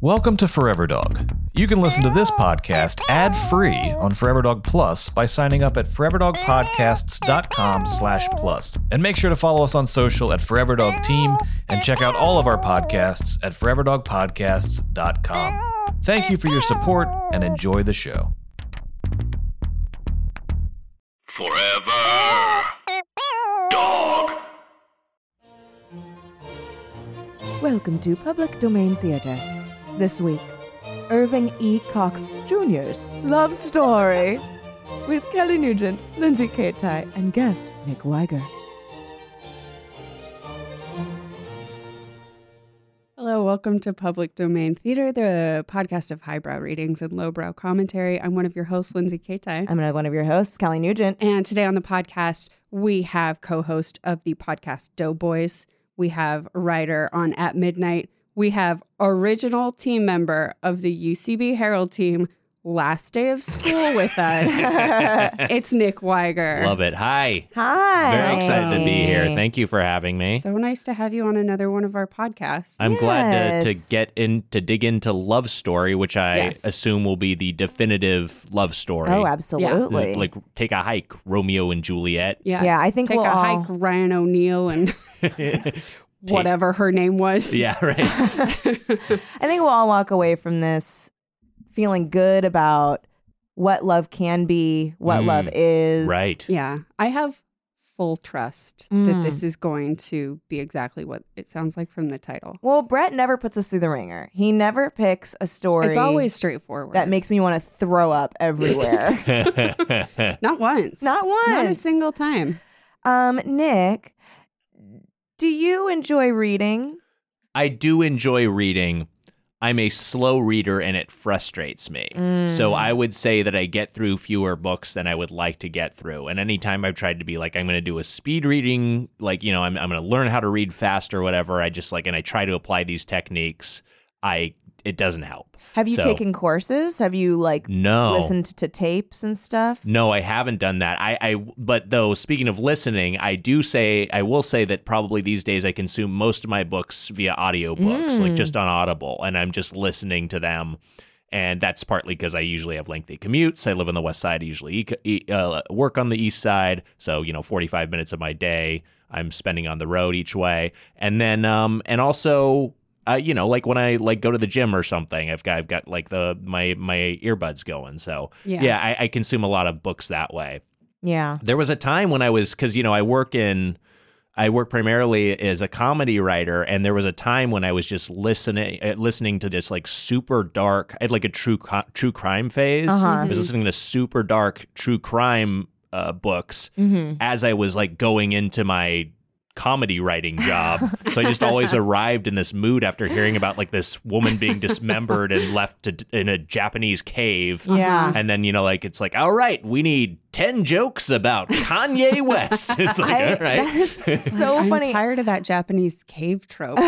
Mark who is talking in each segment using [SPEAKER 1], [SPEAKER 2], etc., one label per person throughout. [SPEAKER 1] Welcome to Forever Dog. You can listen to this podcast ad-free on Forever Dog Plus by signing up at foreverdogpodcasts.com slash plus. And make sure to follow us on social at Forever Dog Team and check out all of our podcasts at foreverdogpodcasts.com. Thank you for your support and enjoy the show.
[SPEAKER 2] Forever. Dog.
[SPEAKER 3] Welcome to Public Domain Theater. This week, Irving E. Cox Jr.'s Love Story with Kelly Nugent, Lindsay Kaitai, and guest Nick Weiger.
[SPEAKER 4] Hello, welcome to Public Domain Theater, the podcast of highbrow readings and lowbrow commentary. I'm one of your hosts, Lindsay Kaitai.
[SPEAKER 3] I'm another one of your hosts, Kelly Nugent.
[SPEAKER 4] And today on the podcast, we have co host of the podcast Doughboys. We have writer on At Midnight. We have original team member of the UCB Herald team, last day of school with us. it's Nick Weiger.
[SPEAKER 5] Love it. Hi.
[SPEAKER 3] Hi.
[SPEAKER 5] Very excited to be here. Thank you for having me.
[SPEAKER 4] So nice to have you on another one of our podcasts.
[SPEAKER 5] I'm glad to, to
[SPEAKER 3] Yes.
[SPEAKER 5] get in to dig into Love Story, which I
[SPEAKER 4] Yes.
[SPEAKER 5] assume will be the definitive love story.
[SPEAKER 3] Oh,
[SPEAKER 5] This
[SPEAKER 3] absolutely.
[SPEAKER 5] is Like take a hike, Romeo and Juliet.
[SPEAKER 4] Yeah.
[SPEAKER 3] Yeah, I think
[SPEAKER 4] Take
[SPEAKER 3] we'll uh,
[SPEAKER 4] a
[SPEAKER 3] all-
[SPEAKER 4] hike, Ryan O'Neill and whatever her name was.
[SPEAKER 5] Yeah, right.
[SPEAKER 3] I think we'll all walk away from this feeling good about what love can be, what
[SPEAKER 5] Mm.
[SPEAKER 3] love is.
[SPEAKER 5] right.
[SPEAKER 4] Yeah. I have full trust
[SPEAKER 3] Mm.
[SPEAKER 4] that this is going to be exactly what it sounds like from the title.
[SPEAKER 3] Well, Brett never puts us through the ringer. He never picks a story
[SPEAKER 4] It's always straightforward.
[SPEAKER 3] that makes me want to throw up everywhere.
[SPEAKER 4] not once.
[SPEAKER 3] Not once.
[SPEAKER 4] Not a single time.
[SPEAKER 3] Um, Nick, do you enjoy reading?
[SPEAKER 5] I do enjoy reading. I'm a slow reader and it frustrates me. So I would say that I get through fewer books than I would like to get through. And anytime I've tried to be like, I'm going to do a speed reading, like, you know, I'm, I'm going to learn how to read fast or whatever, I just like, and I try to apply these techniques, I, it doesn't help.
[SPEAKER 3] Have you
[SPEAKER 5] So-
[SPEAKER 3] taken courses? Have you like
[SPEAKER 5] No.
[SPEAKER 3] listened to tapes and stuff?
[SPEAKER 5] No, I haven't done that. I, I, but though, speaking of listening, I do say, I will say that probably these days I consume most of my books via audiobooks, like just on Audible, and I'm just listening to them. And that's partly because I usually have lengthy commutes. I live on the west side, I usually e- e- uh, work on the east side. So, you know, 45 minutes of my day I'm spending on the road each way. And then, um, and also, uh, you know, like when I like go to the gym or something, I've got, I've got like the, my, my earbuds going. So
[SPEAKER 4] Yeah.
[SPEAKER 5] yeah I, I consume a lot of books that way.
[SPEAKER 3] Yeah.
[SPEAKER 5] There was a time when I was because you know I work in I work primarily as a comedy writer, and there was a time when I was just listening uh, listening to just like super dark. I had like a true co- true crime phase. I was listening to super dark true crime uh, books
[SPEAKER 4] Mm-hmm.
[SPEAKER 5] as I was like going into my comedy writing job. so I just always arrived in this mood after hearing about like this woman being dismembered and left to, in a Japanese cave.
[SPEAKER 3] Yeah.
[SPEAKER 5] And then, you know, like it's like, all right, we need 10 jokes about Kanye West. It's like,
[SPEAKER 3] I-
[SPEAKER 5] all
[SPEAKER 3] That
[SPEAKER 5] right.
[SPEAKER 3] is so
[SPEAKER 4] I'm
[SPEAKER 3] funny.
[SPEAKER 4] tired of that Japanese cave trope.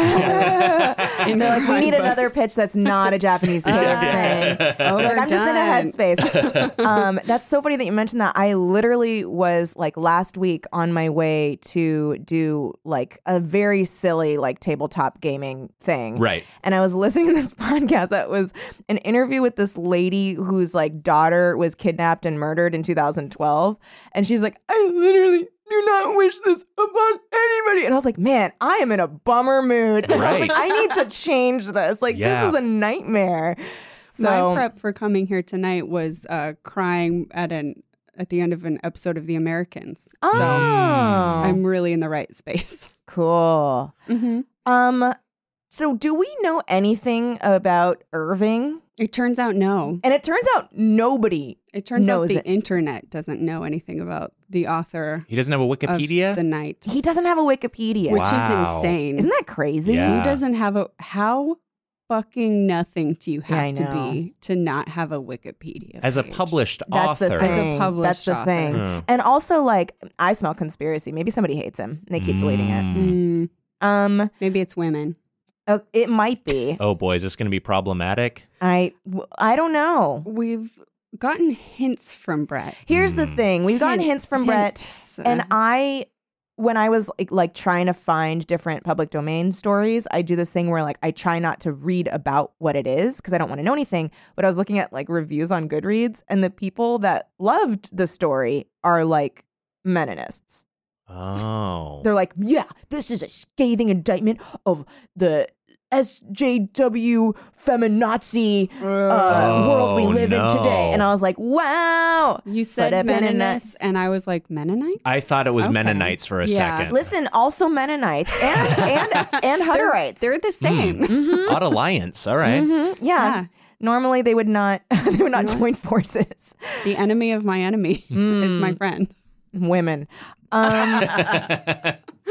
[SPEAKER 3] And they're like, we need another
[SPEAKER 4] picture.
[SPEAKER 3] pitch that's not a Japanese cave thing.
[SPEAKER 4] Oh,
[SPEAKER 3] Like,
[SPEAKER 4] we're
[SPEAKER 3] I'm just in
[SPEAKER 4] done.
[SPEAKER 3] a headspace. um, that's so funny that you mentioned that. I literally was like last week on my way to do like a very silly like tabletop gaming thing.
[SPEAKER 5] Right.
[SPEAKER 3] And I was listening to this podcast that was an interview with this lady whose like daughter was kidnapped and murdered in 2012. And she's like, I literally do not wish this upon anybody. And I was like, man, I am in a bummer mood. I was
[SPEAKER 5] Right.
[SPEAKER 3] like, I need to change this. Like,
[SPEAKER 5] Yeah.
[SPEAKER 3] this is a nightmare.
[SPEAKER 4] My
[SPEAKER 3] So,
[SPEAKER 4] prep for coming here tonight was uh, crying at an at the end of an episode of The Americans.
[SPEAKER 3] oh,
[SPEAKER 4] So I'm really in the right space.
[SPEAKER 3] cool. Um, so do we know anything about Irving?
[SPEAKER 4] It turns out no.
[SPEAKER 3] And it turns out nobody.
[SPEAKER 4] It turns out
[SPEAKER 3] Knows
[SPEAKER 4] the
[SPEAKER 3] it.
[SPEAKER 4] internet doesn't know anything about the author
[SPEAKER 5] He doesn't have a
[SPEAKER 4] of
[SPEAKER 5] Wikipedia.
[SPEAKER 4] the night,
[SPEAKER 3] He doesn't have a Wikipedia.
[SPEAKER 4] which
[SPEAKER 5] Wow.
[SPEAKER 4] is insane.
[SPEAKER 3] Isn't that crazy?
[SPEAKER 5] Yeah.
[SPEAKER 4] Who doesn't have a how fucking nothing do you
[SPEAKER 3] Yeah, I
[SPEAKER 4] have to
[SPEAKER 3] know.
[SPEAKER 4] be to not have a Wikipedia
[SPEAKER 5] as a
[SPEAKER 4] page?
[SPEAKER 5] published
[SPEAKER 3] That's
[SPEAKER 5] author.
[SPEAKER 3] the
[SPEAKER 4] As a
[SPEAKER 3] thing. That's
[SPEAKER 4] published
[SPEAKER 3] the
[SPEAKER 4] author.
[SPEAKER 3] thing.
[SPEAKER 5] Hmm.
[SPEAKER 3] And also, like, I smell conspiracy. Maybe somebody hates him. And they keep deleting it.
[SPEAKER 5] Mm.
[SPEAKER 4] Mm,
[SPEAKER 3] Um,
[SPEAKER 4] maybe it's women.
[SPEAKER 3] oh, it might be.
[SPEAKER 5] Oh boy, is this going to be problematic?
[SPEAKER 3] I w- I don't know.
[SPEAKER 4] We've gotten hints from Brett.
[SPEAKER 3] Here's the
[SPEAKER 5] Hmm.
[SPEAKER 3] thing: we've gotten
[SPEAKER 4] Hint-
[SPEAKER 3] hints from Brett,
[SPEAKER 4] hints.
[SPEAKER 3] and
[SPEAKER 5] Mm-hmm.
[SPEAKER 4] Uh,
[SPEAKER 3] I, when I was like, like trying to find different public domain stories, I do this thing where like I try not to read about what it is because I don't want to know anything. But I was looking at like reviews on Goodreads, and the people that loved the story are like Mennonists.
[SPEAKER 5] Oh,
[SPEAKER 3] They're like, yeah, this is a scathing indictment of the SJW feminazi uh,
[SPEAKER 5] Oh,
[SPEAKER 3] world we live in
[SPEAKER 5] no.
[SPEAKER 3] today. And I was like, wow.
[SPEAKER 4] you said
[SPEAKER 3] I've been in that-
[SPEAKER 4] Mennonites, and I was like Mennonite.
[SPEAKER 5] I thought it was
[SPEAKER 4] Okay.
[SPEAKER 5] Mennonites for a
[SPEAKER 4] Yeah.
[SPEAKER 5] second.
[SPEAKER 3] Listen, also Mennonites and and, and Hutterites.
[SPEAKER 4] They're the
[SPEAKER 5] Mm.
[SPEAKER 4] same.
[SPEAKER 5] Odd alliance. All right.
[SPEAKER 3] Mhm. yeah.
[SPEAKER 4] Yeah.
[SPEAKER 3] Normally they would not they would not
[SPEAKER 4] No.
[SPEAKER 3] join forces.
[SPEAKER 4] The enemy of my enemy is
[SPEAKER 3] Mm.
[SPEAKER 4] my friend.
[SPEAKER 3] Women. Um,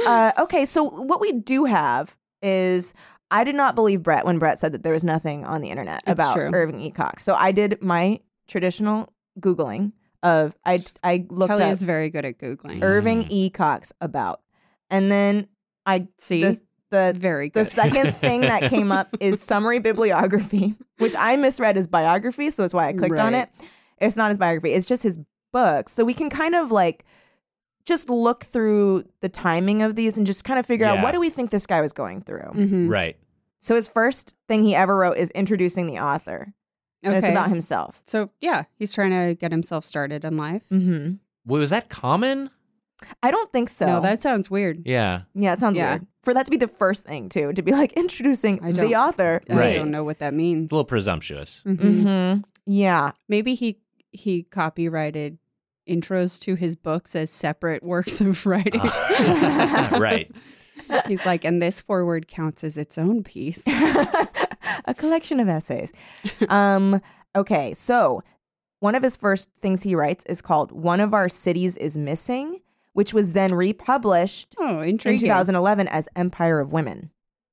[SPEAKER 3] uh, okay, so what we do have is I did not believe Brett when Brett said that there was nothing on the internet
[SPEAKER 4] That's
[SPEAKER 3] about
[SPEAKER 4] true.
[SPEAKER 3] Irving E. Cox. So I did my traditional googling of I I looked
[SPEAKER 4] Kelly
[SPEAKER 3] up
[SPEAKER 4] is very good at googling.
[SPEAKER 3] Irving E. Cox about, and then I
[SPEAKER 4] See?
[SPEAKER 3] the the,
[SPEAKER 4] very
[SPEAKER 3] uh, the
[SPEAKER 4] good.
[SPEAKER 3] second thing that came up is summary bibliography, which I misread as biography, so that's why I clicked on
[SPEAKER 4] Right.
[SPEAKER 3] it. It's not his biography; it's just his books. So we can kind of like just look through the timing of these and just kind of figure out
[SPEAKER 5] Yeah.
[SPEAKER 3] what do we think this guy was going through.
[SPEAKER 4] Mhm.
[SPEAKER 5] Right.
[SPEAKER 3] So his first thing he ever wrote is introducing the author, and it's
[SPEAKER 4] Okay.
[SPEAKER 3] about himself.
[SPEAKER 4] So yeah, he's trying to get himself started in life.
[SPEAKER 3] hmm
[SPEAKER 5] Wait, was that common?
[SPEAKER 3] I don't think so.
[SPEAKER 4] No, that sounds weird.
[SPEAKER 5] Yeah.
[SPEAKER 3] Yeah, it sounds
[SPEAKER 4] Yeah.
[SPEAKER 3] weird. For that to be the first thing too, to be like introducing
[SPEAKER 4] I
[SPEAKER 3] the
[SPEAKER 4] don't-
[SPEAKER 3] author.
[SPEAKER 4] I
[SPEAKER 5] Right.
[SPEAKER 4] don't know what that means.
[SPEAKER 5] It's a little presumptuous.
[SPEAKER 4] Mhm.
[SPEAKER 3] Mm-hmm. Yeah.
[SPEAKER 4] Maybe he he copyrighted intros to his books as separate works of writing.
[SPEAKER 3] Mm-hmm.
[SPEAKER 5] right. Ah.
[SPEAKER 4] He's like, and this forward counts as its own piece.
[SPEAKER 3] a collection of essays. Um, okay, so one of his first things he writes is called One of Our Cities is Missing, which was then republished
[SPEAKER 4] Oh,
[SPEAKER 3] in
[SPEAKER 4] intriguing.
[SPEAKER 3] 2011 as Empire of Women.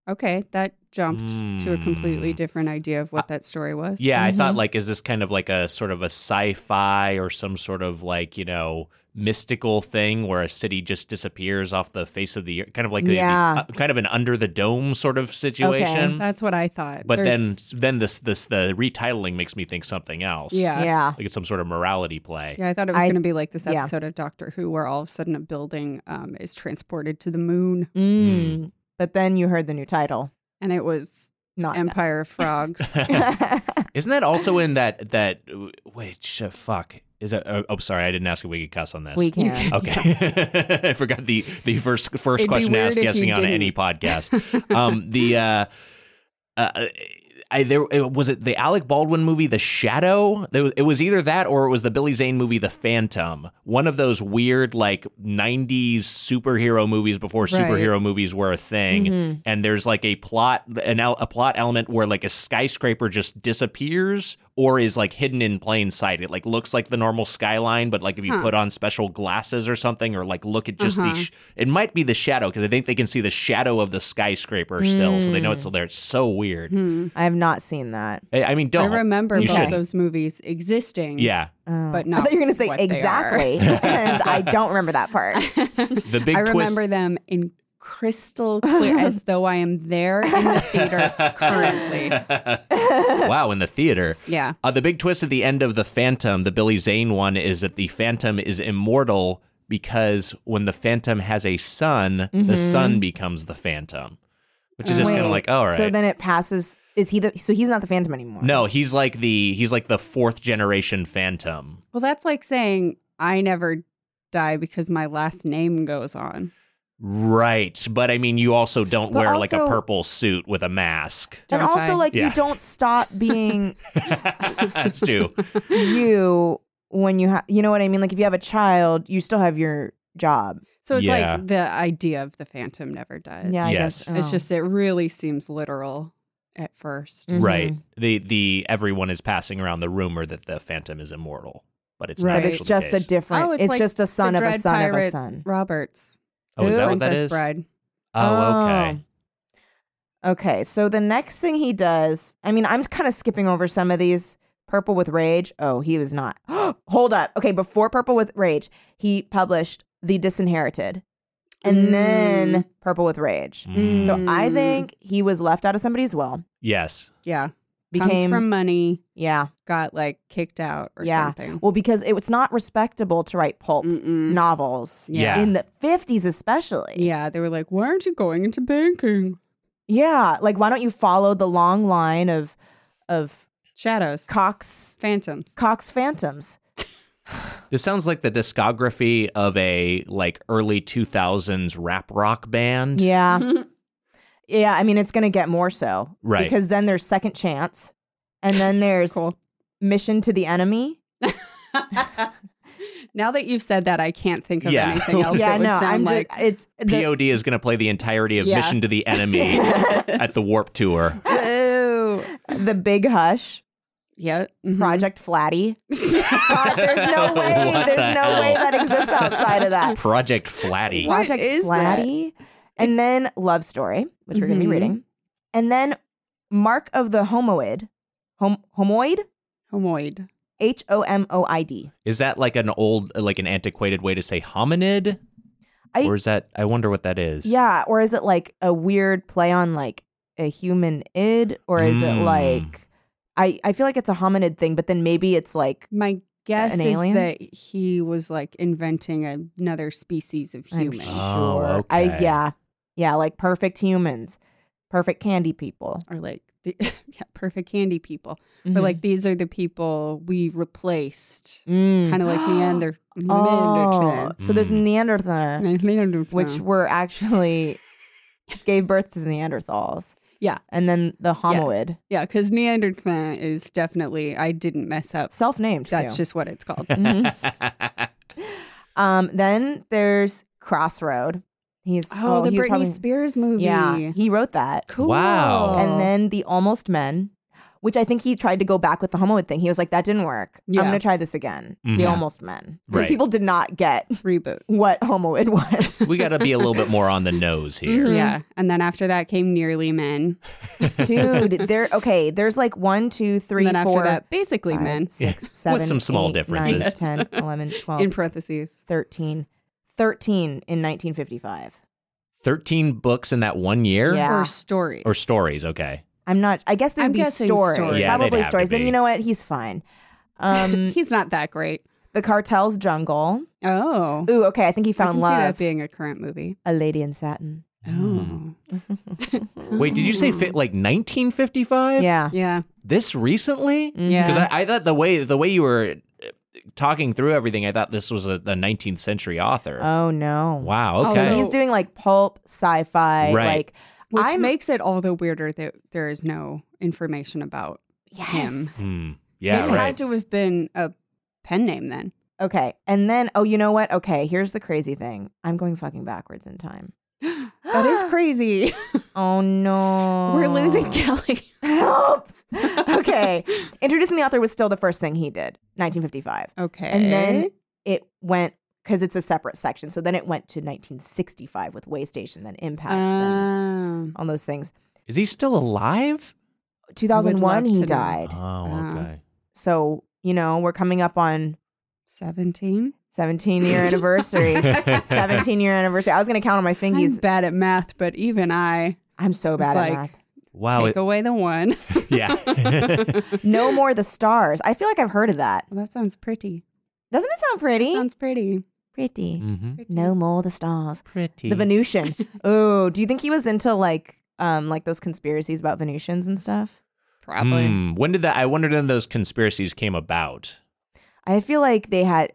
[SPEAKER 4] Okay, that jumped to a completely
[SPEAKER 5] Mm.
[SPEAKER 4] different idea of what that story was.
[SPEAKER 5] Yeah, I thought
[SPEAKER 3] Mhm.
[SPEAKER 5] like, is this kind of like a sort of a sci-fi or some sort of like you know mystical thing where a city just disappears off the face of the earth, kind of like a- the-
[SPEAKER 3] Yeah.
[SPEAKER 5] uh, kind of an under the dome sort of
[SPEAKER 3] Mm-hmm.
[SPEAKER 5] situation.
[SPEAKER 4] That's what I thought.
[SPEAKER 5] but then
[SPEAKER 4] There's-
[SPEAKER 5] then this this the retitling makes me think something else.
[SPEAKER 4] Yeah.
[SPEAKER 3] yeah.
[SPEAKER 5] like it's some sort of morality play.
[SPEAKER 4] Yeah, I thought it was
[SPEAKER 3] I-
[SPEAKER 4] going to be like this
[SPEAKER 3] yeah.
[SPEAKER 4] episode of Doctor Who where all of a sudden a building um, is transported to the moon.
[SPEAKER 5] Hmm.
[SPEAKER 3] Mm. But then you heard the new title.
[SPEAKER 4] And it was
[SPEAKER 3] Not
[SPEAKER 4] Empire of Frogs.
[SPEAKER 3] that.
[SPEAKER 5] Isn't that also in that that wait sh- fuck is that? Oh, oh, sorry, I didn't ask if we could cuss on this.
[SPEAKER 3] we can.
[SPEAKER 5] Okay, I forgot the the first first
[SPEAKER 4] It'd be
[SPEAKER 5] question
[SPEAKER 4] weird
[SPEAKER 5] asked
[SPEAKER 4] if you
[SPEAKER 5] guessing on
[SPEAKER 4] didn't.
[SPEAKER 5] any podcast. um, the uh, uh, I there it- was it the Alec Baldwin movie The Shadow. There was, it was either that or it was the Billy Zane movie The Phantom. One of those weird like '90s superhero movies before
[SPEAKER 4] Right. Mm-hmm.
[SPEAKER 5] superhero movies were a
[SPEAKER 4] Hmm.
[SPEAKER 5] thing.
[SPEAKER 3] Mhm.
[SPEAKER 5] And there's like a plot an el- a plot element where like a skyscraper just disappears or is like hidden in plain sight. It like looks like the normal skyline, but like if you
[SPEAKER 4] Huh.
[SPEAKER 5] put on special glasses or something or like look at just
[SPEAKER 4] Uh-huh.
[SPEAKER 5] the sh- it might be the shadow because I think they can see the shadow of the skyscraper still, so they know it's still there. It's so weird.
[SPEAKER 4] Hmm.
[SPEAKER 3] I have not seen that.
[SPEAKER 5] I, I mean,
[SPEAKER 4] I
[SPEAKER 5] don't
[SPEAKER 4] remember
[SPEAKER 5] You
[SPEAKER 4] both
[SPEAKER 5] shouldn't.
[SPEAKER 4] those movies existing.
[SPEAKER 5] Yeah,
[SPEAKER 3] Oh.
[SPEAKER 4] But
[SPEAKER 3] I
[SPEAKER 4] not
[SPEAKER 3] thought you were going to say
[SPEAKER 4] what they are.
[SPEAKER 3] exactly. and I don't remember that part.
[SPEAKER 5] the big
[SPEAKER 4] I
[SPEAKER 5] twist.
[SPEAKER 4] remember them in crystal clear as though I am there in the theater currently.
[SPEAKER 5] wow, in the theater.
[SPEAKER 4] Yeah.
[SPEAKER 5] Uh, the big twist at the end of The Phantom, the Billy Zane one, is that the Phantom is immortal because when the Phantom has a son, the son becomes the Phantom, which is just kind of
[SPEAKER 3] Mm-hmm. Oh, Wait,
[SPEAKER 5] like, all right.
[SPEAKER 3] So then it passes. Is he the? So he's not the Phantom anymore.
[SPEAKER 5] no, he's like the he's like the fourth generation Phantom.
[SPEAKER 4] Well, that's like saying I never die because my last name goes on.
[SPEAKER 5] Right. But I mean, you also don't
[SPEAKER 3] But
[SPEAKER 5] wear like a
[SPEAKER 3] also-
[SPEAKER 5] purple suit with a mask.
[SPEAKER 4] Don't
[SPEAKER 3] and also,
[SPEAKER 4] I?
[SPEAKER 3] like,
[SPEAKER 5] Yeah.
[SPEAKER 3] you don't stop being
[SPEAKER 5] That's true.
[SPEAKER 3] you when you have, you know what I mean? Like, if you have a child, you still have your job.
[SPEAKER 4] So it's
[SPEAKER 5] Yeah.
[SPEAKER 4] like the idea of the phantom never dies.
[SPEAKER 3] Yeah, I
[SPEAKER 5] Yes.
[SPEAKER 3] guess.
[SPEAKER 4] It's
[SPEAKER 3] oh.
[SPEAKER 4] just it Mm-hmm. really seems literal at 1st
[SPEAKER 3] Mhm.
[SPEAKER 5] Right. The the everyone is passing around the rumor that the phantom is immortal, but it's
[SPEAKER 4] Right.
[SPEAKER 5] not.
[SPEAKER 3] But it's
[SPEAKER 4] Right.
[SPEAKER 5] actually the
[SPEAKER 3] just a
[SPEAKER 5] case.
[SPEAKER 3] different.
[SPEAKER 4] Oh,
[SPEAKER 3] it's
[SPEAKER 4] it's like
[SPEAKER 3] just a son of a
[SPEAKER 4] Dread
[SPEAKER 3] son of a
[SPEAKER 4] Pirate
[SPEAKER 3] son.
[SPEAKER 4] Roberts,
[SPEAKER 5] Oh, is that what that
[SPEAKER 4] Princess
[SPEAKER 5] is?
[SPEAKER 4] Bride.
[SPEAKER 5] Oh, okay.
[SPEAKER 3] Oh. Okay. So the next thing he does, I mean, I'm kind of skipping over some of these. Purple with Rage. Oh, he was not. Hold up. Okay, before Purple with Rage, he published The Disinherited and then Purple with Rage.
[SPEAKER 5] Mm.
[SPEAKER 3] So I
[SPEAKER 4] Mm.
[SPEAKER 3] think he was left out of somebody's will.
[SPEAKER 5] Yes.
[SPEAKER 4] Yeah, comes
[SPEAKER 3] Became
[SPEAKER 4] from money,
[SPEAKER 3] yeah,
[SPEAKER 4] got like kicked out or
[SPEAKER 3] yeah.
[SPEAKER 4] something.
[SPEAKER 3] Well, because it was not respectable to write pulp
[SPEAKER 4] Mm-mm.
[SPEAKER 3] novels
[SPEAKER 4] Mm. Yeah.
[SPEAKER 5] Yeah.
[SPEAKER 3] in the 50s especially.
[SPEAKER 4] Yeah, they were like, "Why aren't you going into banking?"
[SPEAKER 3] Yeah, like why don't you follow the long line of of
[SPEAKER 4] Shadows,
[SPEAKER 3] Cox
[SPEAKER 4] phantoms.
[SPEAKER 3] Cox Phantoms?
[SPEAKER 5] This sounds like the discography of a like early 2000s rap rock band.
[SPEAKER 4] Mm-hmm.
[SPEAKER 3] Yeah. yeah, I mean it's going to get more so.
[SPEAKER 5] Right.
[SPEAKER 3] Because then there's Second Chance and then there's
[SPEAKER 4] Cool.
[SPEAKER 3] Mission to the Enemy.
[SPEAKER 4] now that you've said that, I can't think of
[SPEAKER 5] Yeah.
[SPEAKER 4] anything else.
[SPEAKER 3] yeah,
[SPEAKER 4] it would
[SPEAKER 3] no,
[SPEAKER 4] sound
[SPEAKER 3] I'm
[SPEAKER 4] like
[SPEAKER 3] just it's the,
[SPEAKER 5] POD is going to play the entirety of
[SPEAKER 4] Yeah.
[SPEAKER 5] Mission to the Enemy at the Warp Tour.
[SPEAKER 4] Ooh.
[SPEAKER 3] the Big Hush,
[SPEAKER 4] Mm-hmm. Yeah. mhm.
[SPEAKER 3] Project Flatty. God, there's no way.
[SPEAKER 5] What
[SPEAKER 3] there's
[SPEAKER 5] the
[SPEAKER 3] no
[SPEAKER 5] hell?
[SPEAKER 3] way that exists outside of that.
[SPEAKER 5] Project Flatty.
[SPEAKER 4] What
[SPEAKER 3] Project
[SPEAKER 4] is that?
[SPEAKER 3] Flatty, and then Love Story, which we're going to be
[SPEAKER 4] Mhm.
[SPEAKER 3] reading, and then Mark of the Homoid, Hom- Homoid,
[SPEAKER 4] Homoid.
[SPEAKER 3] H O M O I D.
[SPEAKER 5] Is that like an old, like an antiquated way to say hominid?
[SPEAKER 3] I-
[SPEAKER 5] or is that, I wonder what that is.
[SPEAKER 3] Yeah, or is it like a weird play on like a human id, or is it
[SPEAKER 4] Hmm.
[SPEAKER 5] Mm.
[SPEAKER 3] like I I feel like it's a hominid thing, but then maybe it's like
[SPEAKER 4] My guess
[SPEAKER 3] An
[SPEAKER 4] is
[SPEAKER 3] alien?
[SPEAKER 4] that he was like inventing another species of
[SPEAKER 3] I'm
[SPEAKER 4] human
[SPEAKER 5] Oh,
[SPEAKER 3] sure. I
[SPEAKER 5] okay.
[SPEAKER 3] yeah yeah like perfect humans, perfect candy people. Mm-hmm.
[SPEAKER 4] or like the yeah, perfect candy people. Or like these are the people we replaced, kind of like Neander-
[SPEAKER 3] Mm. Oh,
[SPEAKER 4] Neanderthal.
[SPEAKER 3] so there's
[SPEAKER 5] Mm.
[SPEAKER 3] Neanderthal.
[SPEAKER 4] Neanderthal.
[SPEAKER 3] which were actually gave birth to the Neanderthals.
[SPEAKER 4] Yeah.
[SPEAKER 3] And then the Homoid,
[SPEAKER 4] yeah, because Neanderthal is definitely I didn't mess up.
[SPEAKER 3] self named.
[SPEAKER 4] That's just what it's called.
[SPEAKER 3] Mm-hmm. Um, then there's Crossroad. He's
[SPEAKER 4] Oh, the
[SPEAKER 3] he was
[SPEAKER 4] Britney
[SPEAKER 3] probably-
[SPEAKER 4] Spears movie.
[SPEAKER 3] Yeah. He wrote that.
[SPEAKER 4] Cool.
[SPEAKER 5] Wow.
[SPEAKER 3] And then The Almost Men, which I think he tried to go back with the Homoid thing. He was like, that didn't work.
[SPEAKER 4] Yeah.
[SPEAKER 3] I'm going to try this again. The
[SPEAKER 5] Mhm.
[SPEAKER 3] Almost Men. Because
[SPEAKER 5] Right.
[SPEAKER 3] people did not get
[SPEAKER 4] reboot.
[SPEAKER 3] what Homoid was.
[SPEAKER 5] we got to be a little bit more on the nose here.
[SPEAKER 3] Mhm.
[SPEAKER 4] Yeah. Hmm. And then after that came Nearly Men.
[SPEAKER 3] Mm-hmm. Dude, there. Okay, there's like one, two, three,
[SPEAKER 4] and then after
[SPEAKER 3] four,
[SPEAKER 4] that, basically
[SPEAKER 3] five,
[SPEAKER 4] men.
[SPEAKER 3] six,
[SPEAKER 5] Yeah.
[SPEAKER 3] seven,
[SPEAKER 5] With some small
[SPEAKER 3] eight,
[SPEAKER 5] differences.
[SPEAKER 3] nine, 10, 11, 12,
[SPEAKER 4] In parentheses.
[SPEAKER 3] 13. 13 in 1955.
[SPEAKER 5] 13 books in that one year?
[SPEAKER 3] Yeah.
[SPEAKER 4] Or stories.
[SPEAKER 5] Or stories, okay.
[SPEAKER 3] I'm not, I guess they'd
[SPEAKER 4] I'm
[SPEAKER 3] be
[SPEAKER 4] guessing
[SPEAKER 3] stories.
[SPEAKER 4] stories.
[SPEAKER 5] Yeah, they'd
[SPEAKER 3] Probably
[SPEAKER 5] have to
[SPEAKER 3] stories. Then
[SPEAKER 5] be.
[SPEAKER 3] you know what? He's fine. Um,
[SPEAKER 4] He's not that great.
[SPEAKER 3] the Cartel's Jungle.
[SPEAKER 4] Oh.
[SPEAKER 3] Ooh, okay. I think he
[SPEAKER 4] I
[SPEAKER 3] found
[SPEAKER 4] can see that
[SPEAKER 3] love.
[SPEAKER 4] being a current movie.
[SPEAKER 3] A Lady in Satin.
[SPEAKER 4] Oh.
[SPEAKER 5] Wait, did you say fit like 1955?
[SPEAKER 3] Yeah. Mm-hmm.
[SPEAKER 4] Yeah.
[SPEAKER 5] This recently?
[SPEAKER 4] Yeah.
[SPEAKER 5] Because I, I thought the way the way you were uh, talking through everything, I thought this was a, a 19th century author.
[SPEAKER 3] Oh, no.
[SPEAKER 5] wow.
[SPEAKER 3] So
[SPEAKER 5] Okay.
[SPEAKER 4] Also-
[SPEAKER 3] he's doing like pulp, sci fi.
[SPEAKER 5] Right.
[SPEAKER 3] Like,
[SPEAKER 4] Which
[SPEAKER 3] I'm-
[SPEAKER 4] makes it all the weirder that there is no information about.
[SPEAKER 3] yes.
[SPEAKER 5] Hmm. Yeah.
[SPEAKER 4] it
[SPEAKER 5] Right.
[SPEAKER 4] had to have been a pen name then.
[SPEAKER 3] Okay. And then, oh, you know what? Okay. Here's the crazy thing I'm going fucking backwards in time.
[SPEAKER 4] That is crazy.
[SPEAKER 3] Oh, no.
[SPEAKER 4] We're losing Kelly.
[SPEAKER 3] Help! okay. Introducing the author was still the first thing he did, 1955.
[SPEAKER 4] Okay.
[SPEAKER 3] And then it went, because it's a separate section. So then it went to 1965 with Waystation, then Impact, then
[SPEAKER 4] Um,
[SPEAKER 3] all those things.
[SPEAKER 5] Is he still alive?
[SPEAKER 3] 2001,
[SPEAKER 4] love to
[SPEAKER 3] he
[SPEAKER 4] know.
[SPEAKER 3] died. Uh-huh.
[SPEAKER 5] Oh, okay.
[SPEAKER 3] So, you know, we're coming up on
[SPEAKER 4] 17.
[SPEAKER 3] 17 year anniversary. 17 year anniversary. I was going to count on my
[SPEAKER 4] I'm
[SPEAKER 3] fingies.
[SPEAKER 4] bad at math, but even I
[SPEAKER 3] I'm so
[SPEAKER 4] It's
[SPEAKER 3] bad
[SPEAKER 4] like-
[SPEAKER 3] at math.
[SPEAKER 5] Wow.
[SPEAKER 4] take
[SPEAKER 5] it-
[SPEAKER 4] away the one.
[SPEAKER 5] yeah.
[SPEAKER 3] No more the stars. I feel like I've heard of that.
[SPEAKER 4] Well, that sounds pretty.
[SPEAKER 3] Doesn't it sound pretty?
[SPEAKER 4] Sounds Mm. pretty.
[SPEAKER 3] pretty.
[SPEAKER 5] hmm
[SPEAKER 3] No more the stars.
[SPEAKER 5] Pretty.
[SPEAKER 3] The Venusian. oh, do you think he was into like um like those conspiracies about Venusians and stuff?
[SPEAKER 4] Probably.
[SPEAKER 3] Mm.
[SPEAKER 5] Hmm. When did that? I wondered when those conspiracies came about.
[SPEAKER 3] I feel like they had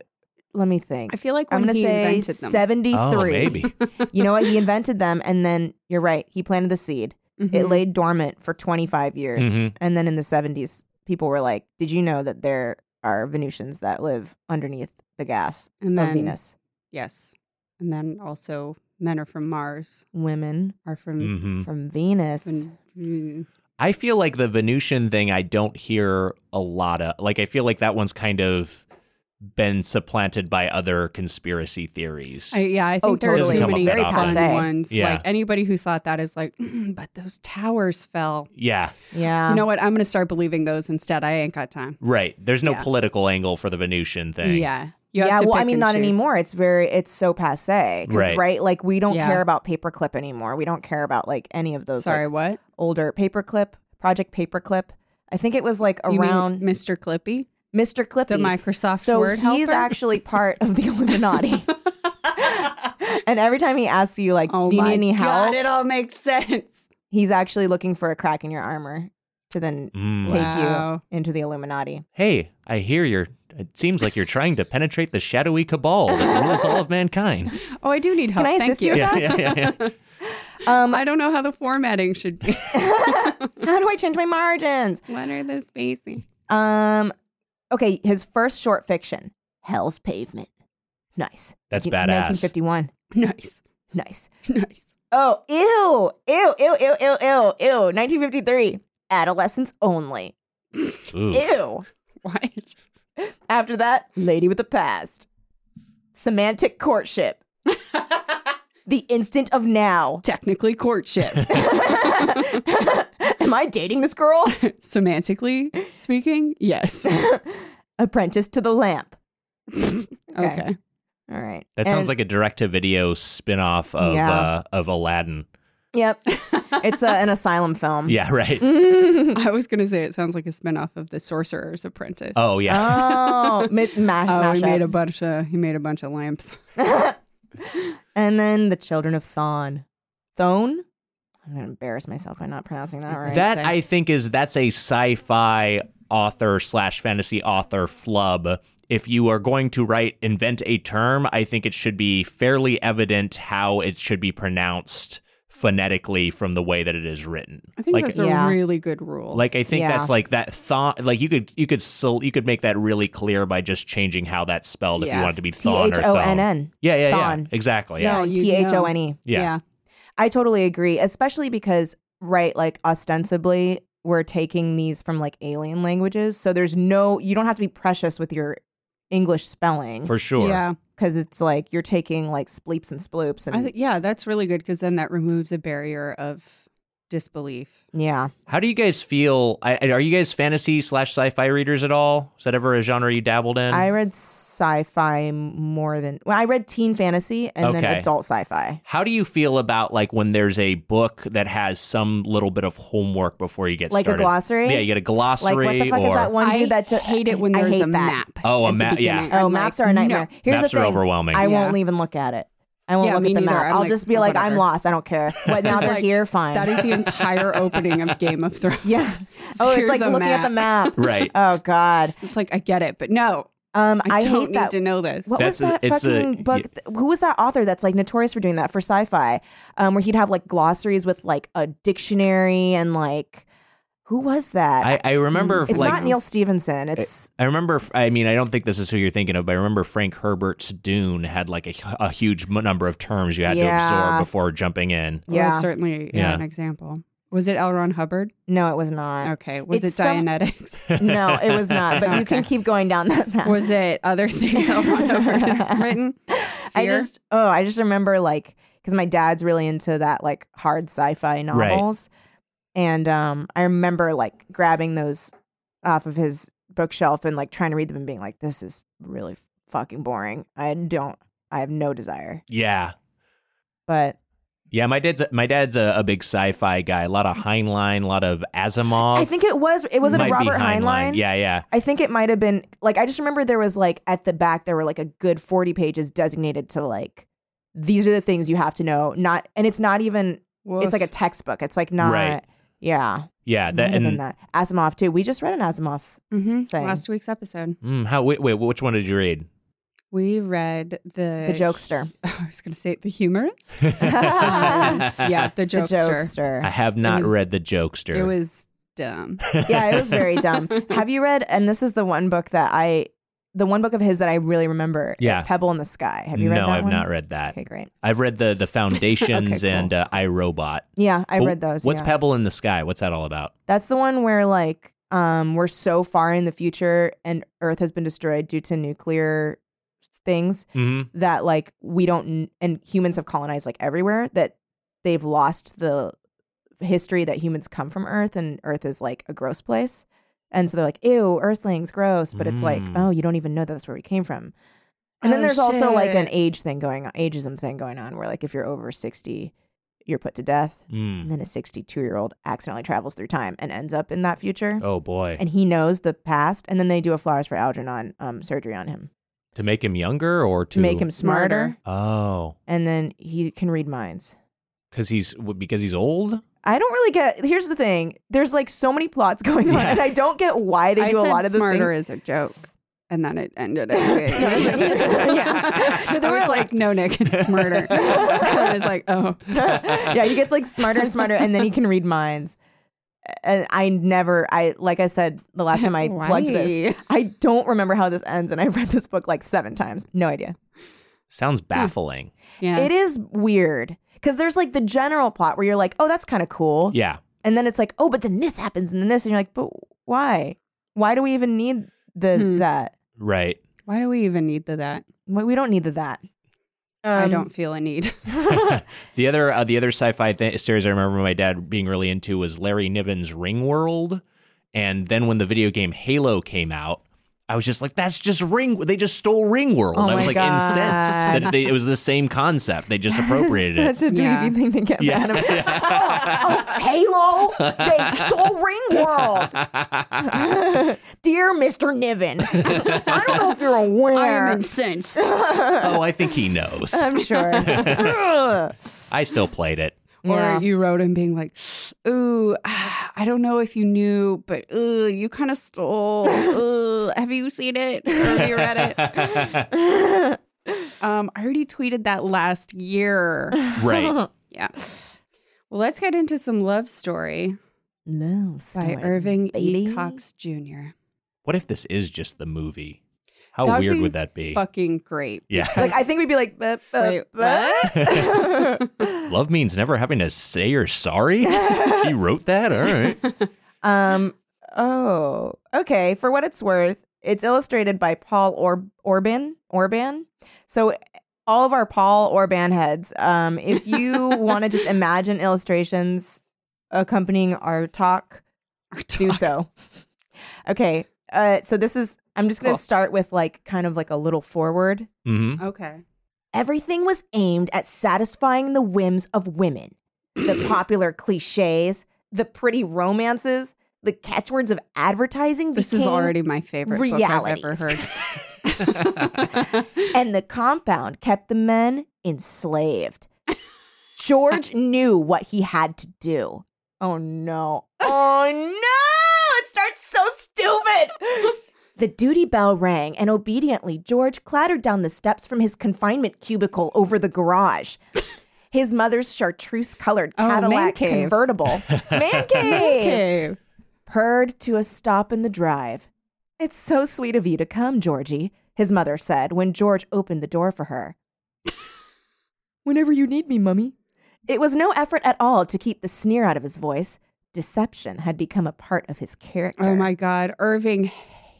[SPEAKER 3] let me think.
[SPEAKER 4] I feel like
[SPEAKER 3] I'm
[SPEAKER 4] when
[SPEAKER 3] gonna
[SPEAKER 4] Um, he
[SPEAKER 3] say
[SPEAKER 4] invented them.
[SPEAKER 3] seventy-three.
[SPEAKER 5] Oh, maybe.
[SPEAKER 3] you know what? He invented them, and then you're right. He planted the seed. It
[SPEAKER 4] Mhm.
[SPEAKER 3] laid dormant for 25 years,
[SPEAKER 5] Mhm.
[SPEAKER 3] and then in the 70s, people were like, "Did you know that there are Venusians that live underneath the gas
[SPEAKER 4] and
[SPEAKER 3] of
[SPEAKER 4] then,
[SPEAKER 3] Venus?
[SPEAKER 4] Yes. And then also men are from Mars
[SPEAKER 3] Women
[SPEAKER 4] are from,
[SPEAKER 5] hmm
[SPEAKER 3] from Venus."
[SPEAKER 4] from Venus.
[SPEAKER 5] I feel like the Venusian thing I don't hear a lot of. Like I feel like that one's kind of been supplanted by other conspiracy theories.
[SPEAKER 4] I, yeah, I think
[SPEAKER 3] Oh,
[SPEAKER 4] there are
[SPEAKER 5] totally.
[SPEAKER 4] too
[SPEAKER 5] Doesn't come
[SPEAKER 4] many
[SPEAKER 5] up that
[SPEAKER 4] fun
[SPEAKER 5] often.
[SPEAKER 3] Passe.
[SPEAKER 4] ones.
[SPEAKER 5] Yeah.
[SPEAKER 4] Like anybody who thought that is like, "Mm, but those towers fell.
[SPEAKER 5] yeah,
[SPEAKER 3] yeah,
[SPEAKER 4] you know what? I'm going to start believing those instead. I ain't got time.
[SPEAKER 5] right. There's no
[SPEAKER 4] Yeah.
[SPEAKER 5] political angle for the Venusian thing.
[SPEAKER 4] Yeah. You have
[SPEAKER 3] yeah,
[SPEAKER 4] to
[SPEAKER 3] well, I
[SPEAKER 4] pick
[SPEAKER 3] mean,
[SPEAKER 4] and
[SPEAKER 3] not
[SPEAKER 4] choose.
[SPEAKER 3] anymore. It's very, it's so passe. 'Cause,
[SPEAKER 5] Right.
[SPEAKER 3] Right. Like, we don't
[SPEAKER 4] Yeah.
[SPEAKER 3] care about paperclip anymore. We don't care about like any of those
[SPEAKER 4] Sorry,
[SPEAKER 3] like,
[SPEAKER 4] what?
[SPEAKER 3] older paperclip, Project Paperclip. I think it was like
[SPEAKER 4] You mean
[SPEAKER 3] around
[SPEAKER 4] Mr. Clippy,
[SPEAKER 3] Mr. Clippy.
[SPEAKER 4] the Microsoft
[SPEAKER 3] so
[SPEAKER 4] Word
[SPEAKER 3] he's
[SPEAKER 4] helper?
[SPEAKER 3] actually part of the Illuminati. and every time he asks you, like,
[SPEAKER 4] oh
[SPEAKER 3] do you
[SPEAKER 4] my
[SPEAKER 3] need any
[SPEAKER 4] God,
[SPEAKER 3] help?
[SPEAKER 4] it all makes sense.
[SPEAKER 3] He's actually looking for a crack in your armor to then
[SPEAKER 5] Mm.
[SPEAKER 3] take
[SPEAKER 4] Wow.
[SPEAKER 3] you into the Illuminati.
[SPEAKER 5] Hey, I hear you're. It seems like you're trying to penetrate the shadowy cabal that rules all of mankind.
[SPEAKER 4] Oh, I do need help.
[SPEAKER 3] I
[SPEAKER 4] Thank
[SPEAKER 3] assist you with
[SPEAKER 5] Yeah, yeah, yeah,
[SPEAKER 3] Um,
[SPEAKER 4] I don't know how the formatting should be.
[SPEAKER 3] how do I change my margins?
[SPEAKER 4] what are the spacing?
[SPEAKER 3] Um, okay, his first short fiction, Hell's Pavement. Nice.
[SPEAKER 5] That's
[SPEAKER 3] Nineteen-
[SPEAKER 5] badass.
[SPEAKER 3] 1951.
[SPEAKER 4] Nice.
[SPEAKER 3] Nice.
[SPEAKER 4] Nice.
[SPEAKER 3] Oh, ew, ew, ew, ew, ew, ew, ew. 1953. Adolescents only.
[SPEAKER 5] Oof.
[SPEAKER 3] Ew.
[SPEAKER 4] What?
[SPEAKER 3] After that, Lady with the Past. Semantic courtship. the instant of now.
[SPEAKER 4] Technically courtship.
[SPEAKER 3] Am I dating this girl?
[SPEAKER 4] Semantically speaking, yes. Okay.
[SPEAKER 3] Apprentice to the lamp. All right.
[SPEAKER 5] That
[SPEAKER 3] And-
[SPEAKER 5] sounds like a direct-to-video spin-off of
[SPEAKER 3] Yeah.
[SPEAKER 5] uh, of Aladdin.
[SPEAKER 3] Yep. it's a, an asylum film.
[SPEAKER 5] Yeah, right.
[SPEAKER 3] Mm.
[SPEAKER 4] I was going to say it sounds like a spinoff of The Sorcerer's Apprentice.
[SPEAKER 5] Oh yeah.
[SPEAKER 3] Oh, it's ma-
[SPEAKER 4] Oh, he
[SPEAKER 3] mashup.
[SPEAKER 4] made a bunch of he made a bunch of lamps.
[SPEAKER 3] and then the children of Thon. Thon? I'm going to embarrass myself by not pronouncing that right.
[SPEAKER 5] that
[SPEAKER 4] say.
[SPEAKER 5] I think is that's a sci-fi author slash fantasy author flub. If you are going to write invent a term, I think it should be fairly evident how it should be pronounced phonetically from the way that it is written.
[SPEAKER 4] I think
[SPEAKER 5] like
[SPEAKER 4] that's
[SPEAKER 3] Yeah.
[SPEAKER 4] a really good rule.
[SPEAKER 5] like I think
[SPEAKER 3] Yeah.
[SPEAKER 5] that's like that thought like you could you could sol- you could make that really clear by just changing how that's spelled if you
[SPEAKER 4] Yeah.
[SPEAKER 5] want it to be
[SPEAKER 3] T
[SPEAKER 5] thon
[SPEAKER 3] H
[SPEAKER 5] or
[SPEAKER 3] O N
[SPEAKER 5] thon.
[SPEAKER 3] N.
[SPEAKER 5] Yeah, yeah, yeah.
[SPEAKER 3] Thon.
[SPEAKER 5] Exactly. Yeah.
[SPEAKER 4] Yeah,
[SPEAKER 3] Thon.
[SPEAKER 4] you
[SPEAKER 3] T H O N
[SPEAKER 4] know.
[SPEAKER 3] E.
[SPEAKER 5] Yeah.
[SPEAKER 3] I totally agree, especially because, right, like ostensibly we're taking these from like alien languages. So there's no, you don't have to be precious with your English spelling
[SPEAKER 5] For sure.
[SPEAKER 4] Yeah.
[SPEAKER 3] because it's like you're taking like spleeps and sploops. And
[SPEAKER 4] I think yeah, that's really good because then that removes a barrier of disbelief.
[SPEAKER 3] yeah.
[SPEAKER 5] How do you guys feel? I, I- are you guys fantasy slash sci-fi readers at all? Is that ever a genre you dabbled in?
[SPEAKER 3] I read sci fi more than, well, I read teen fantasy and then
[SPEAKER 5] Okay.
[SPEAKER 3] adult sci fi.
[SPEAKER 5] How do you feel about like when there's a book that has some little bit of homework before you get
[SPEAKER 3] Like a
[SPEAKER 5] started?
[SPEAKER 3] glossary?
[SPEAKER 5] Yeah, you get a
[SPEAKER 3] Like,
[SPEAKER 5] glossary
[SPEAKER 3] what the fuck
[SPEAKER 5] or
[SPEAKER 3] is that one
[SPEAKER 4] I
[SPEAKER 3] dude that just
[SPEAKER 4] hate it when
[SPEAKER 3] I
[SPEAKER 4] there's
[SPEAKER 3] hate
[SPEAKER 4] a
[SPEAKER 3] that.
[SPEAKER 4] map.
[SPEAKER 5] Oh, a
[SPEAKER 4] at the
[SPEAKER 5] map, yeah.
[SPEAKER 4] beginning.
[SPEAKER 3] Oh,
[SPEAKER 4] I'm
[SPEAKER 3] maps
[SPEAKER 4] like,
[SPEAKER 3] are a nightmare.
[SPEAKER 4] no.
[SPEAKER 3] Here's
[SPEAKER 5] maps
[SPEAKER 3] the
[SPEAKER 5] are
[SPEAKER 3] thing.
[SPEAKER 5] overwhelming.
[SPEAKER 3] I won't
[SPEAKER 4] Yeah.
[SPEAKER 3] even look at it. I won't
[SPEAKER 4] Yeah,
[SPEAKER 3] look
[SPEAKER 4] me
[SPEAKER 3] at the
[SPEAKER 4] neither.
[SPEAKER 3] map.
[SPEAKER 4] I'm
[SPEAKER 3] I'll
[SPEAKER 4] like,
[SPEAKER 3] just be like, I'm
[SPEAKER 4] whatever.
[SPEAKER 3] lost. I don't care. But now
[SPEAKER 4] Just
[SPEAKER 3] they're
[SPEAKER 4] like,
[SPEAKER 3] here. Fine.
[SPEAKER 4] That is the entire opening of Game of Thrones.
[SPEAKER 3] Yes. Oh, it's
[SPEAKER 4] Here's
[SPEAKER 3] like
[SPEAKER 4] a
[SPEAKER 3] looking at
[SPEAKER 4] map.
[SPEAKER 3] the map.
[SPEAKER 5] right.
[SPEAKER 3] Oh God.
[SPEAKER 4] It's like I get it, but no,
[SPEAKER 3] Um, I,
[SPEAKER 4] I, don't
[SPEAKER 3] hate
[SPEAKER 4] need
[SPEAKER 3] that.
[SPEAKER 4] to know this.
[SPEAKER 3] What was
[SPEAKER 5] That's
[SPEAKER 3] that
[SPEAKER 5] a- it's a-
[SPEAKER 3] fucking book? th- Who was that author that's like notorious for doing that for sci-fi? Um, where he'd have like glossaries with like a dictionary and like, who was that?
[SPEAKER 5] I, I remember
[SPEAKER 3] it's
[SPEAKER 5] like Eh,
[SPEAKER 3] not Neil Stevenson. It's
[SPEAKER 5] I remember. I mean, I don't think this is who you're thinking of, but I remember Frank Herbert's Dune had like a, a huge m- number of terms you had to
[SPEAKER 3] Yeah.
[SPEAKER 5] absorb before jumping in.
[SPEAKER 4] Well,
[SPEAKER 3] yeah.
[SPEAKER 4] that's certainly yeah,
[SPEAKER 5] Yeah.
[SPEAKER 4] an example. Was it L. Ron Hubbard?
[SPEAKER 3] no, it was not.
[SPEAKER 4] Okay. Was
[SPEAKER 3] Uh, It's
[SPEAKER 4] it
[SPEAKER 3] some-
[SPEAKER 4] Dianetics?
[SPEAKER 3] no, it was not. But you can
[SPEAKER 4] Okay.
[SPEAKER 3] keep going down that path.
[SPEAKER 4] was it other things L. Ron Hubbard has written?
[SPEAKER 3] I
[SPEAKER 4] Fear?
[SPEAKER 3] just oh, I just remember like because my dad's really into that like hard sci-fi novels, and um, I remember like grabbing those off of his bookshelf and like trying to read them and being like, "This is really fucking boring. I don't. I have no desire."
[SPEAKER 5] Yeah,
[SPEAKER 3] But
[SPEAKER 5] yeah. My dad's my dad's a, a big sci-fi guy. A lot of Heinlein, a lot of Asimov.
[SPEAKER 3] I think it was it was it a
[SPEAKER 5] Might be
[SPEAKER 3] Robert Heinlein.
[SPEAKER 5] Yeah, yeah.
[SPEAKER 3] I think it might have been like I just remember there was like at the back there were like a good 40 pages designated to like these are the things you have to know not and it's not even it's like a textbook. It's like not.
[SPEAKER 5] Right.
[SPEAKER 3] Yeah.
[SPEAKER 5] Yeah,
[SPEAKER 3] might
[SPEAKER 5] that
[SPEAKER 3] have been
[SPEAKER 5] and
[SPEAKER 3] that. Asimov too. We just read an Asimov.
[SPEAKER 4] hmm
[SPEAKER 3] thing.
[SPEAKER 4] last week's episode.
[SPEAKER 5] mm, how? Wait, wait, which one did you read?
[SPEAKER 4] We read the
[SPEAKER 3] The jokester.
[SPEAKER 4] I was going to say the humorist. Um, yeah, the
[SPEAKER 3] The
[SPEAKER 4] jokester.
[SPEAKER 3] jokester.
[SPEAKER 5] I have not
[SPEAKER 4] was-
[SPEAKER 5] read The Jokester.
[SPEAKER 4] It was dumb.
[SPEAKER 3] yeah, it was very dumb. Have you read? And this is the one book that I, the one book of his that I really remember.
[SPEAKER 5] Yeah.
[SPEAKER 3] Pebble in the Sky. Have you read
[SPEAKER 5] no,
[SPEAKER 3] that
[SPEAKER 5] I've
[SPEAKER 3] one?
[SPEAKER 5] not read that.
[SPEAKER 3] Okay, great.
[SPEAKER 5] I've read the the Foundations
[SPEAKER 4] cool.
[SPEAKER 5] and uh, iRobot.
[SPEAKER 3] Yeah, I
[SPEAKER 5] But
[SPEAKER 3] read those.
[SPEAKER 5] What's
[SPEAKER 3] yeah.
[SPEAKER 5] Pebble in the Sky? What's that all about?
[SPEAKER 3] That's the one where like um we're so far in the future and Earth has been destroyed due to nuclear things
[SPEAKER 5] hmm
[SPEAKER 3] that like we don't and humans have colonized like everywhere that they've lost the history that humans come from Earth and Earth is like a gross place. And so they're like, ew, earthlings, gross. But it's like,
[SPEAKER 5] Mm.
[SPEAKER 3] oh, you don't even know that's where we came from. And then
[SPEAKER 4] Oh,
[SPEAKER 3] there's also like an
[SPEAKER 4] shit.
[SPEAKER 3] age thing going on, ageism thing going on where like if you're over 60, you're put to death.
[SPEAKER 5] Mm.
[SPEAKER 3] And then a 62 year old accidentally travels through time and ends up in that future.
[SPEAKER 5] Oh boy,
[SPEAKER 3] And he knows the past. And then they do a flowers for Algernon um, surgery on him
[SPEAKER 5] to make him younger or to
[SPEAKER 3] to make him smarter.
[SPEAKER 4] Smarter.
[SPEAKER 5] Oh,
[SPEAKER 3] And then he can read minds.
[SPEAKER 5] because he's because he's old.
[SPEAKER 3] I don't really get. Here's the thing there's like so many plots going on.
[SPEAKER 5] Yeah.
[SPEAKER 3] And I don't get why they
[SPEAKER 4] I
[SPEAKER 3] do
[SPEAKER 4] said
[SPEAKER 3] a lot of the
[SPEAKER 4] smarter
[SPEAKER 3] things.
[SPEAKER 4] is a joke. And then it ended anyway.
[SPEAKER 3] Yeah.
[SPEAKER 4] yeah. There was like, no, Nick, it's smarter. and I was like, oh.
[SPEAKER 3] yeah, he gets like smarter and smarter. And then he can read minds. And I never, I like I said the last time I plugged this,
[SPEAKER 4] Why?
[SPEAKER 3] I don't remember how this ends. And I've read this book like seven times. No idea.
[SPEAKER 5] Sounds baffling.
[SPEAKER 4] Yeah.
[SPEAKER 3] It is weird because there's like the general plot where you're like, oh, that's kind of cool.
[SPEAKER 5] Yeah,
[SPEAKER 3] And then it's like, oh, but then this happens and then this. And you're like, but why? Why do we even need the
[SPEAKER 4] Hmm.
[SPEAKER 3] that?
[SPEAKER 5] right.
[SPEAKER 4] Why do we even need the that?
[SPEAKER 3] Why- We don't need the that.
[SPEAKER 4] I
[SPEAKER 3] Um,
[SPEAKER 4] don't feel a need.
[SPEAKER 5] the other uh, the other sci-fi th- series I remember my dad being really into was Larry Niven's Ringworld, and then when the video game Halo came out, I was just like, "That's just Ring. They just stole Ringworld."
[SPEAKER 3] Oh
[SPEAKER 5] I was
[SPEAKER 3] my
[SPEAKER 5] like
[SPEAKER 3] God.
[SPEAKER 5] incensed that they, it was the same concept. They just appropriated it.
[SPEAKER 3] Such a dweeby
[SPEAKER 4] Yeah.
[SPEAKER 3] thing to get
[SPEAKER 5] Yeah.
[SPEAKER 3] mad about. oh, oh, Halo! They stole Ringworld! Dear Mr. Niven, I don't know if you're aware.
[SPEAKER 4] incensed.
[SPEAKER 5] oh, I think he knows.
[SPEAKER 3] I'm sure. Ugh.
[SPEAKER 5] I still played it.
[SPEAKER 3] Yeah.
[SPEAKER 4] Or you wrote him being like, ooh, ah, I don't know if you knew, but ooh, you kind of stole. Ooh, have you seen it? Or have you read it? um, I already tweeted that last year.
[SPEAKER 5] Right.
[SPEAKER 4] Yeah. Well, let's get into some love story
[SPEAKER 3] No,
[SPEAKER 4] by
[SPEAKER 3] story,
[SPEAKER 4] Irving
[SPEAKER 3] baby.
[SPEAKER 4] E. Cox Jr.
[SPEAKER 5] What if this is just the movie? How
[SPEAKER 4] That'd
[SPEAKER 5] weird
[SPEAKER 4] be
[SPEAKER 5] would that be?
[SPEAKER 4] Fucking great.
[SPEAKER 5] yeah.
[SPEAKER 3] Like I think we'd be like, "Buh, buh,
[SPEAKER 4] Wait,
[SPEAKER 3] buh."
[SPEAKER 5] Love means never having to say you're sorry. he wrote that. All right.
[SPEAKER 3] um, oh, okay. For what it's worth, it's illustrated by Paul or- Orban. Orban. So all of our Paul Orban heads. Um, if you want to just imagine illustrations accompanying our talk, do so. Okay. Uh, so this is. I'm just going to
[SPEAKER 4] Cool.
[SPEAKER 3] start with like kind of like a little forward
[SPEAKER 5] Mm-hmm.
[SPEAKER 4] Okay.
[SPEAKER 3] Everything was aimed at satisfying the whims of women. The popular cliches, the pretty romances, the catchwords of advertising
[SPEAKER 4] This is
[SPEAKER 3] became-
[SPEAKER 4] already my favorite book I've ever
[SPEAKER 3] realities.
[SPEAKER 4] heard.
[SPEAKER 3] and the compound kept the men enslaved. George knew what he had to do. Oh no. Oh no! It starts so stupid! The duty bell rang, and obediently, George clattered down the steps from his confinement cubicle over the garage. His mother's chartreuse colored
[SPEAKER 4] Oh, man
[SPEAKER 3] Cadillac
[SPEAKER 4] cave.
[SPEAKER 3] convertible man cave,
[SPEAKER 4] Okay.
[SPEAKER 3] purred to a stop in the drive. It's so sweet of you to come, Georgie, his mother said when George opened the door for her. Whenever you need me, Mummy. It was no effort at all to keep the sneer out of his voice. Deception had become a part of his character.
[SPEAKER 4] Oh my God. Irving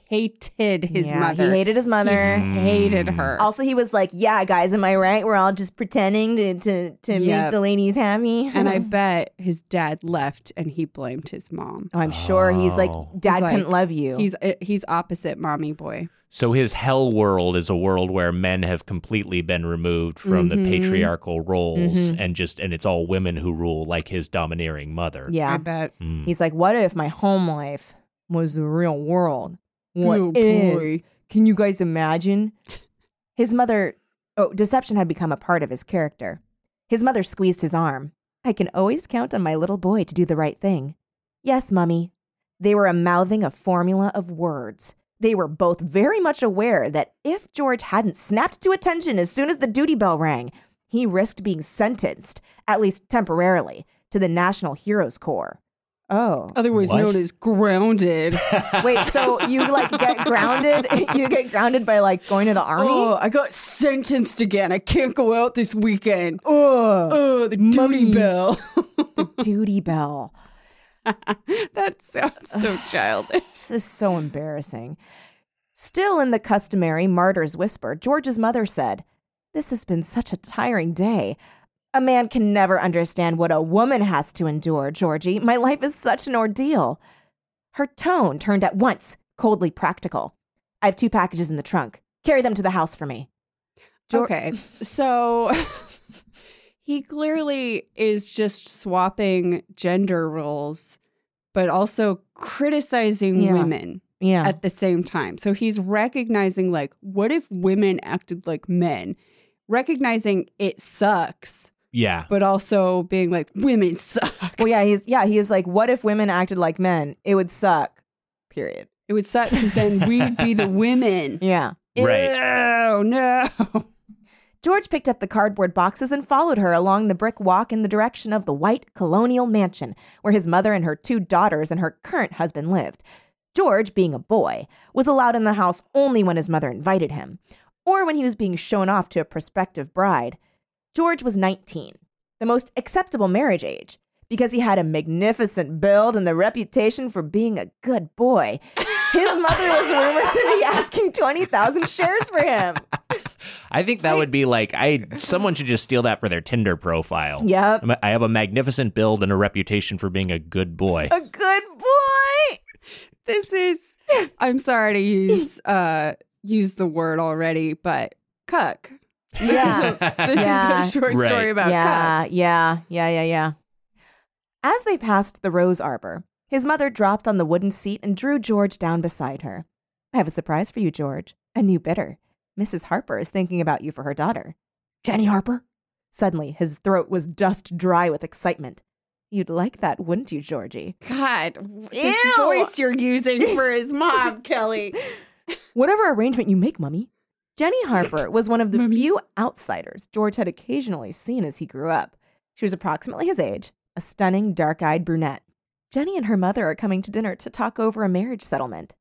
[SPEAKER 4] hated his
[SPEAKER 3] Yeah,
[SPEAKER 4] mother.
[SPEAKER 3] He hated his mother.
[SPEAKER 4] He hated
[SPEAKER 5] Mm.
[SPEAKER 4] her.
[SPEAKER 3] Also, he was like, "Yeah, guys, am I right? We're all just pretending to to, to
[SPEAKER 4] Yep.
[SPEAKER 3] make the ladies happy."
[SPEAKER 4] and I bet his dad left and he blamed his mom.
[SPEAKER 3] oh, I'm sure he's like,
[SPEAKER 5] Oh.
[SPEAKER 3] "Dad
[SPEAKER 4] He's like-
[SPEAKER 3] couldn't love you."
[SPEAKER 4] He's uh, he's opposite mommy boy.
[SPEAKER 5] So his hell world is a world where men have completely been removed
[SPEAKER 4] Mhm.
[SPEAKER 5] from the patriarchal roles and just and it's all women who rule like his domineering mother.
[SPEAKER 4] I
[SPEAKER 3] yeah.
[SPEAKER 4] bet.
[SPEAKER 5] Mm.
[SPEAKER 3] He's like, "What if my home life was the real world? What
[SPEAKER 4] Oh,
[SPEAKER 3] if?
[SPEAKER 4] boy.
[SPEAKER 3] Can you guys imagine?" His mother. Oh, deception had become a part of his character. His mother squeezed his arm. I can always count on my little boy to do the right thing. Yes, Mummy. They were a mouthing a formula of words. They were both very much aware that if George hadn't snapped to attention as soon as the duty bell rang, he risked being sentenced, at least temporarily, to the National Heroes Corps. Oh.
[SPEAKER 4] Otherwise
[SPEAKER 5] What?
[SPEAKER 4] known as grounded.
[SPEAKER 3] Wait, so you like get grounded? You get grounded by like going to the army?
[SPEAKER 4] Oh, I got sentenced again. I can't go out this weekend.
[SPEAKER 3] Ugh.
[SPEAKER 4] Oh, the
[SPEAKER 3] Mummy.
[SPEAKER 4] duty bell.
[SPEAKER 3] The duty bell.
[SPEAKER 4] that sounds so childish.
[SPEAKER 3] This is so embarrassing. Still in the customary martyr's whisper, George's mother said, This has been such a tiring day. A man can never understand what a woman has to endure, Georgie. My life is such an ordeal. Her tone turned at once coldly practical. I have two packages in the trunk. Carry them to the house for me. Geor-
[SPEAKER 4] Okay, so he clearly is just swapping gender roles, but also criticizing
[SPEAKER 3] Yeah.
[SPEAKER 4] women
[SPEAKER 3] Yeah.
[SPEAKER 4] at the same time. So he's recognizing, like, what if women acted like men? Recognizing it sucks,
[SPEAKER 5] Yeah.
[SPEAKER 4] but also being like, women suck.
[SPEAKER 3] well, yeah, he's yeah, he is like, what if women acted like men? It would suck. Period.
[SPEAKER 4] It would suck because then we'd be the women.
[SPEAKER 3] Yeah.
[SPEAKER 4] Oh, no.
[SPEAKER 3] George picked up the cardboard boxes and followed her along the brick walk in the direction of the white colonial mansion where his mother and her two daughters and her current husband lived. George, being a boy, was allowed in the house only when his mother invited him or when he was being shown off to a prospective bride. George was 19, the most acceptable marriage age, because he had a magnificent build and the reputation for being a good boy. His mother was rumored to be asking 20,000 shares for him.
[SPEAKER 5] I think that would be like I someone should just steal that for their Tinder profile.
[SPEAKER 3] Yep.
[SPEAKER 5] I'm a- I have a magnificent build and a reputation for being a good boy.
[SPEAKER 3] a good boy.
[SPEAKER 4] this is I'm sorry to use uh use the word already, but cuck. This is a this
[SPEAKER 3] Yeah.
[SPEAKER 4] is a short
[SPEAKER 5] Right.
[SPEAKER 4] story about
[SPEAKER 3] yeah,
[SPEAKER 4] cucks.
[SPEAKER 3] yeah, yeah, yeah, yeah. As they passed the rose arbor, his mother dropped on the wooden seat and drew George down beside her. I have a surprise for you, George. A new bidder. Mrs. Harper is thinking about you for her daughter. Jenny Harper? Suddenly, his throat was just dry with excitement. You'd like that, wouldn't you, Georgie?
[SPEAKER 4] God, this
[SPEAKER 3] Ew.
[SPEAKER 4] voice you're using for his mom, Kelly.
[SPEAKER 3] Whatever arrangement you make, Mummy. Jenny Harper was one of the few outsiders George had occasionally seen as he grew up. She was approximately his age, a stunning, dark eyed brunette. Jenny and her mother are coming to dinner to talk over a marriage settlement.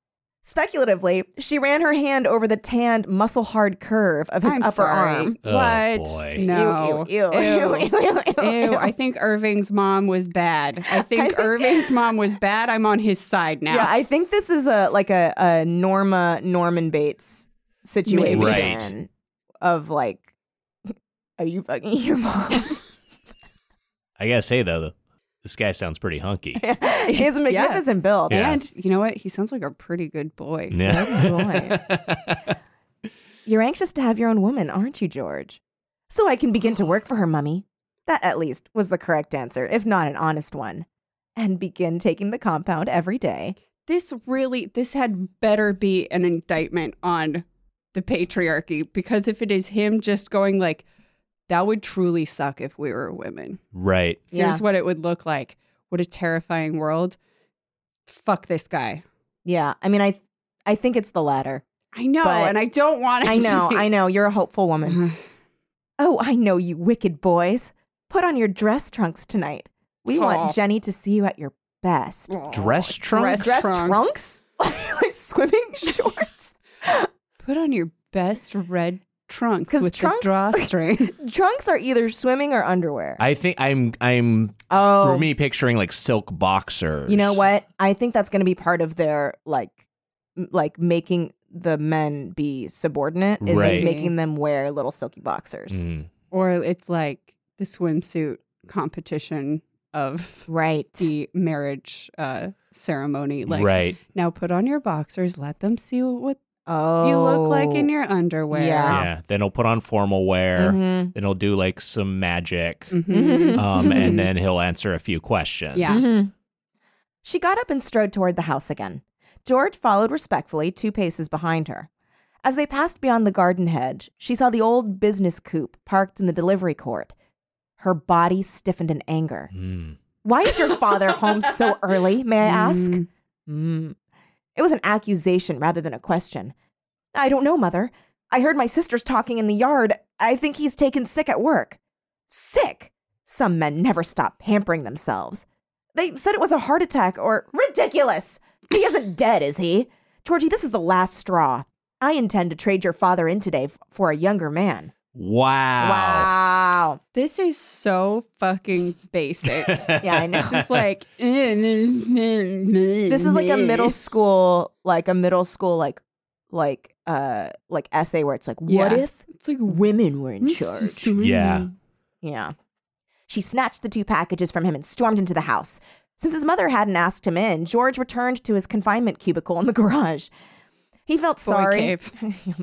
[SPEAKER 3] Speculatively, she ran her hand over the tanned, muscle hard curve of his
[SPEAKER 4] I'm
[SPEAKER 3] upper
[SPEAKER 4] sorry.
[SPEAKER 3] arm.
[SPEAKER 5] Oh,
[SPEAKER 4] What?
[SPEAKER 5] boy.
[SPEAKER 4] No.
[SPEAKER 3] Ew, ew, ew,
[SPEAKER 4] Ew.
[SPEAKER 3] ew, ew, ew,
[SPEAKER 4] Ew,
[SPEAKER 3] ew.
[SPEAKER 4] I think Irving's mom was bad. I think,
[SPEAKER 3] think-
[SPEAKER 4] Irving's mom was bad. I'm on his side now.
[SPEAKER 3] Yeah, I think this is a like a, a Norma Norman Bates situation
[SPEAKER 5] Right.
[SPEAKER 3] of like, are you fucking your mom?
[SPEAKER 5] I gotta say though, this guy sounds pretty hunky.
[SPEAKER 3] he has a
[SPEAKER 4] Yeah.
[SPEAKER 3] magnificent build.
[SPEAKER 5] Yeah.
[SPEAKER 4] and you know what? He sounds like a pretty good boy.
[SPEAKER 3] boy. You're anxious to have your own woman, aren't you, George? So I can begin to work for her, mummy. That at least was the correct answer, if not an honest one. And begin taking the compound every day.
[SPEAKER 4] this really this had better be an indictment on the patriarchy because if it is him just going like that would truly suck if we were women
[SPEAKER 5] right.
[SPEAKER 4] here's what it would look like what a terrifying world fuck this guy
[SPEAKER 3] Yeah. I mean, I I think it's the latter.
[SPEAKER 4] i know
[SPEAKER 3] But-
[SPEAKER 4] and i Mm-hmm. don't want it
[SPEAKER 3] I know,
[SPEAKER 4] to be.
[SPEAKER 3] I know. You're a hopeful woman. Oh, I know you wicked boys. Put on your dress trunks tonight. We
[SPEAKER 4] Aw.
[SPEAKER 3] want Jenny to see you at your best.
[SPEAKER 5] Dress
[SPEAKER 4] dress
[SPEAKER 5] trunks?
[SPEAKER 3] Dress
[SPEAKER 4] trunks.
[SPEAKER 3] trunks? like swimming shorts?
[SPEAKER 4] put on your best red trunks
[SPEAKER 3] 'Cause
[SPEAKER 4] with
[SPEAKER 3] trunks-
[SPEAKER 4] the drawstring
[SPEAKER 3] Trunks are either swimming or underwear.
[SPEAKER 5] I think I'm I'm
[SPEAKER 3] oh,
[SPEAKER 5] for me picturing like silk boxers.
[SPEAKER 3] you know what? I think that's going to be part of their like, m- like making the men be subordinate is
[SPEAKER 5] Right.
[SPEAKER 3] like making them wear little silky boxers.
[SPEAKER 5] Mm.
[SPEAKER 4] or it's like the swimsuit competition of
[SPEAKER 3] Right.
[SPEAKER 4] the marriage uh ceremony like
[SPEAKER 5] right.
[SPEAKER 4] Now put on your boxers. Let them see what
[SPEAKER 3] Oh,
[SPEAKER 4] you look like in your underwear.
[SPEAKER 3] Yeah.
[SPEAKER 5] Yeah. Then he'll put on formal wear.
[SPEAKER 3] Mhm.
[SPEAKER 5] Then he'll do like some magic.
[SPEAKER 3] Mm-hmm.
[SPEAKER 4] Mhm.
[SPEAKER 5] Um, and then he'll answer a few questions.
[SPEAKER 4] Yeah.
[SPEAKER 3] Mhm. She got up and strode toward the house again. George followed respectfully, two paces behind her. As they passed beyond the garden hedge, she saw the old business coupe parked in the delivery court. Her body stiffened in anger.
[SPEAKER 5] Mm.
[SPEAKER 3] Why is your father home so early, may I ask?
[SPEAKER 4] Mm.
[SPEAKER 3] Mm. It was an accusation rather than a question. I don't know, Mother. I heard my sisters talking in the yard. I think he's taken sick at work. Sick? Some men never stop pampering themselves. They said it was a heart attack or ridiculous. He isn't dead, is he? Georgie, this is the last straw. I intend to trade your father in today f- for a younger man.
[SPEAKER 5] Wow.
[SPEAKER 3] Wow.
[SPEAKER 4] This is so fucking basic.
[SPEAKER 3] Yeah, I know.
[SPEAKER 4] It's just like this
[SPEAKER 3] this is like a middle school like a middle school like like uh like essay where it's like what
[SPEAKER 4] Yeah.
[SPEAKER 3] if it's like women were in charge
[SPEAKER 5] Yeah.
[SPEAKER 3] yeah she snatched the two packages from him and stormed into the house since his mother hadn't asked him in george returned to his confinement cubicle in the garage he felt sorry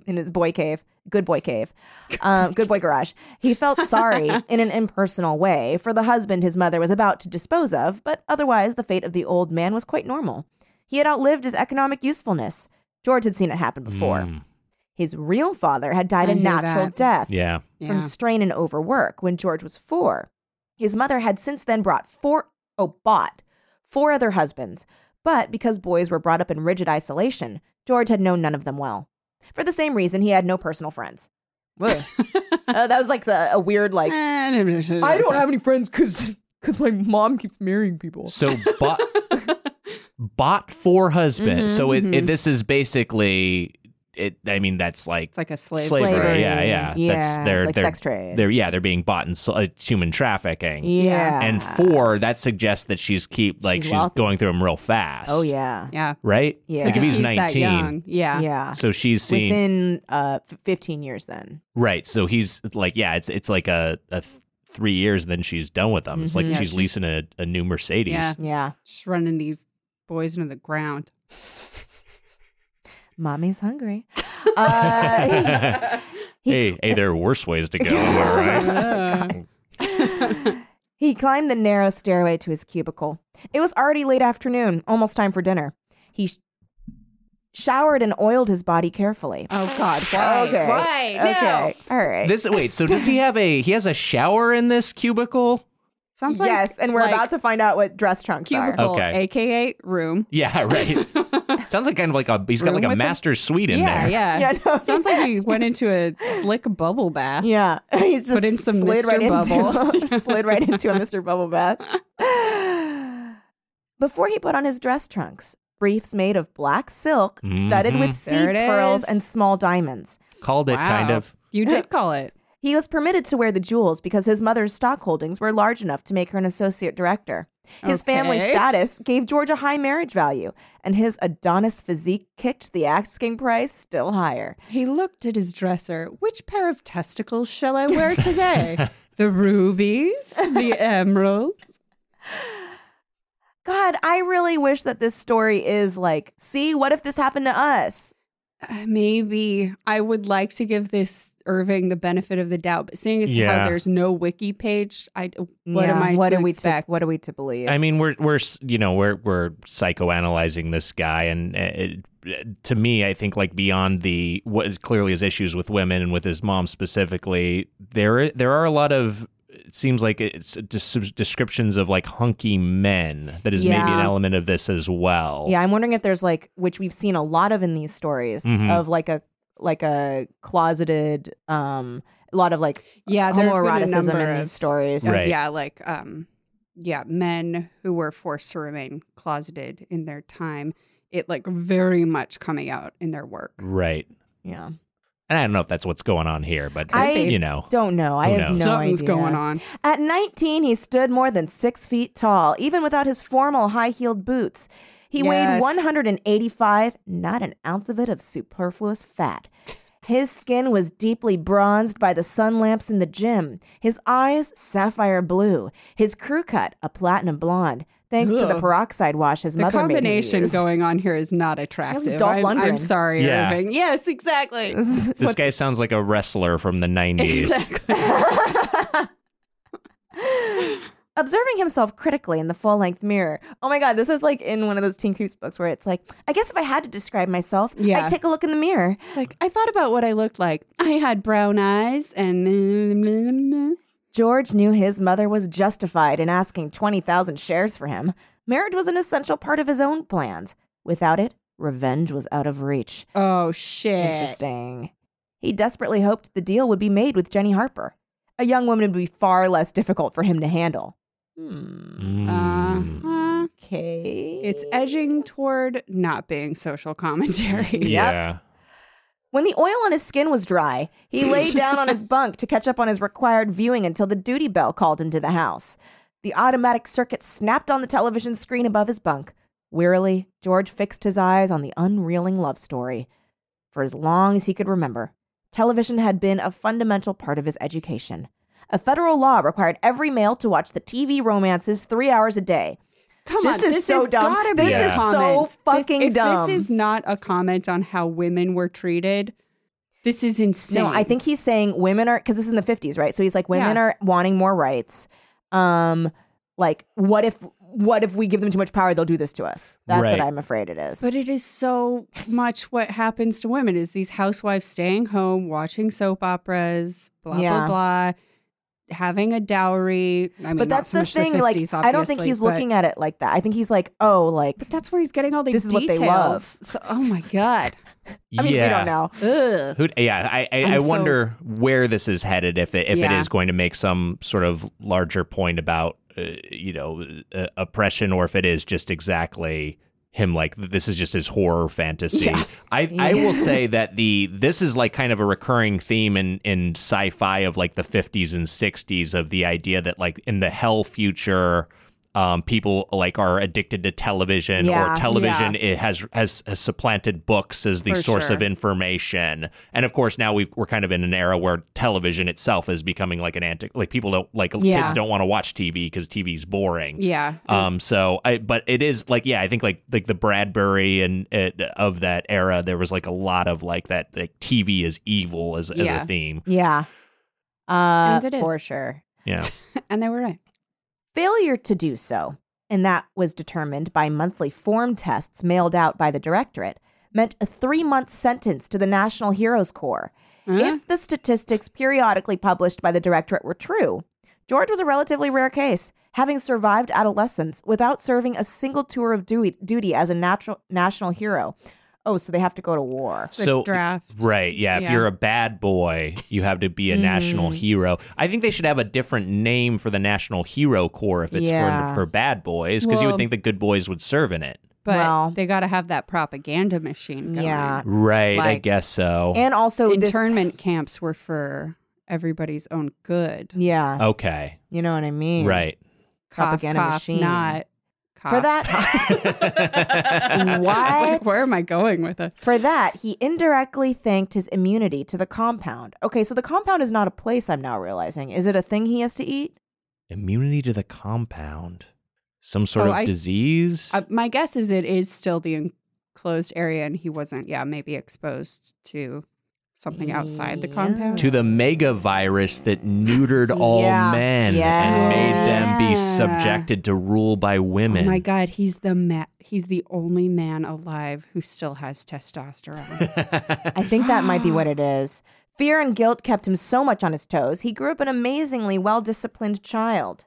[SPEAKER 3] in his boy cave good boy cave um, good boy garage he felt sorry in an impersonal way for the husband his mother was about to dispose of but otherwise the fate of the old man was quite normal he had outlived his economic usefulness george had seen it happen before
[SPEAKER 5] Mm.
[SPEAKER 3] his real father had died
[SPEAKER 4] Hmm. I
[SPEAKER 3] a
[SPEAKER 4] hear
[SPEAKER 3] natural
[SPEAKER 4] that.
[SPEAKER 3] death
[SPEAKER 5] Yeah.
[SPEAKER 4] Yeah.
[SPEAKER 3] from strain and overwork when George was four. His mother had since then brought four oh bought four other husbands, but because boys were brought up in rigid isolation, George had known none of them well. For the same reason, he had no personal friends. Ugh. Uh, that was like the, a weird like
[SPEAKER 4] Eh. I
[SPEAKER 3] have any friends because because my mom keeps marrying people.
[SPEAKER 5] So bought bought for husband.
[SPEAKER 3] Mhm,
[SPEAKER 5] so it, it,
[SPEAKER 4] mhm.
[SPEAKER 5] this is basically it. I mean, that's like
[SPEAKER 4] It's like a slave.
[SPEAKER 5] slavery.
[SPEAKER 3] Slavery.
[SPEAKER 5] Yeah, yeah. That's
[SPEAKER 3] Yeah,
[SPEAKER 5] they're
[SPEAKER 3] like
[SPEAKER 5] they're
[SPEAKER 3] sex trade.
[SPEAKER 5] They're yeah, they're being bought and sl- it's human trafficking.
[SPEAKER 3] yeah,
[SPEAKER 5] And four, that suggests that she's keep like
[SPEAKER 3] She's
[SPEAKER 5] she's,
[SPEAKER 3] wealthy.
[SPEAKER 5] going through them real fast.
[SPEAKER 3] Oh yeah,
[SPEAKER 4] Yeah.
[SPEAKER 5] Right?
[SPEAKER 3] Yeah.
[SPEAKER 5] Like if he's,
[SPEAKER 4] that
[SPEAKER 5] 19.
[SPEAKER 4] young, yeah.
[SPEAKER 3] yeah.
[SPEAKER 5] So she's seen
[SPEAKER 3] Within uh, f- fifteen years, then
[SPEAKER 5] Right. So he's like, yeah, it's it's like a, a th- three years, then she's done with them. It's like
[SPEAKER 4] Mhm. Yeah,
[SPEAKER 5] she's
[SPEAKER 4] she's-
[SPEAKER 5] leasing a, a new Mercedes.
[SPEAKER 4] Yeah.
[SPEAKER 3] yeah.
[SPEAKER 4] Just running these boys into the ground.
[SPEAKER 3] Mommy's hungry. Uh, he-
[SPEAKER 5] hey, hey, there are worse ways to go. Am I
[SPEAKER 3] Oh,
[SPEAKER 5] right?
[SPEAKER 4] Uh,
[SPEAKER 3] He climbed the narrow stairway to his cubicle. It was already late afternoon, almost time for dinner. He sh- showered and oiled his body carefully.
[SPEAKER 4] oh God! Why?
[SPEAKER 3] okay.
[SPEAKER 4] Why? No.
[SPEAKER 3] Okay. All right.
[SPEAKER 5] This wait. So does he have a he has a shower in this cubicle?
[SPEAKER 4] Sounds like
[SPEAKER 3] yes, and we're
[SPEAKER 4] like
[SPEAKER 3] about to find out what dress trunks are.
[SPEAKER 4] cubicle,
[SPEAKER 5] Okay.
[SPEAKER 4] aka room.
[SPEAKER 5] Yeah. Right. Sounds like kind of like a he's got
[SPEAKER 4] Room
[SPEAKER 5] like a
[SPEAKER 4] with a-
[SPEAKER 5] master's suite in
[SPEAKER 4] yeah,
[SPEAKER 5] there.
[SPEAKER 4] yeah,
[SPEAKER 3] Yeah, I know.
[SPEAKER 4] Sounds like he went into a slick bubble bath.
[SPEAKER 3] Yeah, he's just
[SPEAKER 4] Put in some
[SPEAKER 3] slid
[SPEAKER 4] Mr.
[SPEAKER 3] right into
[SPEAKER 4] Bubble.
[SPEAKER 3] slid right into a Mr. Bubble bath. Before he put on his dress trunks, briefs made of black silk studded with
[SPEAKER 4] There
[SPEAKER 3] seed
[SPEAKER 4] it
[SPEAKER 3] pearls
[SPEAKER 4] is.
[SPEAKER 3] and small diamonds.
[SPEAKER 5] Called it kind
[SPEAKER 4] Wow.
[SPEAKER 5] of.
[SPEAKER 4] You did call it.
[SPEAKER 3] He was permitted to wear the jewels because his mother's stock holdings were large enough to make her an associate director. His family
[SPEAKER 4] Okay.
[SPEAKER 3] status gave George a high marriage value, and his Adonis physique kicked the asking price still higher.
[SPEAKER 4] He looked at his dresser. Which pair of testicles shall I wear today? the rubies, the emeralds.
[SPEAKER 3] God, I really wish that this story is like, see, what if this happened to us?
[SPEAKER 4] Uh, Maybe I would like to give this Irving the benefit of the doubt, but seeing as
[SPEAKER 5] Yeah.
[SPEAKER 4] how there's no wiki page, I what
[SPEAKER 3] Yeah,
[SPEAKER 4] am I
[SPEAKER 3] what
[SPEAKER 4] to
[SPEAKER 3] are we
[SPEAKER 4] expect?
[SPEAKER 3] To, what are we to believe?
[SPEAKER 5] I mean, we're we're s- you know we're we're psychoanalyzing this guy, and uh, it, to me, I think like beyond the what is clearly his issues with women and with his mom specifically, there there are a lot of it seems like it's des- descriptions of like hunky men that is maybe an
[SPEAKER 3] Yeah.
[SPEAKER 5] element of this as well.
[SPEAKER 3] yeah, I'm wondering if there's like, which we've seen a lot of in these stories
[SPEAKER 5] Mhm.
[SPEAKER 3] of like a like a closeted, um, a lot of like
[SPEAKER 4] yeah, there have been a
[SPEAKER 3] homoeroticism
[SPEAKER 4] number
[SPEAKER 3] in
[SPEAKER 4] of
[SPEAKER 3] these stories.
[SPEAKER 5] Right.
[SPEAKER 4] Uh, Yeah, like um yeah, men who were forced to remain closeted in their time, it like very much coming out in their work.
[SPEAKER 5] right.
[SPEAKER 3] Yeah.
[SPEAKER 5] And I don't know if that's what's going on here, but
[SPEAKER 3] I-
[SPEAKER 5] you know,
[SPEAKER 3] Don't know. I
[SPEAKER 5] Who
[SPEAKER 3] have
[SPEAKER 5] knows?
[SPEAKER 3] no
[SPEAKER 4] Something's
[SPEAKER 3] idea.
[SPEAKER 4] going on.
[SPEAKER 3] At 19, he stood more than six feet tall, even without his formal high heeled boots. He weighed
[SPEAKER 4] Yes.
[SPEAKER 3] 185, not an ounce of it of superfluous fat. His skin was deeply bronzed by the sun lamps in the gym, his eyes sapphire blue, his crew cut a platinum blonde, thanks to the
[SPEAKER 4] Ugh.
[SPEAKER 3] peroxide wash his
[SPEAKER 4] The
[SPEAKER 3] mother made him
[SPEAKER 4] combination
[SPEAKER 3] use.
[SPEAKER 4] going on here is not attractive.
[SPEAKER 3] Dolph
[SPEAKER 4] I'm, I'm
[SPEAKER 3] Lundgren.
[SPEAKER 4] sorry,
[SPEAKER 5] Yeah.
[SPEAKER 4] Irving. Yes, exactly.
[SPEAKER 5] this guy sounds like a wrestler from the nineties.
[SPEAKER 3] observing himself critically in the full length mirror. Oh my God, this is like in one of those Teen Creeps books where it's like, I guess if I had to describe myself,
[SPEAKER 4] Yeah.
[SPEAKER 3] I'd take a look in the mirror.
[SPEAKER 4] It's like I thought about what I looked like. I had brown eyes and
[SPEAKER 3] George knew his mother was justified in asking 20,000 shares for him. Marriage was an essential part of his own plans. Without it, revenge was out of reach.
[SPEAKER 4] Oh shit.
[SPEAKER 3] Interesting. He desperately hoped the deal would be made with Jenny Harper. A young woman would be far less difficult for him to handle. Hmm.
[SPEAKER 5] Mm. Hmm.
[SPEAKER 4] Uh-huh.
[SPEAKER 3] Okay.
[SPEAKER 4] It's edging toward not being social commentary.
[SPEAKER 5] Yeah.
[SPEAKER 3] When the oil on his skin was dry, he lay down on his bunk to catch up on his required viewing until the duty bell called him to the house. The automatic circuit snapped on the television screen above his bunk. Wearily, George fixed his eyes on the unreeling love story. For as long as he could remember, television had been a fundamental part of his education. A federal law required every male to watch the TV romances three hours a day.
[SPEAKER 4] Come
[SPEAKER 3] This
[SPEAKER 4] on,
[SPEAKER 3] is
[SPEAKER 4] this
[SPEAKER 3] so
[SPEAKER 4] has
[SPEAKER 3] dumb.
[SPEAKER 4] Gotta
[SPEAKER 3] This
[SPEAKER 4] be a
[SPEAKER 5] is so
[SPEAKER 4] comment.
[SPEAKER 3] fucking
[SPEAKER 4] this, if
[SPEAKER 3] dumb.
[SPEAKER 4] This is not a comment on how women were treated. This is insane.
[SPEAKER 3] No, I think he's saying women are because this is in the fifties, right? So he's like, women
[SPEAKER 4] Yeah.
[SPEAKER 3] are wanting more rights. Um, like, what if what if we give them too much power? They'll do this to us. That's
[SPEAKER 5] Right.
[SPEAKER 3] what I'm afraid it is.
[SPEAKER 4] But it is so much what happens to women is these housewives staying home, watching soap operas, blah
[SPEAKER 3] Yeah.
[SPEAKER 4] blah blah, having a dowry. I mean,
[SPEAKER 3] But
[SPEAKER 4] not
[SPEAKER 3] that's
[SPEAKER 4] so
[SPEAKER 3] the
[SPEAKER 4] much
[SPEAKER 3] thing.
[SPEAKER 4] 50s,
[SPEAKER 3] like, I don't think
[SPEAKER 4] obviously,
[SPEAKER 3] he's
[SPEAKER 4] but-
[SPEAKER 3] looking at it like that. I think he's like, oh, like,
[SPEAKER 4] But that's where he's getting all these
[SPEAKER 3] This is what they
[SPEAKER 4] details.
[SPEAKER 3] love.
[SPEAKER 4] So, oh my god.
[SPEAKER 3] I mean,
[SPEAKER 5] yeah.
[SPEAKER 3] we don't know.
[SPEAKER 4] Ugh.
[SPEAKER 5] Who, yeah, I I, I
[SPEAKER 4] I'm so-
[SPEAKER 5] wonder where this is headed if it, if it
[SPEAKER 4] Yeah.
[SPEAKER 5] is going to make some sort of larger point about uh, you know uh, oppression or if it is just exactly him like this is just his horror fantasy. I I
[SPEAKER 3] Yeah.
[SPEAKER 5] will say that the this is like kind of a recurring theme in in sci-fi of like the 50s and 60s of the idea that like in the hell future um, people like are addicted to television
[SPEAKER 3] Yeah.
[SPEAKER 5] or television it has, has has supplanted books as the
[SPEAKER 4] For
[SPEAKER 5] source of
[SPEAKER 4] sure.
[SPEAKER 5] information. And of course, now we've, we're kind of in an era where television itself is becoming like an antic. Like people don't like
[SPEAKER 4] Yeah.
[SPEAKER 5] kids don't want to watch TV because TV's boring.
[SPEAKER 4] Yeah.
[SPEAKER 5] Um. So I, but it is like yeah, I think like like the Bradbury and uh, of that era, there was like a lot of like that like TV is evil as as
[SPEAKER 4] Yeah.
[SPEAKER 5] a theme.
[SPEAKER 3] Yeah, uh,
[SPEAKER 4] And it is.
[SPEAKER 3] for sure.
[SPEAKER 5] Yeah.
[SPEAKER 4] and they were right.
[SPEAKER 3] Failure to do so, and that was determined by monthly form tests mailed out by the directorate, meant a three month sentence to the National Heroes Corps.
[SPEAKER 4] Huh?
[SPEAKER 3] If the statistics periodically published by the directorate were true, George was a relatively rare case, having survived adolescence without serving a single tour of duty, duty as a natural, national hero. Oh, so they have to go to war.
[SPEAKER 4] The
[SPEAKER 5] so
[SPEAKER 4] draft.
[SPEAKER 5] Right. Yeah. If
[SPEAKER 4] Yeah. Mm-hmm.
[SPEAKER 5] you're a bad boy, you have to be a national hero. I think they should have a different name for the National Hero Corps if it's
[SPEAKER 3] Yeah.
[SPEAKER 5] for, for bad boys, because you
[SPEAKER 4] Well-
[SPEAKER 5] would think the good boys would serve in it.
[SPEAKER 4] But
[SPEAKER 3] Well-
[SPEAKER 4] they got to have that propaganda machine going.
[SPEAKER 3] Yeah.
[SPEAKER 5] Right. I
[SPEAKER 4] Like-
[SPEAKER 5] guess so.
[SPEAKER 3] And also this-
[SPEAKER 4] Internment camps were for everybody's own good.
[SPEAKER 3] yeah,
[SPEAKER 5] okay.
[SPEAKER 3] you know what I mean,
[SPEAKER 5] Oh. Right.
[SPEAKER 4] Cough,
[SPEAKER 3] Propaganda
[SPEAKER 4] cough,
[SPEAKER 3] machine.
[SPEAKER 4] Not cough.
[SPEAKER 3] For that,
[SPEAKER 4] I was
[SPEAKER 3] What?
[SPEAKER 4] like, where am I going with it?
[SPEAKER 3] for that, he indirectly thanked his immunity to the compound. Okay, so the compound is not a place. I'm now realizing. Is it a thing he has to eat?
[SPEAKER 5] Immunity to the compound. Some sort
[SPEAKER 4] Oh,
[SPEAKER 5] of
[SPEAKER 4] I-
[SPEAKER 5] disease.
[SPEAKER 4] Uh, my guess is it is still the enclosed area, and he wasn't. Yeah, maybe exposed to something outside the
[SPEAKER 3] Yeah.
[SPEAKER 4] compound.
[SPEAKER 5] to the mega virus that neutered all
[SPEAKER 3] Yeah.
[SPEAKER 5] men and made them be
[SPEAKER 4] Yes.
[SPEAKER 5] subjected to rule by
[SPEAKER 4] Oh
[SPEAKER 5] women.
[SPEAKER 4] my God, he's the ma- he's the only man alive who still has testosterone.
[SPEAKER 3] I think that might be what it is. Fear and guilt kept him so much on his toes, he grew up an amazingly well disciplined child.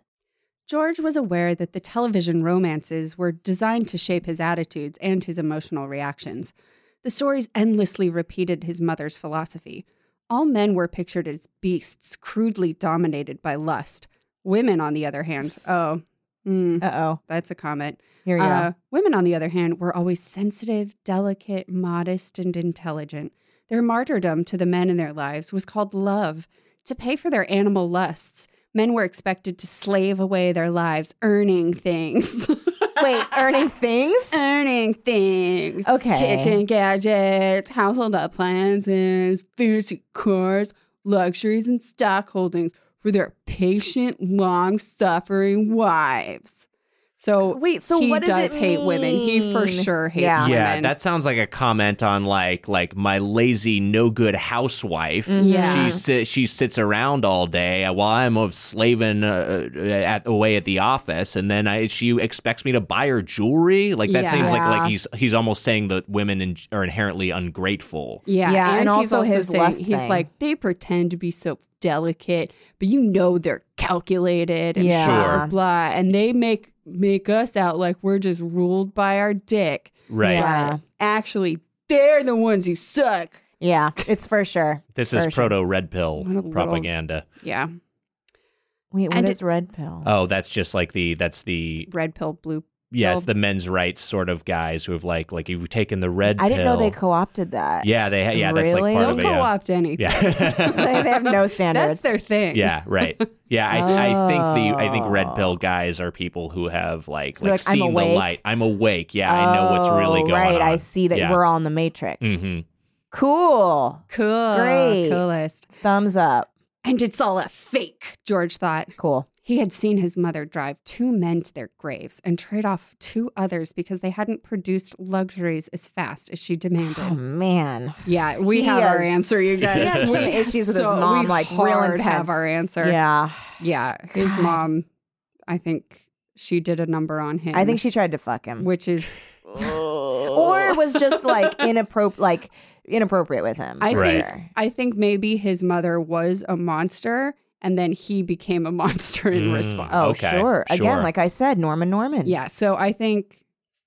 [SPEAKER 4] George was aware that the television romances were designed to shape his attitudes and his emotional reactions. The stories endlessly repeated his mother's philosophy. All men were pictured as beasts crudely dominated by lust. Women, on the other hand, oh, mm,
[SPEAKER 3] Uh oh.
[SPEAKER 4] that's a comment.
[SPEAKER 3] Here we
[SPEAKER 4] Uh, women, on the other hand, were always sensitive, delicate, modest, and intelligent. Their martyrdom to the men in their lives was called love. To pay for their animal lusts, men were expected to slave away their lives, earning things.
[SPEAKER 3] go. Wait, earning things?
[SPEAKER 4] Uh, earning things.
[SPEAKER 3] Okay.
[SPEAKER 4] Kitchen gadgets, household appliances, fancy cars, luxuries, and stock holdings for their patient, long suffering wives. So
[SPEAKER 3] Wait, so
[SPEAKER 4] he
[SPEAKER 3] what does
[SPEAKER 4] does
[SPEAKER 3] it
[SPEAKER 4] hate women. He for
[SPEAKER 3] mean?
[SPEAKER 4] sure hates
[SPEAKER 3] Yeah.
[SPEAKER 4] women.
[SPEAKER 5] yeah, that sounds like a comment on like like my lazy, no good housewife.
[SPEAKER 3] Mm-hmm.
[SPEAKER 4] Yeah.
[SPEAKER 3] Uh-huh.
[SPEAKER 5] She si- she sits around all day while I'm of slaving uh, at, away at the office, and then I, she expects me to buy her jewelry. Like that
[SPEAKER 4] Yeah.
[SPEAKER 5] seems like
[SPEAKER 3] Yeah.
[SPEAKER 5] like he's he's almost saying that women in, are inherently ungrateful.
[SPEAKER 4] Yeah,
[SPEAKER 3] Yeah,
[SPEAKER 4] and,
[SPEAKER 3] and
[SPEAKER 4] he's
[SPEAKER 3] also
[SPEAKER 4] also,
[SPEAKER 3] his
[SPEAKER 4] saying
[SPEAKER 3] lust
[SPEAKER 4] he's
[SPEAKER 3] thing.
[SPEAKER 4] like they pretend to be so delicate, but you know they're calculated and
[SPEAKER 3] Yeah.
[SPEAKER 4] blah, blah,
[SPEAKER 3] Sure.
[SPEAKER 4] blah. And they make make us out like we're just ruled by our dick.
[SPEAKER 5] Right.
[SPEAKER 3] Yeah.
[SPEAKER 4] But Actually, they're the ones who suck.
[SPEAKER 3] Yeah, it's for sure.
[SPEAKER 5] This is
[SPEAKER 3] For sure.
[SPEAKER 5] proto red pill
[SPEAKER 4] What a little-
[SPEAKER 5] propaganda.
[SPEAKER 4] Yeah.
[SPEAKER 3] Wait, what
[SPEAKER 4] And
[SPEAKER 3] is red pill?
[SPEAKER 5] Oh, that's just like the that's the
[SPEAKER 4] Red pill, blue
[SPEAKER 5] yeah, it's
[SPEAKER 4] Well-
[SPEAKER 5] the men's rights sort of guys who have like like you've taken the red.
[SPEAKER 3] I didn't know they
[SPEAKER 5] pill.
[SPEAKER 3] co-opted that.
[SPEAKER 5] yeah, they ha- yeah, that's
[SPEAKER 3] Really?
[SPEAKER 5] like part
[SPEAKER 4] They'll
[SPEAKER 5] of it.
[SPEAKER 4] co
[SPEAKER 5] yeah.
[SPEAKER 4] opt anything.
[SPEAKER 5] Yeah.
[SPEAKER 3] they, they have no
[SPEAKER 4] That's
[SPEAKER 3] standards.
[SPEAKER 4] their thing.
[SPEAKER 5] Yeah, right. Yeah, I, I think the I think red pill guys are people who have like
[SPEAKER 3] Oh. So,
[SPEAKER 5] like,
[SPEAKER 3] like, I'm
[SPEAKER 5] seen the
[SPEAKER 3] awake?
[SPEAKER 5] light. I'm awake. Yeah, I know what's really
[SPEAKER 3] Oh,
[SPEAKER 5] going
[SPEAKER 3] right,
[SPEAKER 5] on.
[SPEAKER 3] I see that
[SPEAKER 5] Yeah.
[SPEAKER 3] we're all in the matrix.
[SPEAKER 5] hmm
[SPEAKER 3] Cool.
[SPEAKER 4] Cool.
[SPEAKER 3] Great.
[SPEAKER 4] Coolest.
[SPEAKER 3] Thumbs up.
[SPEAKER 4] And it's all a fake, George thought.
[SPEAKER 3] Cool.
[SPEAKER 4] He had seen his mother drive two men to their graves and trade off two others because they hadn't produced luxuries as fast as she demanded.
[SPEAKER 3] Oh man.
[SPEAKER 4] yeah, we
[SPEAKER 3] He
[SPEAKER 4] have our
[SPEAKER 3] has-
[SPEAKER 4] answer, you guys.
[SPEAKER 5] has
[SPEAKER 4] We
[SPEAKER 5] some
[SPEAKER 3] issues with his
[SPEAKER 4] so-
[SPEAKER 3] mom,
[SPEAKER 4] we
[SPEAKER 3] like, real
[SPEAKER 4] hard
[SPEAKER 3] intense.
[SPEAKER 4] have our answer.
[SPEAKER 3] Yeah.
[SPEAKER 4] yeah. His
[SPEAKER 3] God.
[SPEAKER 4] mom, I think she did a number on him. Oh.
[SPEAKER 3] I think she tried to fuck him.
[SPEAKER 4] which is
[SPEAKER 3] or was just like inappropriate like inappropriate with him.
[SPEAKER 4] I
[SPEAKER 3] for
[SPEAKER 5] Right.
[SPEAKER 3] sure.
[SPEAKER 4] I think maybe his mother was a monster and then he became a monster in
[SPEAKER 5] Mm.
[SPEAKER 4] response.
[SPEAKER 3] Oh,
[SPEAKER 5] Okay,
[SPEAKER 3] sure.
[SPEAKER 5] sure.
[SPEAKER 3] Again, like I said, Norman Norman.
[SPEAKER 4] Yeah. So I think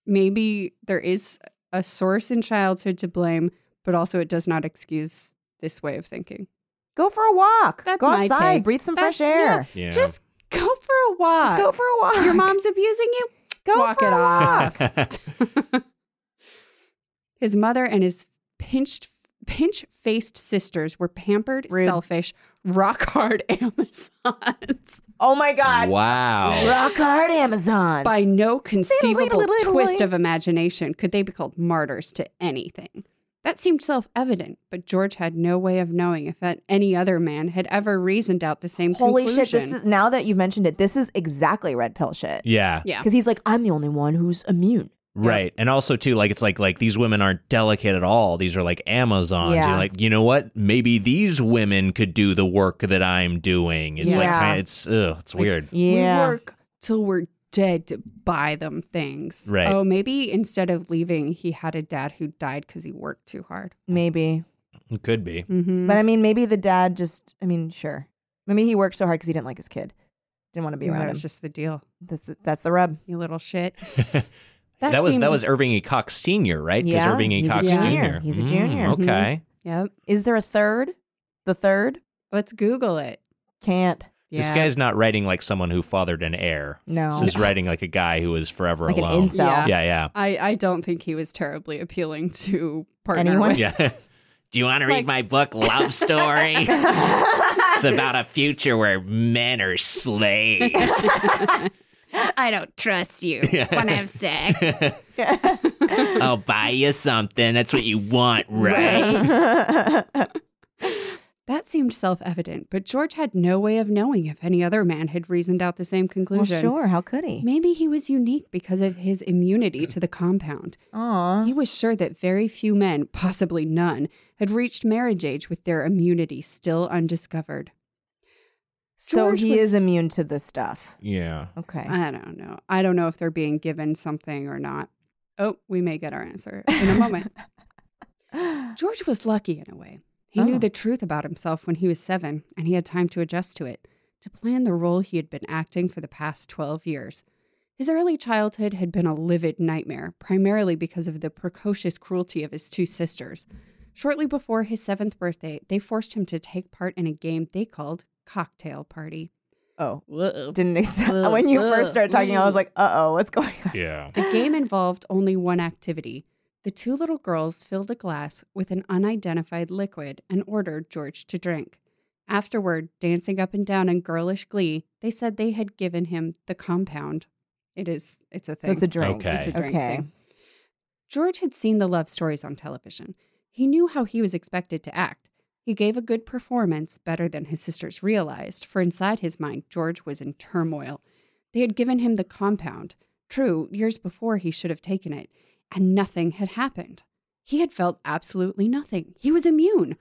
[SPEAKER 4] maybe there is a source in childhood to blame, but also it does not excuse this way of thinking.
[SPEAKER 3] Go for a walk.
[SPEAKER 4] That's
[SPEAKER 3] go
[SPEAKER 4] my
[SPEAKER 3] outside.
[SPEAKER 4] take.
[SPEAKER 3] Breathe some
[SPEAKER 4] That's-
[SPEAKER 3] fresh air.
[SPEAKER 5] Yeah.
[SPEAKER 4] Just go for a walk.
[SPEAKER 3] Just go for a walk.
[SPEAKER 4] Your mom's abusing you?
[SPEAKER 3] go
[SPEAKER 4] walk
[SPEAKER 3] for
[SPEAKER 4] it
[SPEAKER 3] a
[SPEAKER 4] off.
[SPEAKER 3] walk.
[SPEAKER 4] His mother and his pinched pinch faced sisters were pampered,
[SPEAKER 3] Rude.
[SPEAKER 4] selfish, rock hard Amazons.
[SPEAKER 3] oh my god.
[SPEAKER 5] wow.
[SPEAKER 3] Rock hard Amazons.
[SPEAKER 4] By no conceivable
[SPEAKER 3] little,
[SPEAKER 4] twist
[SPEAKER 3] little.
[SPEAKER 4] of imagination could they be called martyrs to anything. That seemed self evident, but George had no way of knowing if that- any other man had ever reasoned out the same
[SPEAKER 3] Holy
[SPEAKER 4] conclusion.
[SPEAKER 3] shit, this is now that you've mentioned it, this is exactly red pill shit.
[SPEAKER 5] Yeah.
[SPEAKER 4] Yeah.
[SPEAKER 3] Because he's like, I'm the only one who's immune.
[SPEAKER 5] Right. And also too, like it's like like these women aren't delicate at all. These are like Amazons.
[SPEAKER 3] Yeah.
[SPEAKER 5] You're like, you know what? Maybe these women could do the work that I'm doing. It's like
[SPEAKER 3] Yeah.
[SPEAKER 5] kinda, it's ugh, it's weird.
[SPEAKER 4] We work till we're dead to buy them things.
[SPEAKER 5] Right.
[SPEAKER 4] Oh, maybe instead of leaving, he had a dad who died because he worked too hard.
[SPEAKER 3] Maybe.
[SPEAKER 5] It could be.
[SPEAKER 4] Mm-hmm.
[SPEAKER 3] But I mean, maybe the dad just, I mean, sure. Maybe he worked so hard because he didn't like his kid. Didn't want to be around
[SPEAKER 4] that
[SPEAKER 3] him.
[SPEAKER 4] was just the deal.
[SPEAKER 3] that's, the, that's the rub.
[SPEAKER 4] You little shit.
[SPEAKER 5] That, was that
[SPEAKER 4] seemed-
[SPEAKER 5] was Irving E. Cox Senior, right? Because
[SPEAKER 3] Yeah,
[SPEAKER 5] Irving E.
[SPEAKER 3] he's a
[SPEAKER 5] Cox
[SPEAKER 4] junior.
[SPEAKER 5] Jr.
[SPEAKER 3] He's a
[SPEAKER 5] Mm,
[SPEAKER 3] junior. Mm-hmm.
[SPEAKER 5] okay.
[SPEAKER 4] Yep.
[SPEAKER 3] Is there a third? The third?
[SPEAKER 4] Let's Google it.
[SPEAKER 3] Can't.
[SPEAKER 4] Yeah.
[SPEAKER 5] This guy's not writing like someone who fathered an heir.
[SPEAKER 3] No.
[SPEAKER 5] This is writing like a guy who is forever
[SPEAKER 3] like an
[SPEAKER 5] alone.
[SPEAKER 3] incel.
[SPEAKER 5] Yeah, yeah.
[SPEAKER 4] I, I don't think he was terribly appealing to partner
[SPEAKER 3] Anyone?
[SPEAKER 4] with.
[SPEAKER 5] Yeah. Do you want to
[SPEAKER 4] Like-
[SPEAKER 5] read my book, Love Story? it's about a future where men are slaves.
[SPEAKER 4] I don't trust you. When I have sex.
[SPEAKER 5] I'll buy you something. That's what you want, right?
[SPEAKER 4] That seemed self evident, but George had no way of knowing if any other man had reasoned out the same
[SPEAKER 3] Well,
[SPEAKER 4] conclusion.
[SPEAKER 3] sure. How could he?
[SPEAKER 4] Maybe he was unique because of his immunity to the compound.
[SPEAKER 3] Aw.
[SPEAKER 4] He was sure that very few men, possibly none, had reached marriage age with their immunity still undiscovered.
[SPEAKER 3] So
[SPEAKER 4] George
[SPEAKER 3] he
[SPEAKER 4] was-
[SPEAKER 3] is immune to this stuff.
[SPEAKER 5] Yeah.
[SPEAKER 3] Okay.
[SPEAKER 4] I don't know. I don't know if they're being given something or not. Oh, we may get our answer in a moment. George was lucky in a way. He knew
[SPEAKER 3] Oh.
[SPEAKER 4] the truth about himself when he was seven, and he had time to adjust to it, to plan the role he had been acting for the past 12 years. His early childhood had been a livid nightmare, primarily because of the precocious cruelty of his two sisters. Shortly before his seventh birthday, they forced him to take part in a game they called Cocktail Party.
[SPEAKER 3] oh. Didn't accept. when you first started talking, I was like, uh oh, what's going on?
[SPEAKER 5] Yeah.
[SPEAKER 4] The game involved only one activity. The two little girls filled a glass with an unidentified liquid and ordered George to drink. Afterward, dancing up and down in girlish glee, they said they had given him the compound. It is, it's a
[SPEAKER 3] So
[SPEAKER 4] thing.
[SPEAKER 3] it's a drink.
[SPEAKER 5] Okay.
[SPEAKER 4] It's a drink
[SPEAKER 3] Okay.
[SPEAKER 4] thing. George had seen the love stories on television. He knew how he was expected to act. He gave a good performance, better than his sisters realized, for inside his mind, George was in turmoil. They had given him the compound. True, years before he should have taken it, and nothing had happened. He had felt absolutely nothing. He was immune.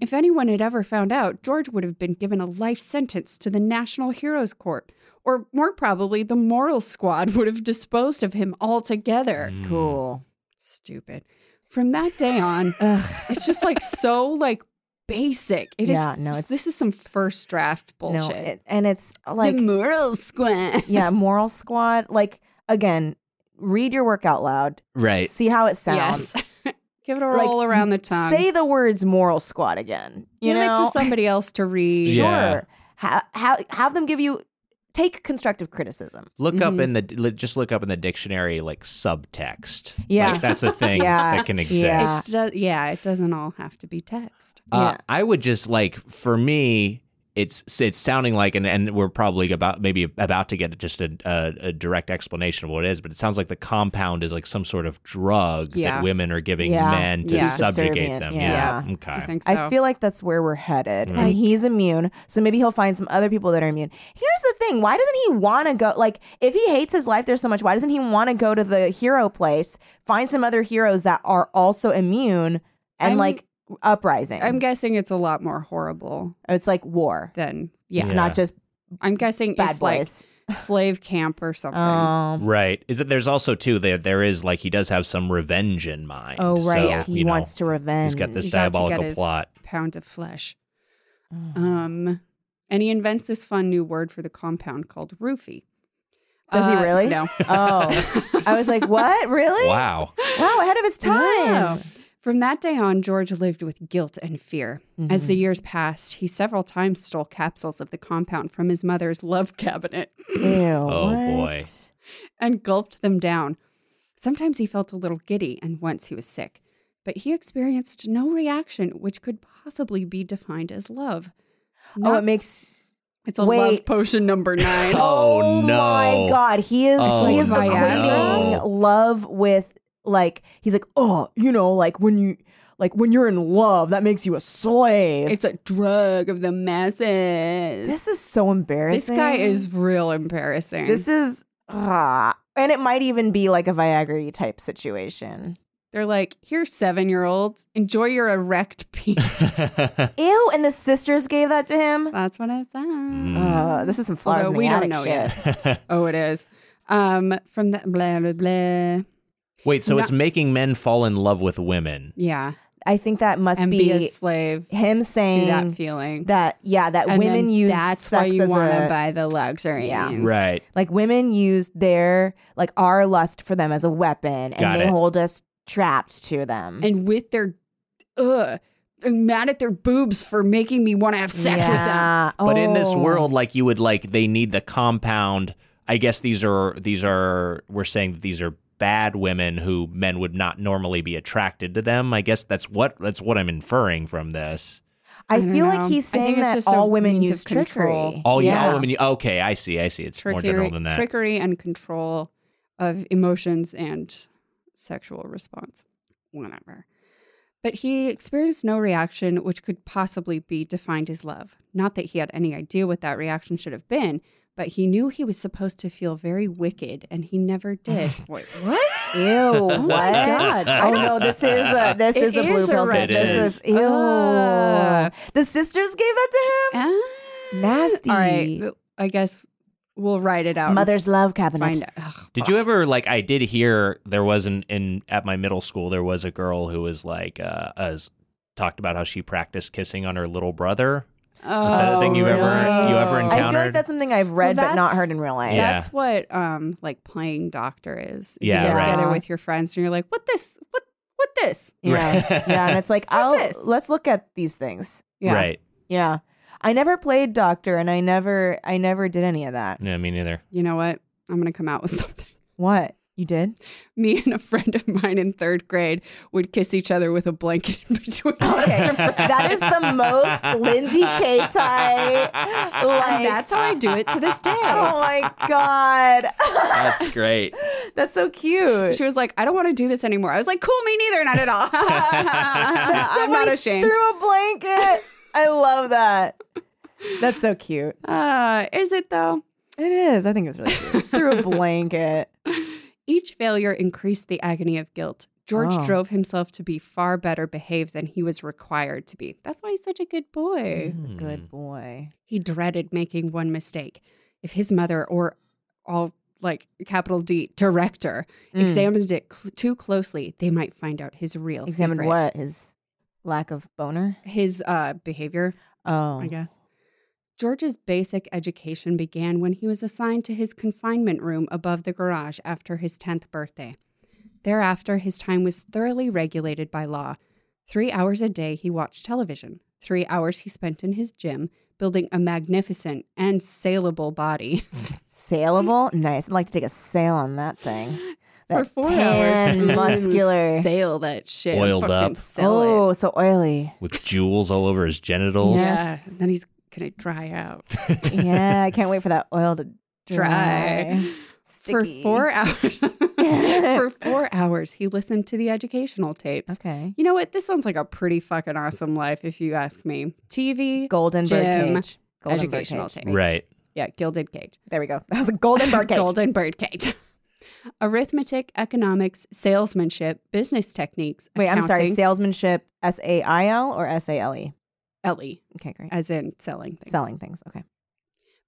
[SPEAKER 4] If anyone had ever found out, George would have been given a life sentence to the National Heroes Court, or more probably, the Moral Squad would have disposed of him
[SPEAKER 5] Mm.
[SPEAKER 4] altogether.
[SPEAKER 3] Hmm. Cool.
[SPEAKER 4] Stupid. From that day on, it's just like so like basic. It is.
[SPEAKER 3] Yeah, no, it's-
[SPEAKER 4] this is some first draft bullshit.
[SPEAKER 3] No, it- and it's like
[SPEAKER 4] the moral squint.
[SPEAKER 3] yeah, moral squat. Like again, read your work out loud.
[SPEAKER 5] Mm. Right.
[SPEAKER 3] See how it sounds.
[SPEAKER 4] Give it a
[SPEAKER 3] Like,
[SPEAKER 4] roll around the tongue.
[SPEAKER 3] Say the words moral squat again. You
[SPEAKER 4] Give
[SPEAKER 3] know,
[SPEAKER 4] it to somebody else to read.
[SPEAKER 3] sure.
[SPEAKER 5] Yeah.
[SPEAKER 3] Ha- ha- have them give you take constructive criticism.
[SPEAKER 5] Look up
[SPEAKER 4] Mhm.
[SPEAKER 5] in the li- just look up in the dictionary like subtext.
[SPEAKER 3] Yeah.
[SPEAKER 5] Like, that's a thing
[SPEAKER 3] Yeah.
[SPEAKER 5] that can exist.
[SPEAKER 3] Yeah.
[SPEAKER 4] It does, yeah, it doesn't all have to be text.
[SPEAKER 5] Uh,
[SPEAKER 3] Yeah.
[SPEAKER 5] I would just like for me, it's it's sounding like, and, and we're probably about maybe about to get just a, a, a direct explanation of what it is, but it sounds like the compound is like some sort of drug
[SPEAKER 4] Yeah.
[SPEAKER 5] that women are giving
[SPEAKER 3] Yeah.
[SPEAKER 5] men to
[SPEAKER 4] Yeah.
[SPEAKER 5] subjugate
[SPEAKER 3] Subservient,
[SPEAKER 5] them.
[SPEAKER 3] yeah. Mm-hmm.
[SPEAKER 5] Yeah.
[SPEAKER 4] I
[SPEAKER 5] Okay.
[SPEAKER 4] think so.
[SPEAKER 3] I feel like that's where we're headed.
[SPEAKER 5] Like-
[SPEAKER 3] And he's immune. So maybe he'll find some other people that are immune. Here's the thing why doesn't he want to go? Like, if he hates his life there so much, why doesn't he want to go to the hero place, find some other heroes that are also immune and
[SPEAKER 4] I'm-
[SPEAKER 3] like uprising?
[SPEAKER 4] I'm guessing it's a lot more horrible
[SPEAKER 3] it's like war.
[SPEAKER 4] than yeah.
[SPEAKER 3] It's
[SPEAKER 5] Yeah.
[SPEAKER 3] not just
[SPEAKER 4] I'm guessing
[SPEAKER 3] bad
[SPEAKER 4] it's
[SPEAKER 3] boys.
[SPEAKER 4] like slave camp or something.
[SPEAKER 3] Um,
[SPEAKER 5] Right. Is that there's also too there there is like he does have some revenge in mind.
[SPEAKER 3] oh,
[SPEAKER 5] So,
[SPEAKER 3] right.
[SPEAKER 5] you
[SPEAKER 3] he
[SPEAKER 5] know,
[SPEAKER 3] wants to revenge.
[SPEAKER 5] he's got this
[SPEAKER 4] He's got to
[SPEAKER 5] diabolical
[SPEAKER 4] get his
[SPEAKER 5] plot.
[SPEAKER 4] Pound of flesh. Um, and he invents this fun new word for the compound called roofie.
[SPEAKER 3] Does he
[SPEAKER 4] Uh,
[SPEAKER 3] really?
[SPEAKER 4] No.
[SPEAKER 3] Oh. I was like, what? Really?
[SPEAKER 5] Wow.
[SPEAKER 3] Wow, ahead of its time.
[SPEAKER 4] No. From that day on, George lived with guilt and fear. As the years passed, he several times stole capsules of the compound from his mother's love cabinet
[SPEAKER 3] Ew.
[SPEAKER 5] Oh, boy.
[SPEAKER 3] what?
[SPEAKER 4] and gulped them down. Sometimes he felt a little giddy, and once he was sick. But he experienced no reaction which could possibly be defined as love.
[SPEAKER 3] Oh,
[SPEAKER 4] Not-
[SPEAKER 3] it makes
[SPEAKER 4] it's a love
[SPEAKER 3] wait.
[SPEAKER 4] potion number nine.
[SPEAKER 5] Oh,
[SPEAKER 3] my
[SPEAKER 5] no.
[SPEAKER 3] God, he is
[SPEAKER 5] Oh,
[SPEAKER 3] he is
[SPEAKER 4] no.
[SPEAKER 3] equating love with like he's like oh you know like when you like when you're in love that makes you a slave.
[SPEAKER 4] It's a drug of the masses.
[SPEAKER 3] this is so
[SPEAKER 4] This
[SPEAKER 3] embarrassing.
[SPEAKER 4] guy is real embarrassing.
[SPEAKER 3] This is ah, and it might even be like a Viagra type situation.
[SPEAKER 4] They're like, here, seven year olds, enjoy your erect penis.
[SPEAKER 3] Ew, and the sisters gave that to him.
[SPEAKER 4] That's what I thought.
[SPEAKER 3] Uh, this is some flowers
[SPEAKER 4] Although
[SPEAKER 3] in the
[SPEAKER 4] we don't
[SPEAKER 3] attic
[SPEAKER 4] know
[SPEAKER 3] shit.
[SPEAKER 4] Oh, it is. Um, from the blah blah blah.
[SPEAKER 5] Wait, so it's
[SPEAKER 4] Not-
[SPEAKER 5] making men fall in love with women.
[SPEAKER 4] Yeah,
[SPEAKER 3] I think that must
[SPEAKER 4] and
[SPEAKER 3] be,
[SPEAKER 4] be, a slave
[SPEAKER 3] him saying
[SPEAKER 4] to that feeling.
[SPEAKER 3] that yeah that
[SPEAKER 4] And
[SPEAKER 3] women
[SPEAKER 4] then
[SPEAKER 3] use
[SPEAKER 4] That's
[SPEAKER 3] sex
[SPEAKER 4] why you
[SPEAKER 3] as
[SPEAKER 4] wanna
[SPEAKER 3] a
[SPEAKER 4] buy the luxury.
[SPEAKER 3] Yeah.
[SPEAKER 5] Right.
[SPEAKER 3] Like women use their like our lust for them as a weapon, and
[SPEAKER 5] Got
[SPEAKER 3] they
[SPEAKER 5] it.
[SPEAKER 3] hold us trapped to them.
[SPEAKER 4] and with their ugh, they're mad at their boobs for making me want to have sex with them.
[SPEAKER 3] yeah.
[SPEAKER 5] But in this
[SPEAKER 3] Oh.
[SPEAKER 5] world, like you would like, they need the compound. I guess these are these are we're saying that these are bad women who men would not normally be attracted to them. I guess that's what that's what I'm inferring from this.
[SPEAKER 3] I
[SPEAKER 4] don't
[SPEAKER 3] feel
[SPEAKER 4] know.
[SPEAKER 3] like he's
[SPEAKER 4] I think
[SPEAKER 3] saying
[SPEAKER 4] it's
[SPEAKER 3] that
[SPEAKER 4] just a
[SPEAKER 3] all women
[SPEAKER 4] means
[SPEAKER 3] use
[SPEAKER 4] of control.
[SPEAKER 3] trickery.
[SPEAKER 5] All yeah, all women. Okay, I see. I see. It's more general than that.
[SPEAKER 4] trickery and control of emotions and sexual response. Whatever. But he experienced no reaction which could possibly be defined as love. Not that he had any idea what that reaction should have been, but he knew he was supposed to feel very wicked and he never did. Wait, what?
[SPEAKER 3] Ew! what?
[SPEAKER 4] my God.
[SPEAKER 3] Oh no! This is a this
[SPEAKER 4] It
[SPEAKER 3] is a blue
[SPEAKER 4] is
[SPEAKER 3] pill.
[SPEAKER 4] erotic.
[SPEAKER 3] This is,
[SPEAKER 5] It
[SPEAKER 3] ew.
[SPEAKER 4] Ah.
[SPEAKER 3] the sisters gave that to him.
[SPEAKER 4] Ah.
[SPEAKER 3] Nasty.
[SPEAKER 4] All right. I guess we'll write it out. and
[SPEAKER 3] Mother's love cabinet.
[SPEAKER 4] find out. Ugh,
[SPEAKER 5] Did you ever like? I did hear there was an in at my middle school there was a girl who was like uh, as talked about how she practiced kissing on her little brother. Is that a
[SPEAKER 4] Oh,
[SPEAKER 5] thing you ever you ever
[SPEAKER 4] really?
[SPEAKER 5] encountered?
[SPEAKER 3] I feel like that's something I've read
[SPEAKER 4] Well,
[SPEAKER 3] but not
[SPEAKER 4] that's-
[SPEAKER 3] heard in real life.
[SPEAKER 5] Yeah.
[SPEAKER 4] That's what um like playing doctor is. is
[SPEAKER 5] Yeah,
[SPEAKER 4] you get
[SPEAKER 3] right.
[SPEAKER 4] together with your friends and you're like, what this? What what this?
[SPEAKER 3] Yeah. yeah. And it's like, oh,
[SPEAKER 4] this?
[SPEAKER 3] let's look at these things.
[SPEAKER 4] Yeah.
[SPEAKER 5] Right.
[SPEAKER 3] Yeah. I never played doctor and I never I never did any of that.
[SPEAKER 5] Yeah, me neither.
[SPEAKER 4] You know what? I'm gonna come out with something.
[SPEAKER 3] What? You did?
[SPEAKER 4] Me and a friend of mine in third grade would kiss each other with a blanket in between.
[SPEAKER 3] Okay.
[SPEAKER 4] us.
[SPEAKER 3] that is the most Lindsay K type.
[SPEAKER 4] and that's how I do it to this day.
[SPEAKER 3] Oh my god.
[SPEAKER 5] That's great.
[SPEAKER 3] that's so cute.
[SPEAKER 4] She was like, I don't want to do this anymore. I was like, cool, me neither, not at all. I'm not
[SPEAKER 3] Somebody
[SPEAKER 4] ashamed.
[SPEAKER 3] Threw a blanket. I love that. That's so cute.
[SPEAKER 4] uh, is it though?
[SPEAKER 3] It is. I think it's really cute. Threw a blanket.
[SPEAKER 4] Each failure increased the agony of guilt. George
[SPEAKER 3] Oh.
[SPEAKER 4] drove himself to be far better behaved than he was required to be. That's why he's such a good boy.
[SPEAKER 3] He's a good boy.
[SPEAKER 4] He dreaded making one mistake. If his mother or all like capital D director
[SPEAKER 3] Mm.
[SPEAKER 4] examined it cl- too closely, they might find out his real
[SPEAKER 3] Examined
[SPEAKER 4] secret.
[SPEAKER 3] what? His Lack of boner.
[SPEAKER 4] his uh, behavior,
[SPEAKER 3] Oh.
[SPEAKER 4] I guess. George's basic education began when he was assigned to his confinement room above the garage after his 10th birthday. Thereafter, his time was thoroughly regulated by law. Three hours a day he watched television, three hours he spent in his gym, building a magnificent and saleable body.
[SPEAKER 3] Saleable? nice. I'd like to take a sail on that thing.
[SPEAKER 4] For
[SPEAKER 3] That
[SPEAKER 4] four hours,
[SPEAKER 3] tan,
[SPEAKER 4] the woman would
[SPEAKER 3] muscular.
[SPEAKER 4] Sale that shit.
[SPEAKER 5] Oiled
[SPEAKER 4] fucking
[SPEAKER 5] up.
[SPEAKER 4] Sell it.
[SPEAKER 3] Oh, so oily.
[SPEAKER 5] with jewels all over his genitals.
[SPEAKER 3] Yeah.
[SPEAKER 4] Yeah.
[SPEAKER 3] Yes.
[SPEAKER 4] Then he's gonna dry out.
[SPEAKER 3] yeah, I can't wait for that oil to dry.
[SPEAKER 4] Dry. For
[SPEAKER 3] Sticky.
[SPEAKER 4] four hours. for four hours, he listened to the educational tapes.
[SPEAKER 3] Okay.
[SPEAKER 4] You know what? This sounds like a pretty fucking awesome life, if you ask me. TV,
[SPEAKER 3] Golden
[SPEAKER 4] Gym.
[SPEAKER 3] birdcage. Golden
[SPEAKER 4] educational
[SPEAKER 3] birdcage.
[SPEAKER 4] tape.
[SPEAKER 5] Right.
[SPEAKER 4] Yeah, gilded cage.
[SPEAKER 3] There we go. That was a golden birdcage.
[SPEAKER 4] Golden birdcage. Arithmetic, economics, salesmanship, business techniques.
[SPEAKER 3] Wait, I'm sorry.
[SPEAKER 4] accounting-
[SPEAKER 3] Salesmanship, S A I L or S A L E?
[SPEAKER 4] Ellie,
[SPEAKER 3] Okay, great.
[SPEAKER 4] as in selling things.
[SPEAKER 3] Selling things. Okay.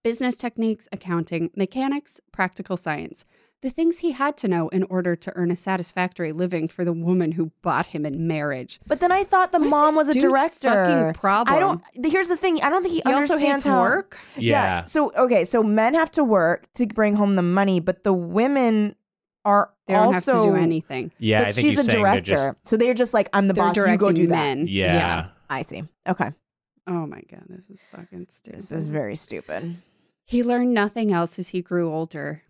[SPEAKER 4] business techniques, accounting, mechanics, practical science. The things he had to know in order to earn a satisfactory living for the woman who bought him in marriage.
[SPEAKER 3] But then I thought the
[SPEAKER 4] What is
[SPEAKER 3] mom
[SPEAKER 4] this
[SPEAKER 3] was a
[SPEAKER 4] dude's
[SPEAKER 3] director.
[SPEAKER 4] fucking problem?
[SPEAKER 3] I don't. the- Here's the thing. I don't think he,
[SPEAKER 4] He also
[SPEAKER 3] understands
[SPEAKER 4] hates
[SPEAKER 3] how
[SPEAKER 4] work.
[SPEAKER 5] Yeah.
[SPEAKER 3] So okay. So men have to work to bring home the money, but the women are
[SPEAKER 4] They don't
[SPEAKER 3] also
[SPEAKER 4] have to do anything.
[SPEAKER 5] Yeah.
[SPEAKER 3] but
[SPEAKER 5] I think
[SPEAKER 3] she's
[SPEAKER 5] he's
[SPEAKER 3] a
[SPEAKER 5] saying
[SPEAKER 3] director,
[SPEAKER 5] they're just.
[SPEAKER 3] so they're just like, "I'm the
[SPEAKER 4] They're
[SPEAKER 3] boss. You
[SPEAKER 4] directing
[SPEAKER 3] go do that."
[SPEAKER 4] men.
[SPEAKER 5] Yeah.
[SPEAKER 3] I see. Okay,
[SPEAKER 4] Oh my god, this is fucking stupid.
[SPEAKER 3] this is very stupid.
[SPEAKER 4] He learned nothing else as he grew older.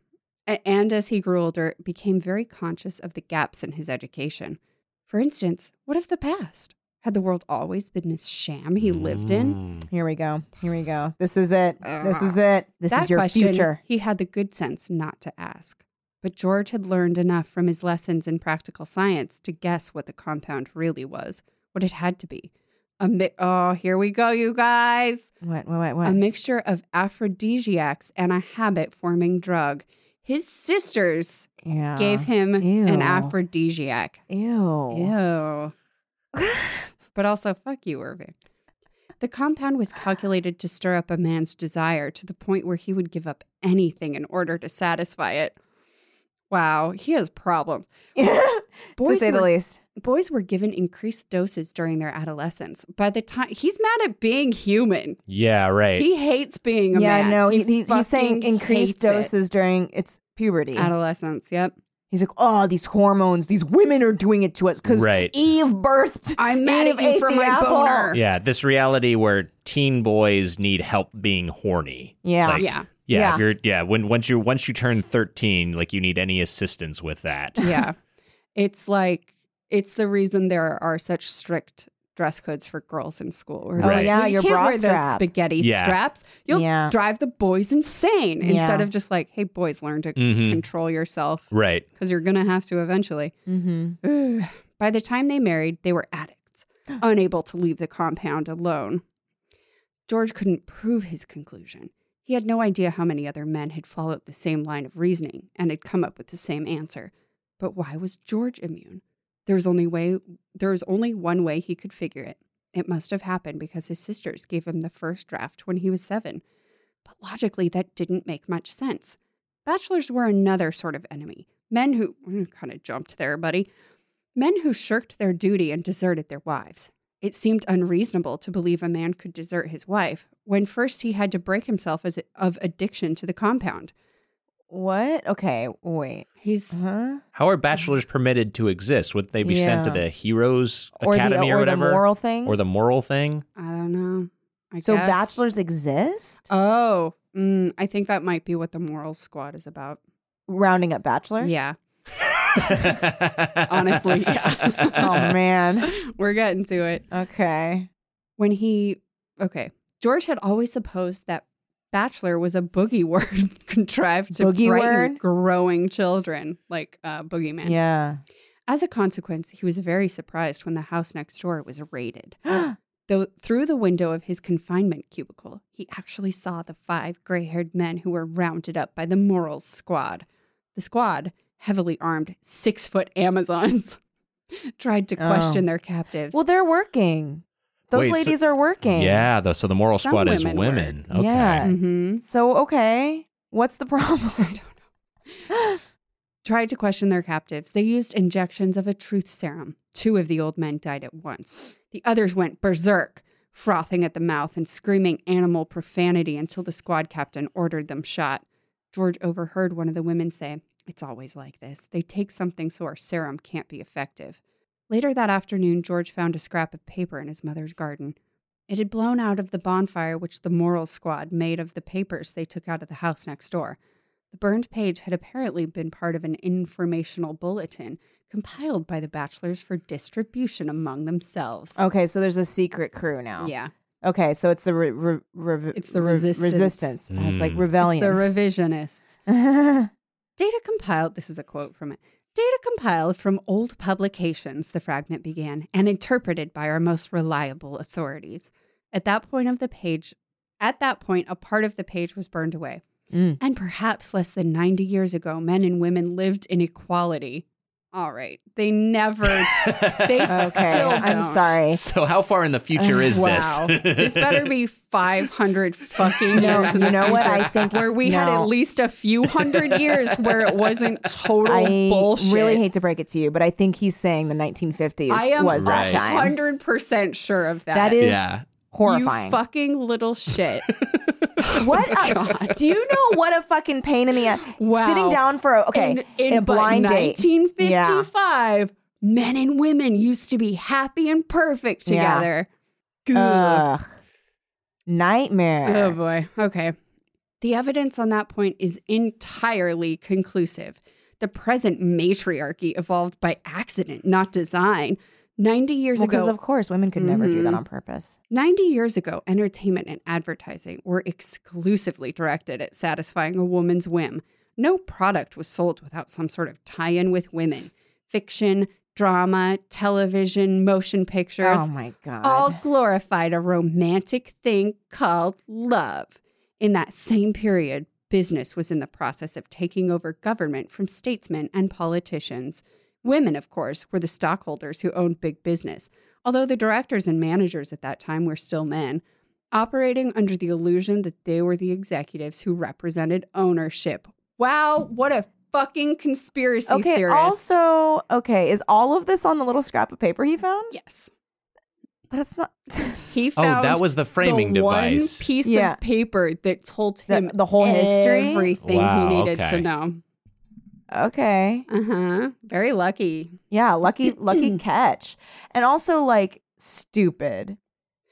[SPEAKER 4] A- And as he grew older, became very conscious of the gaps in his education. For instance, what of the past? Had the world always been this sham he lived in?
[SPEAKER 5] Mm.
[SPEAKER 3] Here we go. Here we go. This is it. This is it. This
[SPEAKER 4] That
[SPEAKER 3] is your
[SPEAKER 4] question,
[SPEAKER 3] future.
[SPEAKER 4] He had the good sense not to ask. But George had learned enough from his lessons in practical science to guess what the compound really was, what it had to be. A mi- oh, here we go, you guys.
[SPEAKER 3] What? What? What? What?
[SPEAKER 4] A mixture of aphrodisiacs and a habit forming drug. His sisters
[SPEAKER 3] yeah.
[SPEAKER 4] gave him an
[SPEAKER 3] Ew.
[SPEAKER 4] aphrodisiac.
[SPEAKER 3] Ew.
[SPEAKER 4] Ew. but also, fuck you, Irving. The compound was calculated to stir up a man's desire to the point where he would give up anything in order to satisfy it. Wow, he has problems.
[SPEAKER 3] to
[SPEAKER 4] Boys,
[SPEAKER 3] say the
[SPEAKER 4] were,
[SPEAKER 3] least.
[SPEAKER 4] boys were given increased doses during their adolescence. By the time he's mad at being human,
[SPEAKER 5] Yeah. Right.
[SPEAKER 4] he hates being a
[SPEAKER 3] Yeah.
[SPEAKER 4] man.
[SPEAKER 3] No. He, he's,
[SPEAKER 4] fucking
[SPEAKER 3] he's saying
[SPEAKER 4] hates
[SPEAKER 3] increased
[SPEAKER 4] it.
[SPEAKER 3] doses during it's puberty.
[SPEAKER 4] Adolescence, yep.
[SPEAKER 3] He's like, oh, these hormones, these women are doing it to us because
[SPEAKER 5] Right.
[SPEAKER 3] Eve birthed.
[SPEAKER 4] I'm mad
[SPEAKER 3] Eve
[SPEAKER 4] at you
[SPEAKER 3] ate
[SPEAKER 4] for
[SPEAKER 3] the
[SPEAKER 4] my
[SPEAKER 3] apple.
[SPEAKER 4] boner.
[SPEAKER 5] yeah. This reality where teen boys need help being horny.
[SPEAKER 3] Yeah.
[SPEAKER 5] Like,
[SPEAKER 4] Yeah.
[SPEAKER 5] Yeah,
[SPEAKER 3] Yeah.
[SPEAKER 5] If you're yeah, when once you once you turn thirteen, like you need any assistance with that.
[SPEAKER 4] yeah. It's like it's the reason there are such strict dress codes for girls in school. Where
[SPEAKER 3] Oh
[SPEAKER 5] Right.
[SPEAKER 3] yeah,
[SPEAKER 4] "Well, you
[SPEAKER 3] your
[SPEAKER 4] can't
[SPEAKER 3] bra
[SPEAKER 4] wear those
[SPEAKER 3] strap.
[SPEAKER 4] spaghetti
[SPEAKER 5] Yeah.
[SPEAKER 4] straps. You'll
[SPEAKER 3] Yeah.
[SPEAKER 4] drive the boys insane
[SPEAKER 3] Yeah.
[SPEAKER 4] instead of just like, hey, boys, learn to
[SPEAKER 5] Mhm.
[SPEAKER 4] control yourself
[SPEAKER 5] Right.
[SPEAKER 4] because you're gonna have to eventually.
[SPEAKER 3] mm-hmm.
[SPEAKER 4] Ugh. By the time they married, they were addicts, unable to leave the compound alone. George couldn't prove his conclusion. He had no idea how many other men had followed the same line of reasoning and had come up with the same answer. But why was George immune? There was only way there was only one way he could figure it. It must have happened because his sisters gave him the first draft when he was 7. But logically that didn't make much sense. Bachelors were another sort of enemy. Men who kind of jumped there, buddy. Men who shirked their duty and deserted their wives. It seemed unreasonable to believe a man could desert his wife when first he had to break himself as of addiction to the compound.
[SPEAKER 3] What? Okay, wait. Uh-huh.
[SPEAKER 4] He's
[SPEAKER 3] Huh?
[SPEAKER 5] How are bachelors permitted to exist? Would they be sent to
[SPEAKER 3] Yeah.
[SPEAKER 5] the heroes
[SPEAKER 3] Or the
[SPEAKER 5] academy or,
[SPEAKER 3] or
[SPEAKER 5] whatever,
[SPEAKER 3] the moral thing.
[SPEAKER 5] or the moral thing?
[SPEAKER 4] I don't know. I
[SPEAKER 3] so
[SPEAKER 4] guess.
[SPEAKER 3] bachelors exist.
[SPEAKER 4] Oh, mm, I think that might be what the moral squad is about.
[SPEAKER 3] Rounding up bachelors.
[SPEAKER 4] Yeah, honestly, yeah.
[SPEAKER 3] oh man.
[SPEAKER 4] We're getting to it.
[SPEAKER 3] Okay.
[SPEAKER 4] When he okay, George had always supposed that bachelor was a boogie word contrived to
[SPEAKER 3] Boogie
[SPEAKER 4] frighten
[SPEAKER 3] word?
[SPEAKER 4] growing children, like uh, boogeyman.
[SPEAKER 3] Yeah.
[SPEAKER 4] As a consequence, he was very surprised when the house next door was raided.
[SPEAKER 3] Oh.
[SPEAKER 4] Though through the window of his confinement cubicle, he actually saw the five gray haired men who were rounded up by the Morals squad. The squad, heavily armed, six foot Amazons, tried to
[SPEAKER 3] Oh.
[SPEAKER 4] question their captives.
[SPEAKER 3] Well, they're working. Those
[SPEAKER 5] Wait, so-
[SPEAKER 3] ladies are working.
[SPEAKER 5] Yeah, though, so the moral
[SPEAKER 4] Some
[SPEAKER 5] squad is
[SPEAKER 4] women
[SPEAKER 5] women.
[SPEAKER 4] were.
[SPEAKER 5] Okay.
[SPEAKER 3] Yeah.
[SPEAKER 4] Mhm.
[SPEAKER 3] So okay, what's the problem?
[SPEAKER 4] I don't know. tried to question their captives. They used injections of a truth serum. Two of the old men died at once. The others went berserk, frothing at the mouth and screaming animal profanity until the squad captain ordered them shot. George overheard one of the women say, It's always like this. They take something so our serum can't be effective. Later that afternoon, George found a scrap of paper in his mother's garden. It had blown out of the bonfire which the moral squad made of the papers they took out of the house next door. The burned page had apparently been part of an informational bulletin compiled by the bachelors for distribution among themselves.
[SPEAKER 3] Okay, so there's a secret crew now.
[SPEAKER 4] Yeah.
[SPEAKER 3] Okay, so it's the re- re- re-
[SPEAKER 4] It's the
[SPEAKER 3] re-
[SPEAKER 4] resistance.
[SPEAKER 3] resistance. I was like
[SPEAKER 5] Mm.
[SPEAKER 3] rebellion.
[SPEAKER 4] It's the revisionists. Data compiled, this is a quote from it. Data compiled from old publications, the fragment began, and interpreted by our most reliable authorities. At that point of the page, at that point, a part of the page was burned away.
[SPEAKER 3] Mm.
[SPEAKER 4] And perhaps less than 90 years ago, men and women lived in equality. All right. They never, they
[SPEAKER 3] okay,
[SPEAKER 4] still don't.
[SPEAKER 3] I'm sorry.
[SPEAKER 5] So how far in the future is
[SPEAKER 4] wow.
[SPEAKER 5] this?
[SPEAKER 4] this better be 500 fucking
[SPEAKER 3] No,
[SPEAKER 4] years in
[SPEAKER 3] you
[SPEAKER 4] the
[SPEAKER 3] know what?
[SPEAKER 4] future
[SPEAKER 3] I think-
[SPEAKER 4] where we had
[SPEAKER 3] no.
[SPEAKER 4] at least a few hundred years where it wasn't total
[SPEAKER 3] I
[SPEAKER 4] bullshit.
[SPEAKER 3] really hate to break it to you, but I think he's saying the 1950s
[SPEAKER 4] I am
[SPEAKER 3] was that
[SPEAKER 5] Right.
[SPEAKER 3] time.
[SPEAKER 4] 100% sure of that.
[SPEAKER 3] That is
[SPEAKER 5] yeah.
[SPEAKER 3] horrifying.
[SPEAKER 4] You fucking little shit. oh
[SPEAKER 3] what? A, Do you know what a fucking pain in the ass?
[SPEAKER 4] Wow.
[SPEAKER 3] Sitting down for a, okay
[SPEAKER 4] in, in
[SPEAKER 3] a
[SPEAKER 4] but
[SPEAKER 3] blind date.
[SPEAKER 4] 1955, men and women used to be happy and perfect
[SPEAKER 3] Yeah.
[SPEAKER 4] together.
[SPEAKER 3] Ugh.
[SPEAKER 4] Oh
[SPEAKER 3] Nightmare.
[SPEAKER 4] boy. Okay. The evidence on that point is entirely conclusive. The present matriarchy evolved by accident, not design. 90 years
[SPEAKER 3] Well,
[SPEAKER 4] ago,
[SPEAKER 3] because of course women could never do that
[SPEAKER 4] Mhm.
[SPEAKER 3] on purpose.
[SPEAKER 4] 90 years ago, entertainment and advertising were exclusively directed at satisfying a woman's whim. No product was sold without some sort of tie in with women. Fiction, drama, television, motion pictures
[SPEAKER 3] Oh my god.
[SPEAKER 4] all glorified a romantic thing called love. In that same period, business was in the process of taking over government from statesmen and politicians. Women, of course, were the stockholders who owned big business, although the directors and managers at that time were still men, operating under the illusion that they were the executives who represented ownership. Wow, what a fucking conspiracy
[SPEAKER 3] okay.
[SPEAKER 4] theorist.
[SPEAKER 3] Also, okay, is all of this on the little scrap of paper he found?
[SPEAKER 4] yes.
[SPEAKER 3] That's not
[SPEAKER 4] He found
[SPEAKER 5] Oh, that was the framing
[SPEAKER 4] the
[SPEAKER 5] device.
[SPEAKER 4] One piece
[SPEAKER 3] Yeah.
[SPEAKER 4] of paper that told
[SPEAKER 3] The-
[SPEAKER 4] him
[SPEAKER 3] the whole history?
[SPEAKER 4] everything
[SPEAKER 5] Wow,
[SPEAKER 4] he needed
[SPEAKER 5] okay.
[SPEAKER 4] to know.
[SPEAKER 3] okay.
[SPEAKER 4] Uh huh. Very lucky.
[SPEAKER 3] Yeah, lucky lucky catch. And also like stupid.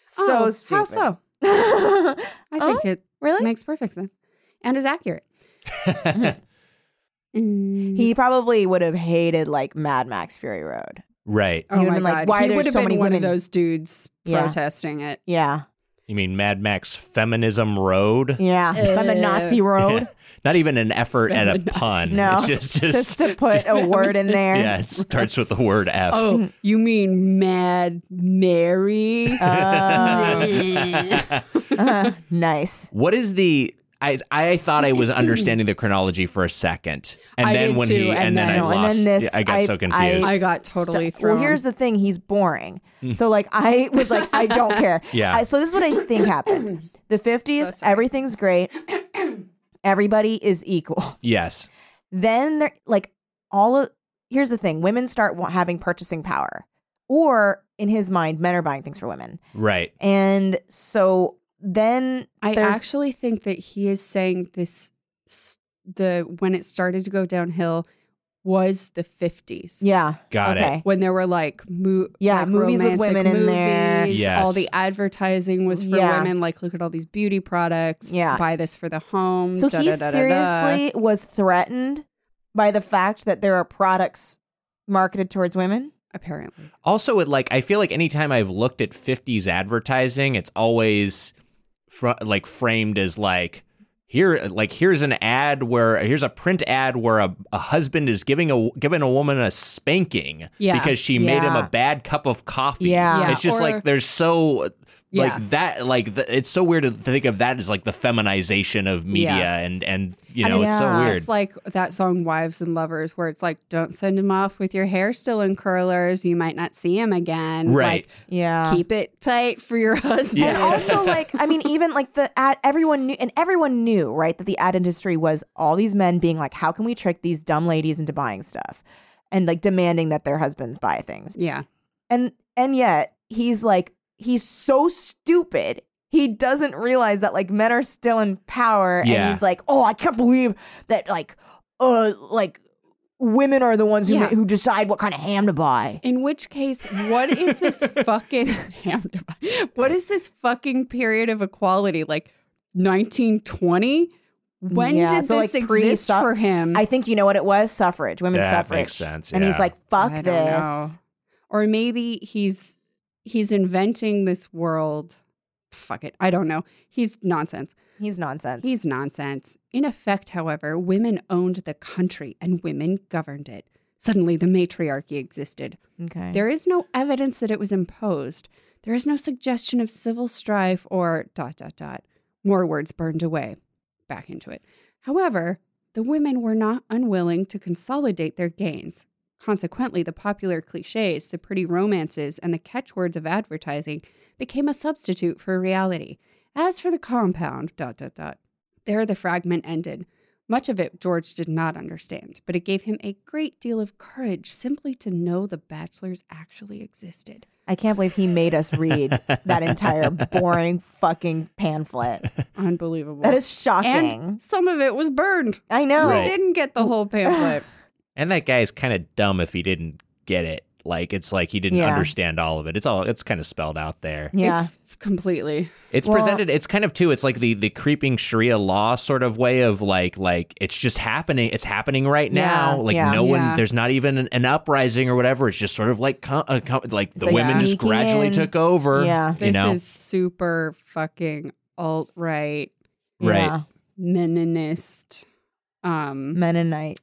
[SPEAKER 3] So
[SPEAKER 4] oh,
[SPEAKER 3] stupid.
[SPEAKER 4] How so? I think it
[SPEAKER 3] really?
[SPEAKER 4] makes perfect sense and is accurate. Mm.
[SPEAKER 3] he probably would have hated like Mad Max Fury Road.
[SPEAKER 5] right.
[SPEAKER 4] oh
[SPEAKER 3] would've
[SPEAKER 4] my
[SPEAKER 3] been like,
[SPEAKER 4] god,
[SPEAKER 3] why
[SPEAKER 4] he
[SPEAKER 3] there's
[SPEAKER 4] would have
[SPEAKER 3] so
[SPEAKER 4] been
[SPEAKER 3] many
[SPEAKER 4] one of
[SPEAKER 3] women?
[SPEAKER 4] those dudes
[SPEAKER 3] Yeah.
[SPEAKER 4] protesting it.
[SPEAKER 3] Yeah.
[SPEAKER 5] You mean Mad Max Feminism Road?
[SPEAKER 3] Yeah. Feminazi Road.
[SPEAKER 5] Not even an effort at a pun.
[SPEAKER 3] No.
[SPEAKER 5] It's just just,
[SPEAKER 3] Just to put a word in there.
[SPEAKER 5] Yeah, it starts with the word F.
[SPEAKER 4] Oh, you mean Mad Mary? Meh.
[SPEAKER 3] Uh, nice.
[SPEAKER 5] What is the I I thought I was understanding the chronology for a second. And
[SPEAKER 4] I
[SPEAKER 5] then
[SPEAKER 4] did
[SPEAKER 5] when he
[SPEAKER 4] too,
[SPEAKER 5] and,
[SPEAKER 4] and
[SPEAKER 5] then,
[SPEAKER 4] then-
[SPEAKER 5] I
[SPEAKER 4] No,
[SPEAKER 5] lost
[SPEAKER 3] and then this
[SPEAKER 5] I got so
[SPEAKER 3] I've- I-
[SPEAKER 5] confused. Hmm.
[SPEAKER 4] I got totally
[SPEAKER 3] St- well,
[SPEAKER 4] thrown.
[SPEAKER 3] here's the thing. He's boring. So like I was like, I don't care.
[SPEAKER 5] Yeah.
[SPEAKER 3] I- so this is what I think happened. The 50s,
[SPEAKER 4] So sorry.
[SPEAKER 3] everything's great. Everybody is equal.
[SPEAKER 5] yes.
[SPEAKER 3] then they're like all of here's the thing women start wa- having purchasing power or in his mind men are buying things for women
[SPEAKER 5] Right.
[SPEAKER 3] and so then
[SPEAKER 4] I
[SPEAKER 3] there's-
[SPEAKER 4] actually think that he is saying this s- the when it started to go downhill was the 50s.
[SPEAKER 3] yeah
[SPEAKER 5] Got it.
[SPEAKER 3] okay
[SPEAKER 4] When there were like mo-
[SPEAKER 3] Yeah,
[SPEAKER 4] like
[SPEAKER 3] movies with
[SPEAKER 4] romantic
[SPEAKER 3] women in there.
[SPEAKER 4] movies,
[SPEAKER 5] Yes.
[SPEAKER 4] All the advertising was for
[SPEAKER 3] Yeah.
[SPEAKER 4] women. Like, look at all these beauty products.
[SPEAKER 3] Yeah.
[SPEAKER 4] buy this for the home.
[SPEAKER 3] so
[SPEAKER 4] da,
[SPEAKER 3] he
[SPEAKER 4] da, da, da, da.
[SPEAKER 3] seriously was threatened by the fact that there are products marketed towards women
[SPEAKER 4] apparently
[SPEAKER 5] Also, it like I feel like anytime I've looked at '50s advertising, it's always fr- like framed as like here, like here's an ad where here's a print ad where a, a husband is giving a giving a woman a spanking
[SPEAKER 4] Yeah.
[SPEAKER 5] because she made him
[SPEAKER 3] Yeah.
[SPEAKER 5] a bad cup of coffee.
[SPEAKER 3] Yeah.
[SPEAKER 4] Yeah,
[SPEAKER 5] it's just
[SPEAKER 4] or-
[SPEAKER 5] like there's so
[SPEAKER 4] Yeah.
[SPEAKER 5] Like that, like the, it's so weird to think of that as like the feminization of media,
[SPEAKER 4] Yeah.
[SPEAKER 5] and and you
[SPEAKER 4] And
[SPEAKER 5] know it's so
[SPEAKER 3] yeah,
[SPEAKER 5] weird.
[SPEAKER 4] It's like that song Wives and Lovers where it's like don't send him off with your hair still in curlers, you might not see him again.
[SPEAKER 5] Right.
[SPEAKER 3] Yeah.
[SPEAKER 4] Like keep it tight for your husband.
[SPEAKER 5] Yeah.
[SPEAKER 3] And also, like, I mean, even like the ad, everyone knew, and everyone knew, right, that the ad industry was all these men being like, how can we trick these dumb ladies into buying stuff and like demanding that their husbands buy things?
[SPEAKER 4] yeah.
[SPEAKER 3] And, and yet he's like, he's so stupid. He doesn't realize that like men are still in power. And
[SPEAKER 5] Yeah.
[SPEAKER 3] he's like, oh, I can't believe that like, uh, like women are the ones who,
[SPEAKER 4] Yeah.
[SPEAKER 3] who decide what kind of ham to buy.
[SPEAKER 4] In which case, what is this fucking what is this fucking period of equality? Like nineteen twenty? When
[SPEAKER 3] Yeah,
[SPEAKER 4] did
[SPEAKER 3] so,
[SPEAKER 4] this
[SPEAKER 3] like, pre-
[SPEAKER 4] exist
[SPEAKER 3] suff-
[SPEAKER 4] for him?
[SPEAKER 3] I think you know what it was suffrage, women's
[SPEAKER 5] That
[SPEAKER 3] suffrage.
[SPEAKER 5] makes sense,
[SPEAKER 3] And he's
[SPEAKER 5] yeah.
[SPEAKER 3] like, fuck
[SPEAKER 4] I don't
[SPEAKER 3] this.
[SPEAKER 4] know. Or maybe he's he's inventing this world. Fuck it. I don't know. He's nonsense.
[SPEAKER 3] He's nonsense.
[SPEAKER 4] He's nonsense. In effect, however, women owned the country and women governed it. Suddenly, the matriarchy existed.
[SPEAKER 3] okay.
[SPEAKER 4] There is no evidence that it was imposed. There is no suggestion of civil strife or dot dot dot. More words burned away. Back into it. However, the women were not unwilling to consolidate their gains. Consequently, the popular cliches, the pretty romances, and the catchwords of advertising became a substitute for reality. As for the compound, dot dot dot. There the fragment ended. Much of it George did not understand, but it gave him a great deal of courage simply to know the bachelors actually existed.
[SPEAKER 3] I can't believe he made us read that entire boring fucking pamphlet.
[SPEAKER 4] Unbelievable.
[SPEAKER 3] That is shocking.
[SPEAKER 4] And some of it was burned.
[SPEAKER 3] I know.
[SPEAKER 4] We
[SPEAKER 5] Right.
[SPEAKER 4] didn't get the whole pamphlet.
[SPEAKER 5] and that guy is kind of dumb if he didn't get it. Like it's like he didn't
[SPEAKER 3] Yeah.
[SPEAKER 5] understand all of it. It's all it's kind of spelled out there.
[SPEAKER 3] Yeah.
[SPEAKER 4] It's completely.
[SPEAKER 5] It's
[SPEAKER 3] Well-
[SPEAKER 5] presented. It's kind of too. It's like the the creeping Sharia law sort of way of like like it's just happening. It's happening right
[SPEAKER 3] Yeah,
[SPEAKER 5] now. Like
[SPEAKER 3] yeah.
[SPEAKER 5] no
[SPEAKER 4] Yeah.
[SPEAKER 5] one. There's not even an, an uprising or whatever. It's just sort of like co- uh, co- like the
[SPEAKER 3] like
[SPEAKER 5] women just
[SPEAKER 3] sneaking
[SPEAKER 5] gradually
[SPEAKER 3] in.
[SPEAKER 5] took over.
[SPEAKER 3] Yeah.
[SPEAKER 5] you
[SPEAKER 4] This
[SPEAKER 5] know?
[SPEAKER 4] is super fucking alt right,
[SPEAKER 5] right.
[SPEAKER 3] Yeah.
[SPEAKER 4] meninist. Um,
[SPEAKER 3] Mennonite.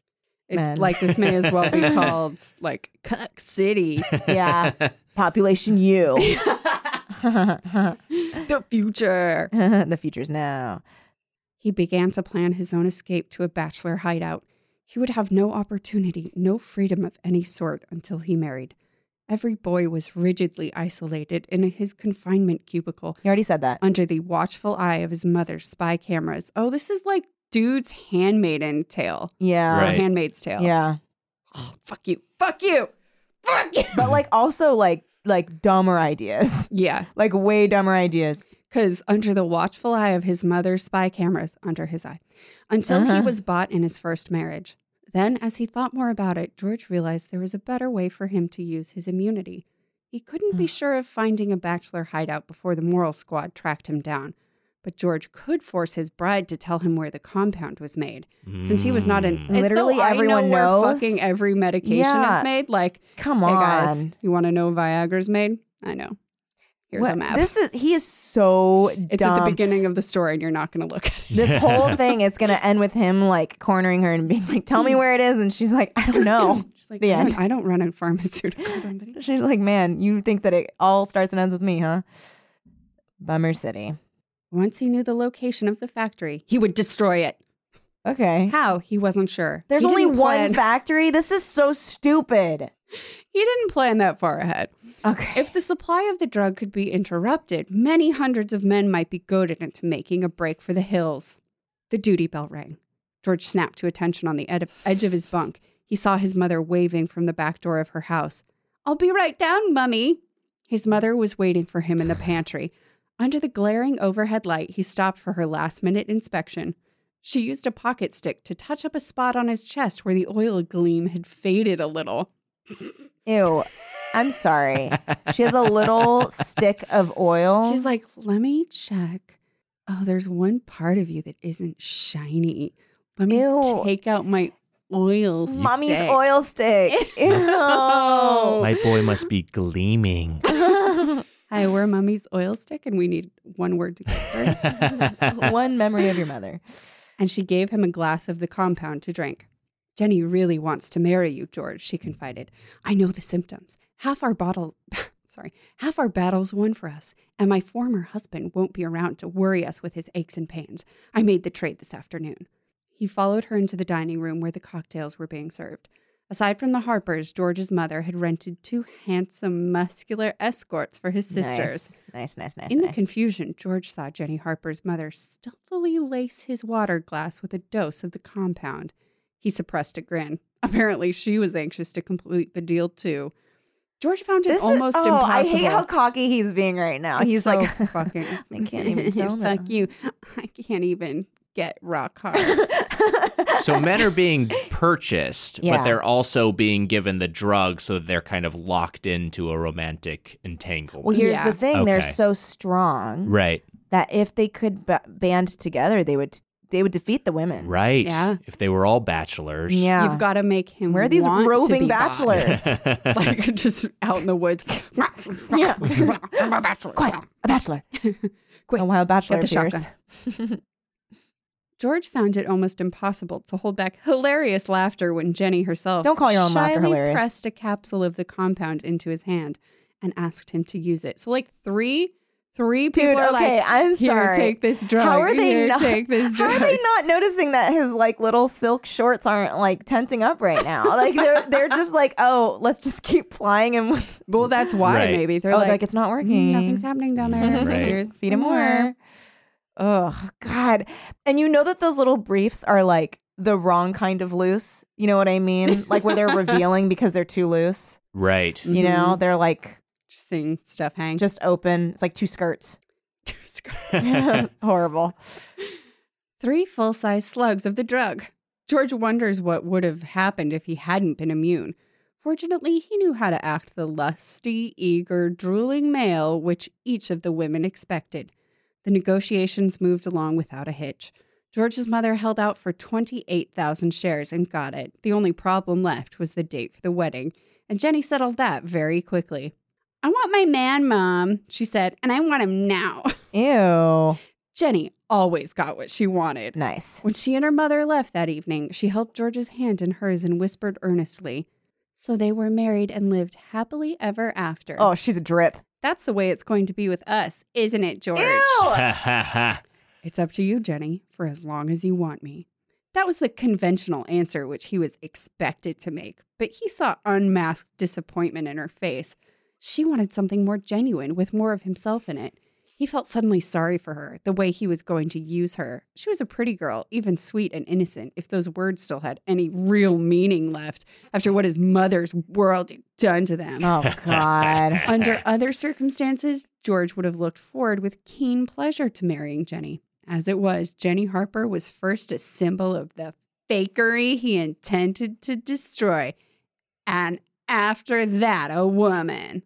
[SPEAKER 4] it's
[SPEAKER 3] men.
[SPEAKER 4] like this may as well be called like Cuck City.
[SPEAKER 3] Yeah. Population U.
[SPEAKER 4] the future.
[SPEAKER 3] the future's now.
[SPEAKER 4] He began to plan his own escape to a bachelor hideout. He would have no opportunity, no freedom of any sort until he married. Every boy was rigidly isolated in his confinement cubicle
[SPEAKER 3] You already said that.
[SPEAKER 4] under the watchful eye of his mother's spy cameras. Oh, this is like dude's handmaiden tale.
[SPEAKER 3] Yeah.
[SPEAKER 4] Or
[SPEAKER 5] Right.
[SPEAKER 4] handmaid's tale.
[SPEAKER 3] Yeah.
[SPEAKER 4] Fuck you. Fuck you. Fuck you.
[SPEAKER 3] But like also like like dumber ideas.
[SPEAKER 4] Yeah.
[SPEAKER 3] Like way dumber ideas.
[SPEAKER 4] Because under the watchful eye of his mother's spy cameras, under his eye, until he was bought in his first marriage. Then, as he thought more about it, George realized there was a better way for him to use his immunity. He couldn't be sure of finding a bachelor hideout before the moral squad tracked him down, but George could force his bride to tell him where the compound was made, since he was not an as though
[SPEAKER 3] Literally
[SPEAKER 4] I
[SPEAKER 3] everyone
[SPEAKER 4] know
[SPEAKER 3] knows.
[SPEAKER 4] where fucking every medication
[SPEAKER 3] Yeah.
[SPEAKER 4] is made. Like,
[SPEAKER 3] Come
[SPEAKER 4] hey
[SPEAKER 3] on.
[SPEAKER 4] guys, you want to know Viagra's made? I know. Here's
[SPEAKER 3] What-
[SPEAKER 4] a map.
[SPEAKER 3] This is he is so
[SPEAKER 4] It's
[SPEAKER 3] dumb.
[SPEAKER 4] at the beginning of the story, and you're not going to look at it.
[SPEAKER 3] This whole thing, it's gonna end with him like cornering her and being like, "Tell me where it is," and she's like, "I don't know."
[SPEAKER 4] She's like,
[SPEAKER 3] The
[SPEAKER 4] I,
[SPEAKER 3] end.
[SPEAKER 4] don't, I don't run a pharmaceutical company.
[SPEAKER 3] She's like, man, you think that it all starts and ends with me, huh? Bummer City.
[SPEAKER 4] Once he knew the location of the factory, he would destroy it.
[SPEAKER 3] Okay.
[SPEAKER 4] How? He wasn't sure.
[SPEAKER 3] There's
[SPEAKER 4] He
[SPEAKER 3] only
[SPEAKER 4] didn't
[SPEAKER 3] one
[SPEAKER 4] plan-
[SPEAKER 3] factory. This is so stupid.
[SPEAKER 4] He didn't plan that far ahead.
[SPEAKER 3] Okay.
[SPEAKER 4] If the supply of the drug could be interrupted, many hundreds of men might be goaded into making a break for the hills. The duty bell rang. George snapped to attention on the ed- edge of his bunk. He saw his mother waving from the back door of her house. I'll be right down, Mummy. His mother was waiting for him in the pantry. Under the glaring overhead light, he stopped for her last minute inspection. She used a pocket stick to touch up a spot on his chest where the oil gleam had faded a little.
[SPEAKER 3] Ew. I'm sorry. She has a little stick of oil.
[SPEAKER 4] She's like, let me check. Oh, there's one part of you that isn't shiny. Let me
[SPEAKER 3] Ew.
[SPEAKER 4] take out my oil.
[SPEAKER 3] mommy's
[SPEAKER 4] stick."
[SPEAKER 3] oil stick. Ew.
[SPEAKER 5] My boy must be gleaming.
[SPEAKER 4] Hi, we're mommy's oil stick, and we need one word to get through.
[SPEAKER 3] One memory of your mother.
[SPEAKER 4] and she gave him a glass of the compound to drink. Jenny really wants to marry you, George, she confided. I know the symptoms. Half our bottle sorry, half our battles won for us, and my former husband won't be around to worry us with his aches and pains. I made the trade this afternoon. He followed her into the dining room where the cocktails were being served. Aside from the Harpers, George's mother had rented two handsome, muscular escorts for his sisters.
[SPEAKER 3] Nice, nice, nice, nice.
[SPEAKER 4] In the
[SPEAKER 3] nice.
[SPEAKER 4] confusion, George saw Jenny Harper's mother stealthily lace his water glass with a dose of the compound. He suppressed a grin. Apparently, she was anxious to complete the deal too. George found it
[SPEAKER 3] This is-
[SPEAKER 4] almost
[SPEAKER 3] oh,
[SPEAKER 4] impossible.
[SPEAKER 3] I hate how cocky he's being right now.
[SPEAKER 4] It's
[SPEAKER 3] he's
[SPEAKER 4] so
[SPEAKER 3] like,
[SPEAKER 4] fucking.
[SPEAKER 3] I can't even tell now.
[SPEAKER 4] Fuck you. I can't even get rock hard.
[SPEAKER 5] So men are being purchased,
[SPEAKER 3] Yeah.
[SPEAKER 5] but they're also being given the drug, so they're kind of locked into a romantic entanglement.
[SPEAKER 3] Well, here's
[SPEAKER 4] Yeah.
[SPEAKER 3] the thing: they're
[SPEAKER 5] Okay.
[SPEAKER 3] so strong
[SPEAKER 5] right,
[SPEAKER 3] that if they could b- band together, they would they would defeat the women.
[SPEAKER 5] right.
[SPEAKER 4] Yeah.
[SPEAKER 5] If they were all bachelors,
[SPEAKER 3] Yeah,
[SPEAKER 4] You've got to make him.
[SPEAKER 3] where are these
[SPEAKER 4] want to
[SPEAKER 3] roving
[SPEAKER 4] be bi.
[SPEAKER 3] bachelors?
[SPEAKER 4] like just out in the woods.
[SPEAKER 3] Yeah.
[SPEAKER 4] I'm a bachelor.
[SPEAKER 3] Quiet, a bachelor.
[SPEAKER 4] Quick,
[SPEAKER 3] a wild bachelor
[SPEAKER 4] the
[SPEAKER 3] appears.
[SPEAKER 4] shotgun. George found it almost impossible to hold back hilarious laughter when Jenny herself
[SPEAKER 3] Don't call your own laughter
[SPEAKER 4] shyly
[SPEAKER 3] hilarious.
[SPEAKER 4] pressed a capsule of the compound into his hand and asked him to use it. So like three, three people
[SPEAKER 3] Dude,
[SPEAKER 4] are
[SPEAKER 3] okay,
[SPEAKER 4] like,
[SPEAKER 3] I'm
[SPEAKER 4] "Here,
[SPEAKER 3] sorry.
[SPEAKER 4] take this drug.
[SPEAKER 3] How are they
[SPEAKER 4] Here,
[SPEAKER 3] not?
[SPEAKER 4] take this
[SPEAKER 3] how
[SPEAKER 4] drug."
[SPEAKER 3] are they not noticing that his like little silk shorts aren't like tenting up right now? Like they're they're just like, oh, let's just keep plying him. With,
[SPEAKER 4] well, that's why
[SPEAKER 5] Right.
[SPEAKER 4] maybe they're
[SPEAKER 3] oh,
[SPEAKER 4] like, "Mm,
[SPEAKER 3] like, it's not working.
[SPEAKER 4] nothing's happening down there.
[SPEAKER 5] Right.
[SPEAKER 4] Here's
[SPEAKER 3] Feed him more. Oh God! And you know that those little briefs are like the wrong kind of loose. You know what I mean? Like where they're revealing because they're too loose.
[SPEAKER 5] right.
[SPEAKER 3] You know,
[SPEAKER 4] Mhm.
[SPEAKER 3] they're like
[SPEAKER 4] just seeing stuff hang.
[SPEAKER 3] just open. It's like two skirts.
[SPEAKER 5] yeah,
[SPEAKER 3] Horrible.
[SPEAKER 4] Three full size slugs of the drug. George wonders what would have happened if he hadn't been immune. Fortunately, he knew how to act the lusty, eager, drooling male which each of the women expected. The negotiations moved along without a hitch. George's mother held out for 28,000 shares and got it. The only problem left was the date for the wedding, and Jenny settled that very quickly. I want my man, Mom, she said, and I want him now.
[SPEAKER 3] Ew.
[SPEAKER 4] Jenny always got what she wanted.
[SPEAKER 3] Nice.
[SPEAKER 4] When she and her mother left that evening, she held George's hand in hers and whispered earnestly. So they were married and lived happily ever after.
[SPEAKER 3] Oh, she's a drip.
[SPEAKER 4] that's the way it's going to be with us, isn't it, George? It's up to you, Jenny, for as long as you want me. That was the conventional answer which he was expected to make, but he saw unmasked disappointment in her face. She wanted something more genuine with more of himself in it. He felt suddenly sorry for her, the way he was going to use her. She was a pretty girl, even sweet and innocent, if those words still had any real meaning left after what his mother's world had done to them.
[SPEAKER 3] Oh God.
[SPEAKER 4] Under other circumstances, George would have looked forward with keen pleasure to marrying Jenny. As it was, Jenny Harper was first a symbol of the fakery he intended to destroy. And after that, a woman.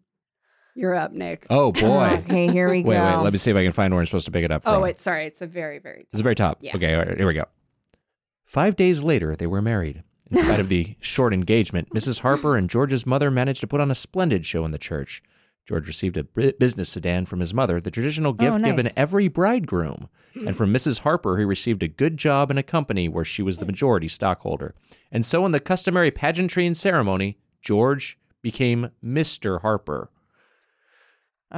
[SPEAKER 4] You're up, Nick.
[SPEAKER 6] Oh boy.
[SPEAKER 3] Okay, here we
[SPEAKER 6] wait,
[SPEAKER 3] go.
[SPEAKER 6] wait. Let me see if I can find where I'm supposed to pick it up.
[SPEAKER 4] Oh,
[SPEAKER 6] from.
[SPEAKER 4] wait, sorry. It's the very, very
[SPEAKER 6] It's the very top.
[SPEAKER 4] Yeah.
[SPEAKER 6] Okay, all right, here we go. Five days later, they were married. In spite of the short engagement, Mrs. Harper and George's mother managed to put on a splendid show in the church. George received a bri- business sedan from his mother, the
[SPEAKER 4] Oh,
[SPEAKER 6] traditional gift given
[SPEAKER 3] nice.
[SPEAKER 6] every bridegroom. And from Mrs. Harper, he received a good job in a company where she was the
[SPEAKER 4] Hmm.
[SPEAKER 6] majority stockholder. And so, in the customary pageantry and ceremony, George became Mr. Harper.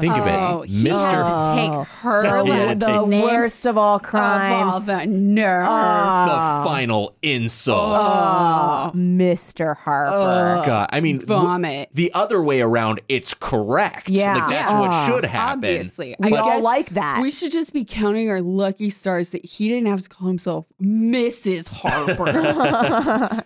[SPEAKER 6] Think of it.
[SPEAKER 4] Oh, he
[SPEAKER 6] Mr.
[SPEAKER 4] had to take her
[SPEAKER 3] The,
[SPEAKER 4] last
[SPEAKER 3] Oh. the
[SPEAKER 4] name
[SPEAKER 3] worst of all
[SPEAKER 4] of
[SPEAKER 3] crimes. Ah.
[SPEAKER 4] all the nerve.
[SPEAKER 6] the final insult.
[SPEAKER 3] Oh, Mr. Harper.
[SPEAKER 6] God, I mean, w-
[SPEAKER 4] Uh, Vomit.
[SPEAKER 6] the other way around, it's correct.
[SPEAKER 3] Yeah.
[SPEAKER 6] like, that's
[SPEAKER 4] Yeah.
[SPEAKER 6] what should happen.
[SPEAKER 4] Obviously,
[SPEAKER 3] We all like that.
[SPEAKER 4] We should just be counting our lucky stars that he didn't have to call himself Mrs. Harper.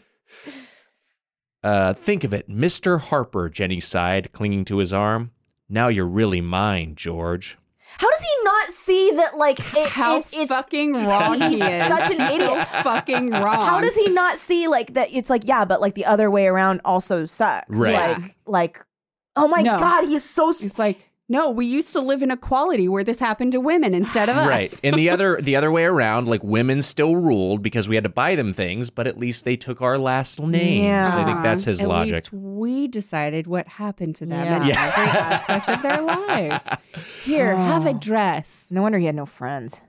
[SPEAKER 6] Uh, think of it, Mr. Harper. Jenny sighed, clinging to his arm. Now you're really mine, George.
[SPEAKER 3] How does he not see that? Like, it,
[SPEAKER 4] How
[SPEAKER 3] it- it's
[SPEAKER 4] fucking wrong he
[SPEAKER 3] He's
[SPEAKER 4] is!
[SPEAKER 3] such an
[SPEAKER 4] So
[SPEAKER 3] idiot.
[SPEAKER 4] fucking wrong.
[SPEAKER 3] How does he not see like that? It's like yeah, but like the other way around also sucks.
[SPEAKER 6] Right.
[SPEAKER 4] Yeah.
[SPEAKER 3] Like like, oh my
[SPEAKER 4] No.
[SPEAKER 3] god, he's so s-
[SPEAKER 4] It's like no, we used to live in equality where this happened to women instead of us.
[SPEAKER 6] Right, and the other the other way around, like women still ruled because we had to buy them things, but at least they took our last name. So I think that's his
[SPEAKER 4] At
[SPEAKER 6] logic.
[SPEAKER 4] least we decided what happened to them
[SPEAKER 3] Yeah.
[SPEAKER 4] in
[SPEAKER 3] Yeah.
[SPEAKER 4] every aspect of their lives. Here, have a dress.
[SPEAKER 3] No wonder he had no friends.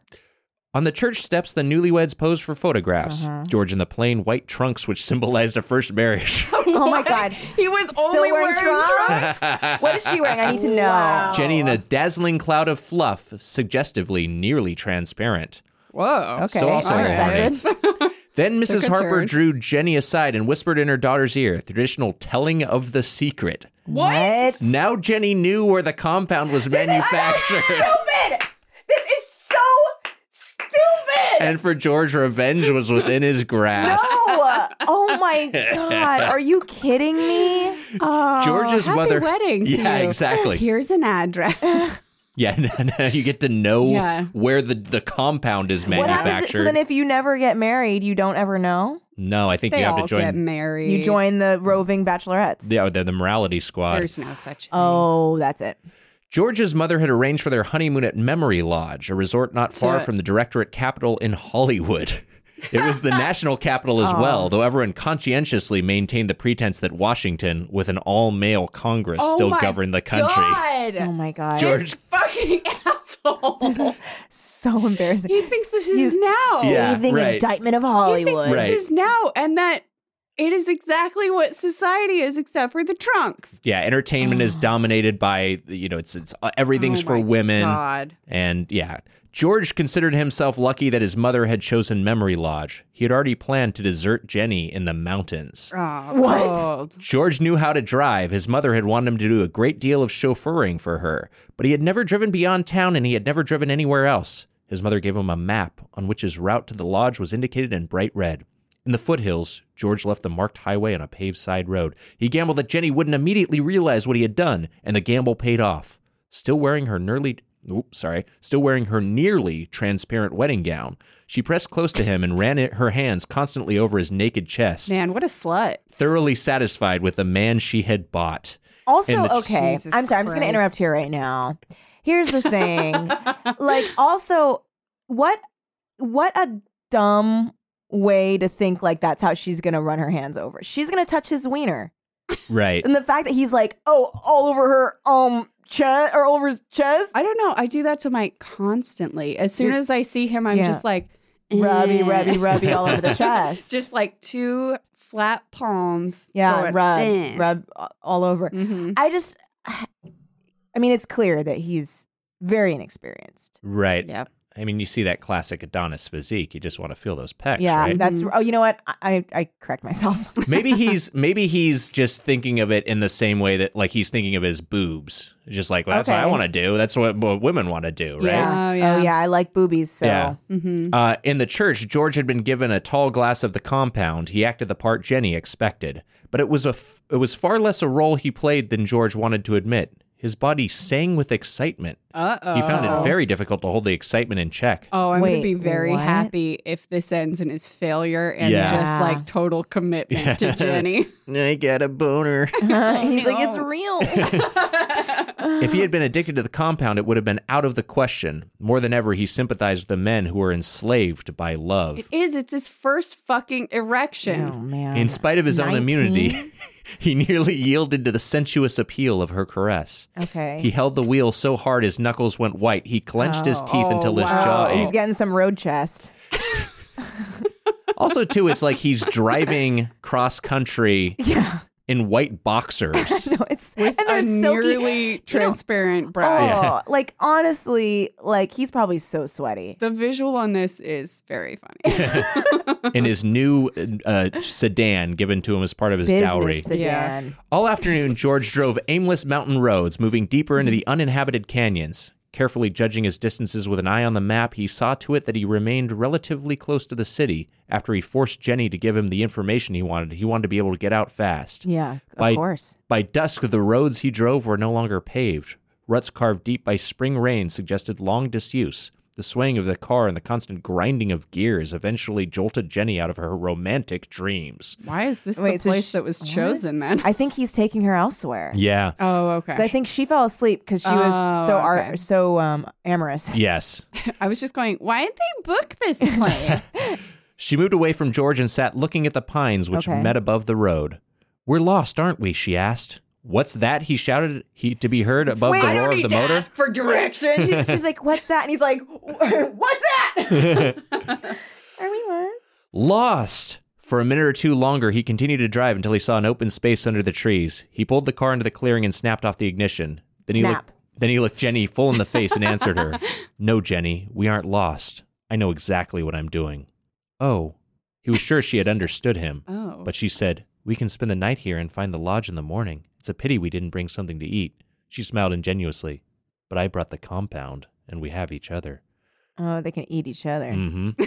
[SPEAKER 6] On the church steps, the newlyweds posed for photographs.
[SPEAKER 4] Uh-huh.
[SPEAKER 6] George in the plain white trunks, which symbolized a first marriage.
[SPEAKER 3] Oh my god,
[SPEAKER 4] He was
[SPEAKER 3] Still wearing trunks? Ross? What is she wearing? I need to know.
[SPEAKER 7] Wow.
[SPEAKER 5] Jenny
[SPEAKER 4] Oh.
[SPEAKER 5] in a dazzling cloud of fluff, suggestively nearly transparent.
[SPEAKER 4] Whoa.
[SPEAKER 7] Okay.
[SPEAKER 5] So also
[SPEAKER 3] unexpected.
[SPEAKER 5] Then Mrs.
[SPEAKER 4] a
[SPEAKER 5] Harper
[SPEAKER 4] turn.
[SPEAKER 5] drew Jenny aside and whispered in her daughter's ear the traditional telling of the secret.
[SPEAKER 3] What?
[SPEAKER 5] Now Jenny knew where the compound was manufactured.
[SPEAKER 3] Stupid! This is so stupid!
[SPEAKER 5] and for George, revenge was within his grasp.
[SPEAKER 3] no! Oh my god. Are you kidding me?
[SPEAKER 4] Oh,
[SPEAKER 5] George's
[SPEAKER 4] happy
[SPEAKER 5] mother-
[SPEAKER 4] wedding. To
[SPEAKER 5] Yeah,
[SPEAKER 4] you.
[SPEAKER 5] exactly.
[SPEAKER 4] Here's an address.
[SPEAKER 5] Yeah, now- now you get to know
[SPEAKER 4] Yeah.
[SPEAKER 5] where the, the compound is
[SPEAKER 3] What happens?
[SPEAKER 5] manufactured.
[SPEAKER 3] So then if you never get married, you don't ever know?
[SPEAKER 5] no, I think
[SPEAKER 4] they
[SPEAKER 5] you have
[SPEAKER 4] all
[SPEAKER 5] to
[SPEAKER 4] get
[SPEAKER 5] join
[SPEAKER 4] married.
[SPEAKER 3] You join the roving bachelorettes.
[SPEAKER 5] the, oh, the, the morality squad.
[SPEAKER 4] There's no such thing.
[SPEAKER 3] Oh, that's it.
[SPEAKER 5] George's mother had arranged for their honeymoon at Memory Lodge, a resort not far from the directorate capital in Hollywood. It was the national capital as well, though everyone conscientiously maintained the pretense that Washington, with an all male Congress,
[SPEAKER 4] Oh
[SPEAKER 5] still
[SPEAKER 4] my
[SPEAKER 5] governed the country.
[SPEAKER 3] Oh my god.
[SPEAKER 5] George,
[SPEAKER 4] Fucking asshole.
[SPEAKER 3] so embarrassing.
[SPEAKER 4] he thinks this
[SPEAKER 3] You
[SPEAKER 4] is now.
[SPEAKER 5] Yeah.
[SPEAKER 3] Scathing
[SPEAKER 5] right.
[SPEAKER 3] indictment of
[SPEAKER 4] He thinks
[SPEAKER 3] Hollywood.
[SPEAKER 5] Right.
[SPEAKER 4] this is now, and that it is exactly what society is, except for the trunks.
[SPEAKER 5] yeah, entertainment is dominated by, you know, it's, it's uh, everything's
[SPEAKER 4] Oh
[SPEAKER 5] for
[SPEAKER 4] my
[SPEAKER 5] women.
[SPEAKER 4] God.
[SPEAKER 5] And yeah, George considered himself lucky that his mother had chosen Memory Lodge. He had already planned to desert Jenny in the mountains.
[SPEAKER 4] Oh,
[SPEAKER 3] What?
[SPEAKER 4] cold.
[SPEAKER 5] George knew how to drive. His mother had wanted him to do a great deal of chauffeuring for her, but he had never driven beyond town and he had never driven anywhere else. His mother gave him a map on which his route to the lodge was indicated in bright red. In the foothills, George left the marked highway on a paved side road. He gambled that Jenny wouldn't immediately realize what he had done, and the gamble paid off. Still wearing her nearly oops, sorry, still wearing her nearly transparent wedding gown, she pressed close to him and ran it, her hands constantly over his naked chest
[SPEAKER 4] Man, what a slut.
[SPEAKER 5] thoroughly satisfied with the man she had bought. In
[SPEAKER 3] Also,
[SPEAKER 5] the-
[SPEAKER 3] okay,
[SPEAKER 4] Jesus
[SPEAKER 3] I'm sorry, I'm just going to
[SPEAKER 4] Christ.
[SPEAKER 3] interrupt here right now. Here's the thing. like also what what a dumb way to think like that's how she's going to run her hands over. She's going to touch his wiener.
[SPEAKER 5] Right.
[SPEAKER 3] And the fact that he's like, "Oh, all over her um chest or over his chest."
[SPEAKER 4] I don't know. I do that to Mike constantly. As soon as I see him, I'm
[SPEAKER 3] Yeah.
[SPEAKER 4] just like
[SPEAKER 3] Rubby,
[SPEAKER 4] eh.
[SPEAKER 3] rubby, rubby all over the chest.
[SPEAKER 4] just like two flat palms.
[SPEAKER 3] yeah,
[SPEAKER 4] going,
[SPEAKER 3] rub,
[SPEAKER 4] eh.
[SPEAKER 3] rub all over.
[SPEAKER 4] Mhm.
[SPEAKER 3] I just I mean, it's clear that he's very inexperienced.
[SPEAKER 5] Right.
[SPEAKER 4] Yeah.
[SPEAKER 5] I mean, you see that classic Adonis physique. You just want to feel those pecs,
[SPEAKER 3] yeah,
[SPEAKER 5] right?
[SPEAKER 3] that's Oh, you know what? I I, I correct myself.
[SPEAKER 5] maybe he's maybe he's just thinking of it in the same way that like he's thinking of his boobs. Just like, well, that's what I
[SPEAKER 3] Okay.
[SPEAKER 5] want to do. That's what, what women want to do, right?
[SPEAKER 3] Yeah.
[SPEAKER 4] Oh,
[SPEAKER 3] Oh
[SPEAKER 4] yeah.
[SPEAKER 3] yeah. I like boobies. So
[SPEAKER 5] Yeah.
[SPEAKER 4] Mhm.
[SPEAKER 5] Uh, in the church, George had been given a tall glass of the compound. He acted the part Jenny expected, but it was a f- it was far less a role he played than George wanted to admit. His body sang with excitement.
[SPEAKER 4] Uh oh.
[SPEAKER 5] He found it very difficult to hold the excitement in check.
[SPEAKER 4] Oh, I'm gonna
[SPEAKER 3] Wait,
[SPEAKER 4] be very
[SPEAKER 3] what?
[SPEAKER 4] happy if this ends in his failure and
[SPEAKER 5] Yeah.
[SPEAKER 4] just like total commitment to Jenny.
[SPEAKER 5] I got a boner.
[SPEAKER 3] he's like, it's real.
[SPEAKER 5] if he had been addicted to the compound, it would have been out of the question. More than ever, he sympathized with the men who were enslaved by love.
[SPEAKER 4] it is. It's his first fucking erection.
[SPEAKER 3] Oh, man.
[SPEAKER 5] In spite of his own
[SPEAKER 3] 19?
[SPEAKER 5] immunity, he nearly yielded to the sensuous appeal of her caress.
[SPEAKER 3] Okay.
[SPEAKER 5] He held the wheel so hard his knuckles went white. He clenched his teeth
[SPEAKER 4] Oh,
[SPEAKER 5] until his
[SPEAKER 4] wow.
[SPEAKER 5] jaw
[SPEAKER 3] Oh, he's
[SPEAKER 5] ached.
[SPEAKER 3] getting some road chest.
[SPEAKER 5] also, too, it's like he's driving cross country
[SPEAKER 3] Yeah.
[SPEAKER 5] in white boxers.
[SPEAKER 3] No, it's and they're
[SPEAKER 4] a
[SPEAKER 3] silky.
[SPEAKER 4] nearly transparent
[SPEAKER 3] oh,
[SPEAKER 4] bra.
[SPEAKER 3] like honestly, like he's probably so sweaty.
[SPEAKER 4] The visual on this is very funny.
[SPEAKER 5] in his new uh, sedan given to him as part of his
[SPEAKER 3] Business
[SPEAKER 5] dowry.
[SPEAKER 3] sedan.
[SPEAKER 5] All afternoon, George drove aimless mountain roads, moving deeper into the uninhabited canyons. Carefully judging his distances with an eye on the map, he saw to it that he remained relatively close to the city. After he forced Jenny to give him the information he wanted, he wanted to be able to get out fast.
[SPEAKER 3] Yeah, of
[SPEAKER 5] By-
[SPEAKER 3] course.
[SPEAKER 5] By dusk, the roads he drove were no longer paved. Ruts carved deep by spring rain suggested long disuse. The swaying of the car and the constant grinding of gears eventually jolted Jenny out of her romantic dreams.
[SPEAKER 4] Why is this
[SPEAKER 3] Wait,
[SPEAKER 4] the
[SPEAKER 3] so
[SPEAKER 4] place
[SPEAKER 3] sh-
[SPEAKER 4] that was
[SPEAKER 3] what?
[SPEAKER 4] chosen then?
[SPEAKER 3] I think he's taking her elsewhere.
[SPEAKER 5] Yeah.
[SPEAKER 4] oh, okay.
[SPEAKER 3] 'Cause I think she fell asleep because she was
[SPEAKER 4] Oh,
[SPEAKER 3] so ar-
[SPEAKER 4] okay.
[SPEAKER 3] so um amorous.
[SPEAKER 5] Yes.
[SPEAKER 4] I was just going, why didn't they book this play?
[SPEAKER 5] She moved away from George and sat looking at the pines which
[SPEAKER 3] Okay.
[SPEAKER 5] met above the road. We're lost, aren't we? she asked. What's that? he shouted he to be heard above
[SPEAKER 3] Wait,
[SPEAKER 5] the
[SPEAKER 3] I don't
[SPEAKER 5] roar of the motor.
[SPEAKER 4] for directions.
[SPEAKER 3] She's, she's like, "What's that?" And he's like, "What's that?" Are we lost?
[SPEAKER 5] Lost. For a minute or two longer, he continued to drive until he saw an open space under the trees. He pulled the car into the clearing and snapped off the ignition. Then he
[SPEAKER 3] Snap.
[SPEAKER 5] looked then he looked Jenny full in the face and answered her. No, Jenny, we aren't lost. I know exactly what I'm doing. Oh. He was sure she had understood him.
[SPEAKER 4] Oh.
[SPEAKER 5] But she said, We can spend the night here and find the lodge in the morning. It's a pity we didn't bring something to eat. She smiled ingenuously. But I brought the compound, and we have each other.
[SPEAKER 3] Oh, they can eat each other.
[SPEAKER 5] hmm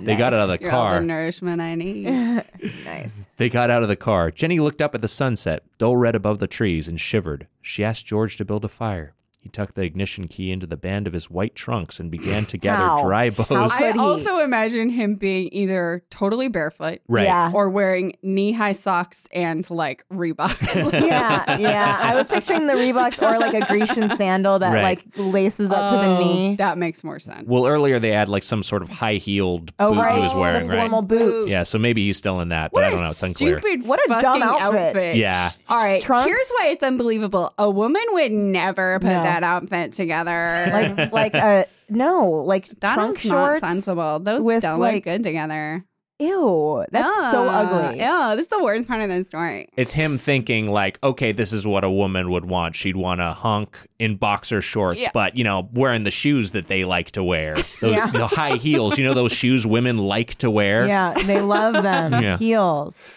[SPEAKER 5] They got out of the
[SPEAKER 4] You're all
[SPEAKER 5] car.
[SPEAKER 4] the nourishment I need.
[SPEAKER 5] Mm.
[SPEAKER 3] nice.
[SPEAKER 5] They got out of the car. Jenny looked up at the sunset, dull red above the trees, and shivered. She asked George to build a fire. He tucked the ignition key into the band of his white trunks and began to gather
[SPEAKER 3] How?
[SPEAKER 5] dry
[SPEAKER 3] How
[SPEAKER 5] boughs.
[SPEAKER 4] I
[SPEAKER 3] could he?
[SPEAKER 4] also imagine him being either totally barefoot
[SPEAKER 5] Right.
[SPEAKER 3] Yeah.
[SPEAKER 4] or wearing knee high socks and like Reeboks.
[SPEAKER 3] yeah, yeah. I was picturing the Reeboks or like a Grecian sandal that
[SPEAKER 5] Right.
[SPEAKER 3] like laces up to the
[SPEAKER 4] Oh,
[SPEAKER 3] knee.
[SPEAKER 4] That makes more sense.
[SPEAKER 5] Well, earlier they had like some sort of high heeled
[SPEAKER 3] oh,
[SPEAKER 5] boot
[SPEAKER 3] right.
[SPEAKER 5] he was wearing,
[SPEAKER 3] the
[SPEAKER 5] right?
[SPEAKER 3] formal boots.
[SPEAKER 5] Yeah, so maybe he's still in that, but
[SPEAKER 4] what
[SPEAKER 5] I don't
[SPEAKER 4] a
[SPEAKER 5] know. It's unclear.
[SPEAKER 4] stupid,
[SPEAKER 3] What a dumb
[SPEAKER 4] fucking
[SPEAKER 3] outfit.
[SPEAKER 5] Yeah.
[SPEAKER 4] All right,
[SPEAKER 3] Trunks?
[SPEAKER 4] here's why it's unbelievable. A woman would never put
[SPEAKER 3] No.
[SPEAKER 4] that outfit together.
[SPEAKER 3] Like like uh no, like
[SPEAKER 4] that
[SPEAKER 3] trunk
[SPEAKER 4] is not
[SPEAKER 3] shorts.
[SPEAKER 4] sensible. Those
[SPEAKER 3] with,
[SPEAKER 4] don't
[SPEAKER 3] like-
[SPEAKER 4] look good together.
[SPEAKER 3] Ew, that's so ugly.
[SPEAKER 4] Yeah, this is the worst part of the story.
[SPEAKER 5] It's him thinking like, okay, this is what a woman would want. She'd want a hunk in boxer shorts, but you know, wearing the shoes that they like to wear. Those
[SPEAKER 3] Yeah.
[SPEAKER 5] the high heels, you know those shoes women like to wear.
[SPEAKER 3] Yeah, they love them.
[SPEAKER 5] Yeah.
[SPEAKER 3] Heels.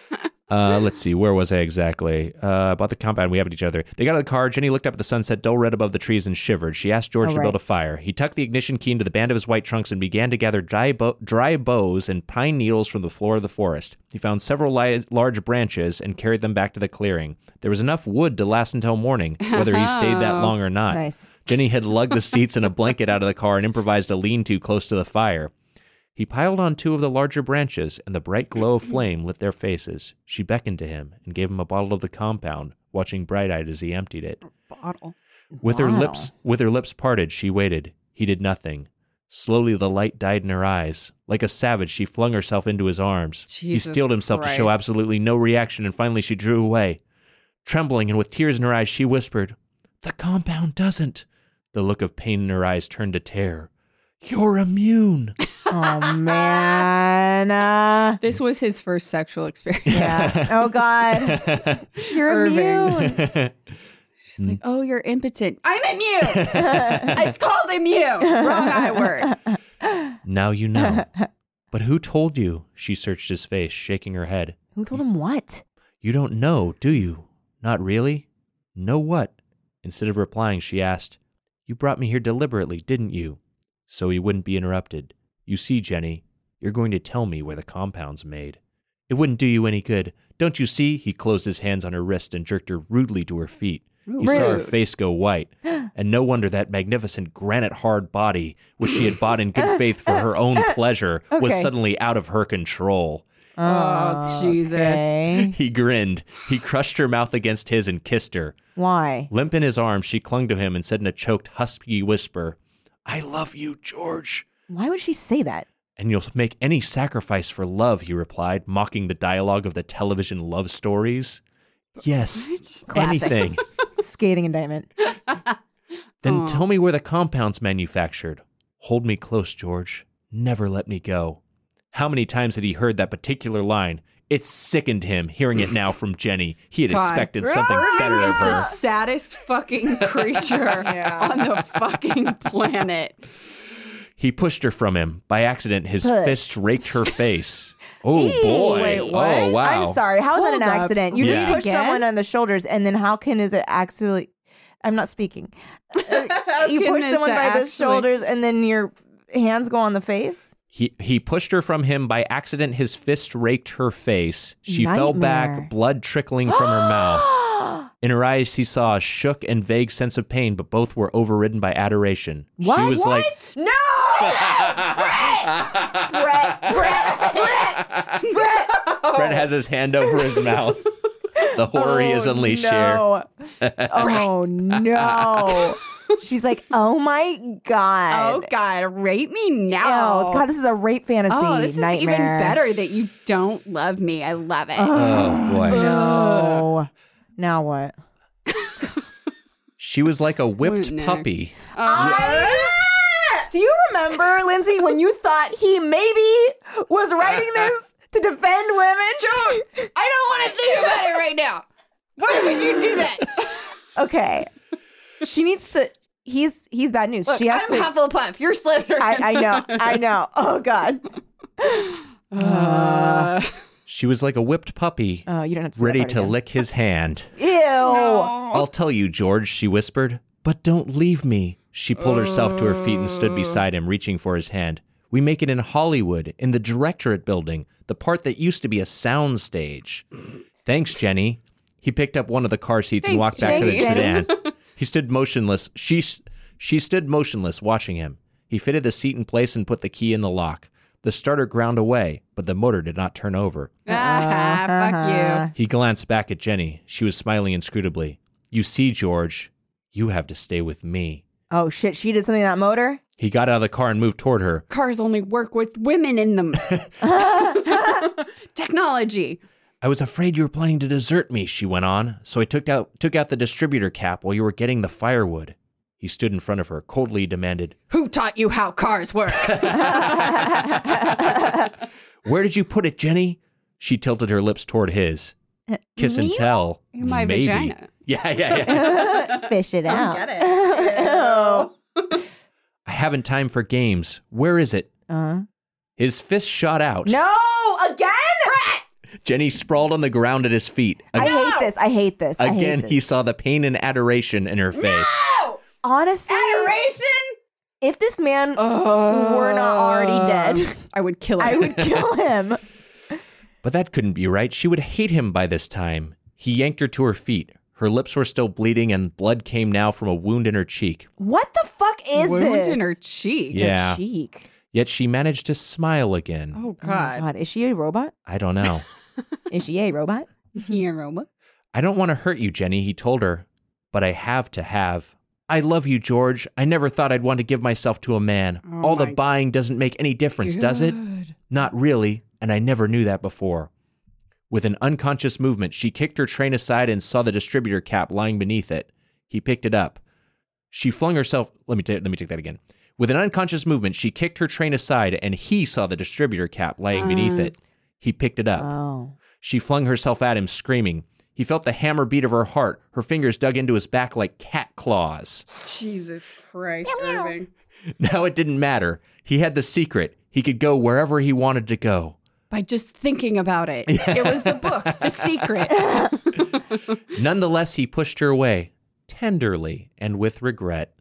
[SPEAKER 5] Uh, let's see, where was I exactly? Uh, about the compound, we have each other. They got out of the car. Jenny looked up at the sunset, dull red above the trees, and shivered. She asked
[SPEAKER 3] Oh,
[SPEAKER 5] George to build
[SPEAKER 3] right.
[SPEAKER 5] a fire. He tucked the ignition key into the band of his white trunks and began to gather dry, bo- dry boughs and pine needles from the floor of the forest. He found several li- large branches and carried them back to the clearing. There was enough wood to last until morning, whether he stayed that long or not.
[SPEAKER 3] Nice.
[SPEAKER 5] Jenny had lugged the seats and a blanket out of the car and improvised a lean to close to the fire. He piled on two of the larger branches, and the bright glow of flame lit their faces. She beckoned to him and gave him a bottle of the compound, watching bright eyed as he emptied it.
[SPEAKER 4] Bottle.
[SPEAKER 5] With her
[SPEAKER 3] Wow.
[SPEAKER 5] lips with her lips parted, she waited. He did nothing. Slowly the light died in her eyes. Like a savage, she flung herself into his arms. he
[SPEAKER 4] Jesus
[SPEAKER 5] steeled himself to show
[SPEAKER 4] Christ.
[SPEAKER 5] absolutely no reaction, and finally she drew away. Trembling and with tears in her eyes, she whispered, The compound doesn't. The look of pain in her eyes turned to terror. You're immune.
[SPEAKER 3] Oh man. Uh,
[SPEAKER 4] This was his first sexual experience.
[SPEAKER 3] yeah. Oh god. You're
[SPEAKER 4] Irving.
[SPEAKER 3] immune.
[SPEAKER 4] She's like, oh, you're impotent. I'm immune. it's called immune. Wrong I word.
[SPEAKER 5] now you know. But who told you? She searched his face, shaking her head.
[SPEAKER 3] Who told him what?
[SPEAKER 5] You don't know, do you? Not really? Know what? Instead of replying, she asked, You brought me here deliberately, didn't you? So he wouldn't be interrupted. You see, Jenny, you're going to tell me where the compound's made. It wouldn't do you any good. Don't you see? He closed his hands on her wrist and jerked her rudely to her feet. He saw her
[SPEAKER 4] Rude.
[SPEAKER 5] face go white, and no wonder that magnificent granite hard body, which she had bought in good faith for her own pleasure, was
[SPEAKER 3] Okay.
[SPEAKER 5] suddenly out of her control.
[SPEAKER 4] Oh, Jesus.
[SPEAKER 3] Okay.
[SPEAKER 5] He grinned. He crushed her mouth against his and kissed her.
[SPEAKER 3] Why?
[SPEAKER 5] Limp in his arms, she clung to him and said in a choked, husky whisper, I love you, George.
[SPEAKER 3] Why would she say that?
[SPEAKER 5] And you'll make any sacrifice for love, he replied, mocking the dialogue of the television love stories. Yes,
[SPEAKER 3] Classic.
[SPEAKER 5] anything.
[SPEAKER 3] Scathing indictment.
[SPEAKER 5] then tell me where the compound's manufactured. Hold me close, George. Never let me go. How many times had he heard that particular line? It sickened him hearing it now from Jenny. He had
[SPEAKER 4] God.
[SPEAKER 5] expected something
[SPEAKER 4] Irving
[SPEAKER 5] better
[SPEAKER 4] is
[SPEAKER 5] of her.
[SPEAKER 4] the saddest fucking creature on the fucking planet.
[SPEAKER 5] He pushed her from him. By accident, his
[SPEAKER 3] Push.
[SPEAKER 5] fist raked her face. Oh
[SPEAKER 3] Ew.
[SPEAKER 5] boy.
[SPEAKER 3] Wait,
[SPEAKER 5] Oh
[SPEAKER 4] what?
[SPEAKER 5] wow.
[SPEAKER 3] I'm sorry. How is that
[SPEAKER 4] Hold
[SPEAKER 3] an
[SPEAKER 4] up.
[SPEAKER 3] accident? You
[SPEAKER 5] Yeah.
[SPEAKER 3] just push
[SPEAKER 4] Again?
[SPEAKER 3] someone on the shoulders, and then how can is it actually? I'm not speaking. Uh, you
[SPEAKER 4] can
[SPEAKER 3] push
[SPEAKER 4] this
[SPEAKER 3] someone by the
[SPEAKER 4] actually-
[SPEAKER 3] shoulders, and then your hands go on the face.
[SPEAKER 5] He he pushed her from him by accident. His fist raked her face. She fell
[SPEAKER 3] Nightmare.
[SPEAKER 5] back, blood trickling from her mouth. In her eyes, he saw a shook and vague sense of pain, but both were overridden by adoration. She
[SPEAKER 3] What?
[SPEAKER 5] was like,
[SPEAKER 3] No, Brett, Brett, Brett, Brett.
[SPEAKER 5] Brett has his hand over his mouth. The horror he has unleashed here.
[SPEAKER 3] Oh, no. Oh no. She's like, oh my god.
[SPEAKER 4] Oh, God. Rape me now.
[SPEAKER 3] Ew. God, this is a rape fantasy.
[SPEAKER 4] Oh, this is even
[SPEAKER 3] nightmare.
[SPEAKER 4] better that you don't love me. I love it.
[SPEAKER 5] Oh boy.
[SPEAKER 3] No. Now what?
[SPEAKER 5] She was like a whipped
[SPEAKER 4] What next?
[SPEAKER 5] puppy.
[SPEAKER 4] Uh,
[SPEAKER 3] Do you remember, Lindsay, when you thought he maybe was writing this to defend women? George,
[SPEAKER 4] I don't want to think about it right now. Why would you do that?
[SPEAKER 3] Okay. She needs to. He's he's bad news. she has to.
[SPEAKER 4] Hufflepuff. You're Slytherin.
[SPEAKER 3] I, I know. I know. Oh God.
[SPEAKER 4] Uh,
[SPEAKER 5] She was like a whipped puppy,
[SPEAKER 3] Oh, you don't have to. say that
[SPEAKER 5] ready
[SPEAKER 3] part
[SPEAKER 5] to
[SPEAKER 3] again.
[SPEAKER 5] lick his hand.
[SPEAKER 3] Ew.
[SPEAKER 5] I'll tell you, George, she whispered, but don't leave me. She pulled herself to her feet and stood beside him, reaching for his hand. We make it in Hollywood, in the directorate building, the part that used to be a sound stage. Thanks, Jenny. He picked up one of the car seats and walked back
[SPEAKER 3] Jenny.
[SPEAKER 5] to the sedan. he stood motionless. She, s- she stood motionless, watching him. He fitted the seat in place and put the key in the lock. The starter ground away, but the motor did not turn over.
[SPEAKER 3] Uh-huh.
[SPEAKER 4] ah, fuck
[SPEAKER 5] He glanced back at Jenny. She was smiling inscrutably. You see, George, you have to stay with me.
[SPEAKER 3] Oh shit. She did something to that motor.
[SPEAKER 5] He got out of the car and moved toward her.
[SPEAKER 4] you. Cars only work with women in them. Technology.
[SPEAKER 5] I was afraid you were planning to desert me, she went on, so I took out took out the distributor cap while you were getting the firewood. He stood in front of her, coldly demanded,
[SPEAKER 4] Who taught you how cars work?
[SPEAKER 5] Where did you put it, Jenny? She tilted her lips toward his. Kiss and tell.
[SPEAKER 4] In my
[SPEAKER 5] maybe.
[SPEAKER 4] vagina.
[SPEAKER 5] Yeah, yeah, yeah.
[SPEAKER 3] Fish it out.
[SPEAKER 5] I haven't time for games. Where is it?
[SPEAKER 8] Uh,
[SPEAKER 5] His fist shot out.
[SPEAKER 3] Uh-huh. No again.
[SPEAKER 5] Jenny sprawled on the ground at his feet.
[SPEAKER 3] I hate this. I hate this. I hate
[SPEAKER 5] Again,
[SPEAKER 3] this.
[SPEAKER 5] he saw the pain and adoration in her face.
[SPEAKER 3] honestly adoration. If this man were not
[SPEAKER 4] Oh.
[SPEAKER 3] already dead,
[SPEAKER 4] I would kill
[SPEAKER 3] Um, I
[SPEAKER 4] him.
[SPEAKER 3] would kill him.
[SPEAKER 5] But that couldn't be right. She would hate him by this time. He yanked her to her feet. Her lips were still bleeding, and blood came now from a wound in her cheek.
[SPEAKER 3] What the fuck is
[SPEAKER 4] Wound
[SPEAKER 3] this?
[SPEAKER 4] in her cheek.
[SPEAKER 3] Her
[SPEAKER 5] Yeah.
[SPEAKER 3] cheek.
[SPEAKER 5] Yet she managed to smile again.
[SPEAKER 4] Oh
[SPEAKER 3] Oh my
[SPEAKER 4] God.
[SPEAKER 3] God. Is she a robot?
[SPEAKER 5] I don't know.
[SPEAKER 3] Is she a robot?
[SPEAKER 4] Yeah, Roma.
[SPEAKER 5] I don't want to hurt you, Jenny, he told her. But I have to have. I love you, George. I never thought I'd want to give myself to a man.
[SPEAKER 4] Oh
[SPEAKER 5] All the
[SPEAKER 4] my
[SPEAKER 5] buying doesn't make any difference, does it? Not really, and I never knew that before. With an unconscious movement, she kicked her train aside and saw the distributor cap lying beneath it. He picked it up. She flung herself. Let me ta- let me take that again. With an unconscious movement, she kicked her train aside, and he saw the distributor cap lying beneath it. He picked it up.
[SPEAKER 3] Oh.
[SPEAKER 5] She flung herself at him, screaming. He felt the hammer beat of her heart. Her fingers dug into his back like cat claws.
[SPEAKER 4] Jesus Christ, Irving.
[SPEAKER 5] Now it didn't matter. He had the secret. He could go wherever he wanted to go.
[SPEAKER 4] By just thinking about it. It was the book, The Secret.
[SPEAKER 5] Nonetheless, he pushed her away, tenderly and with regret.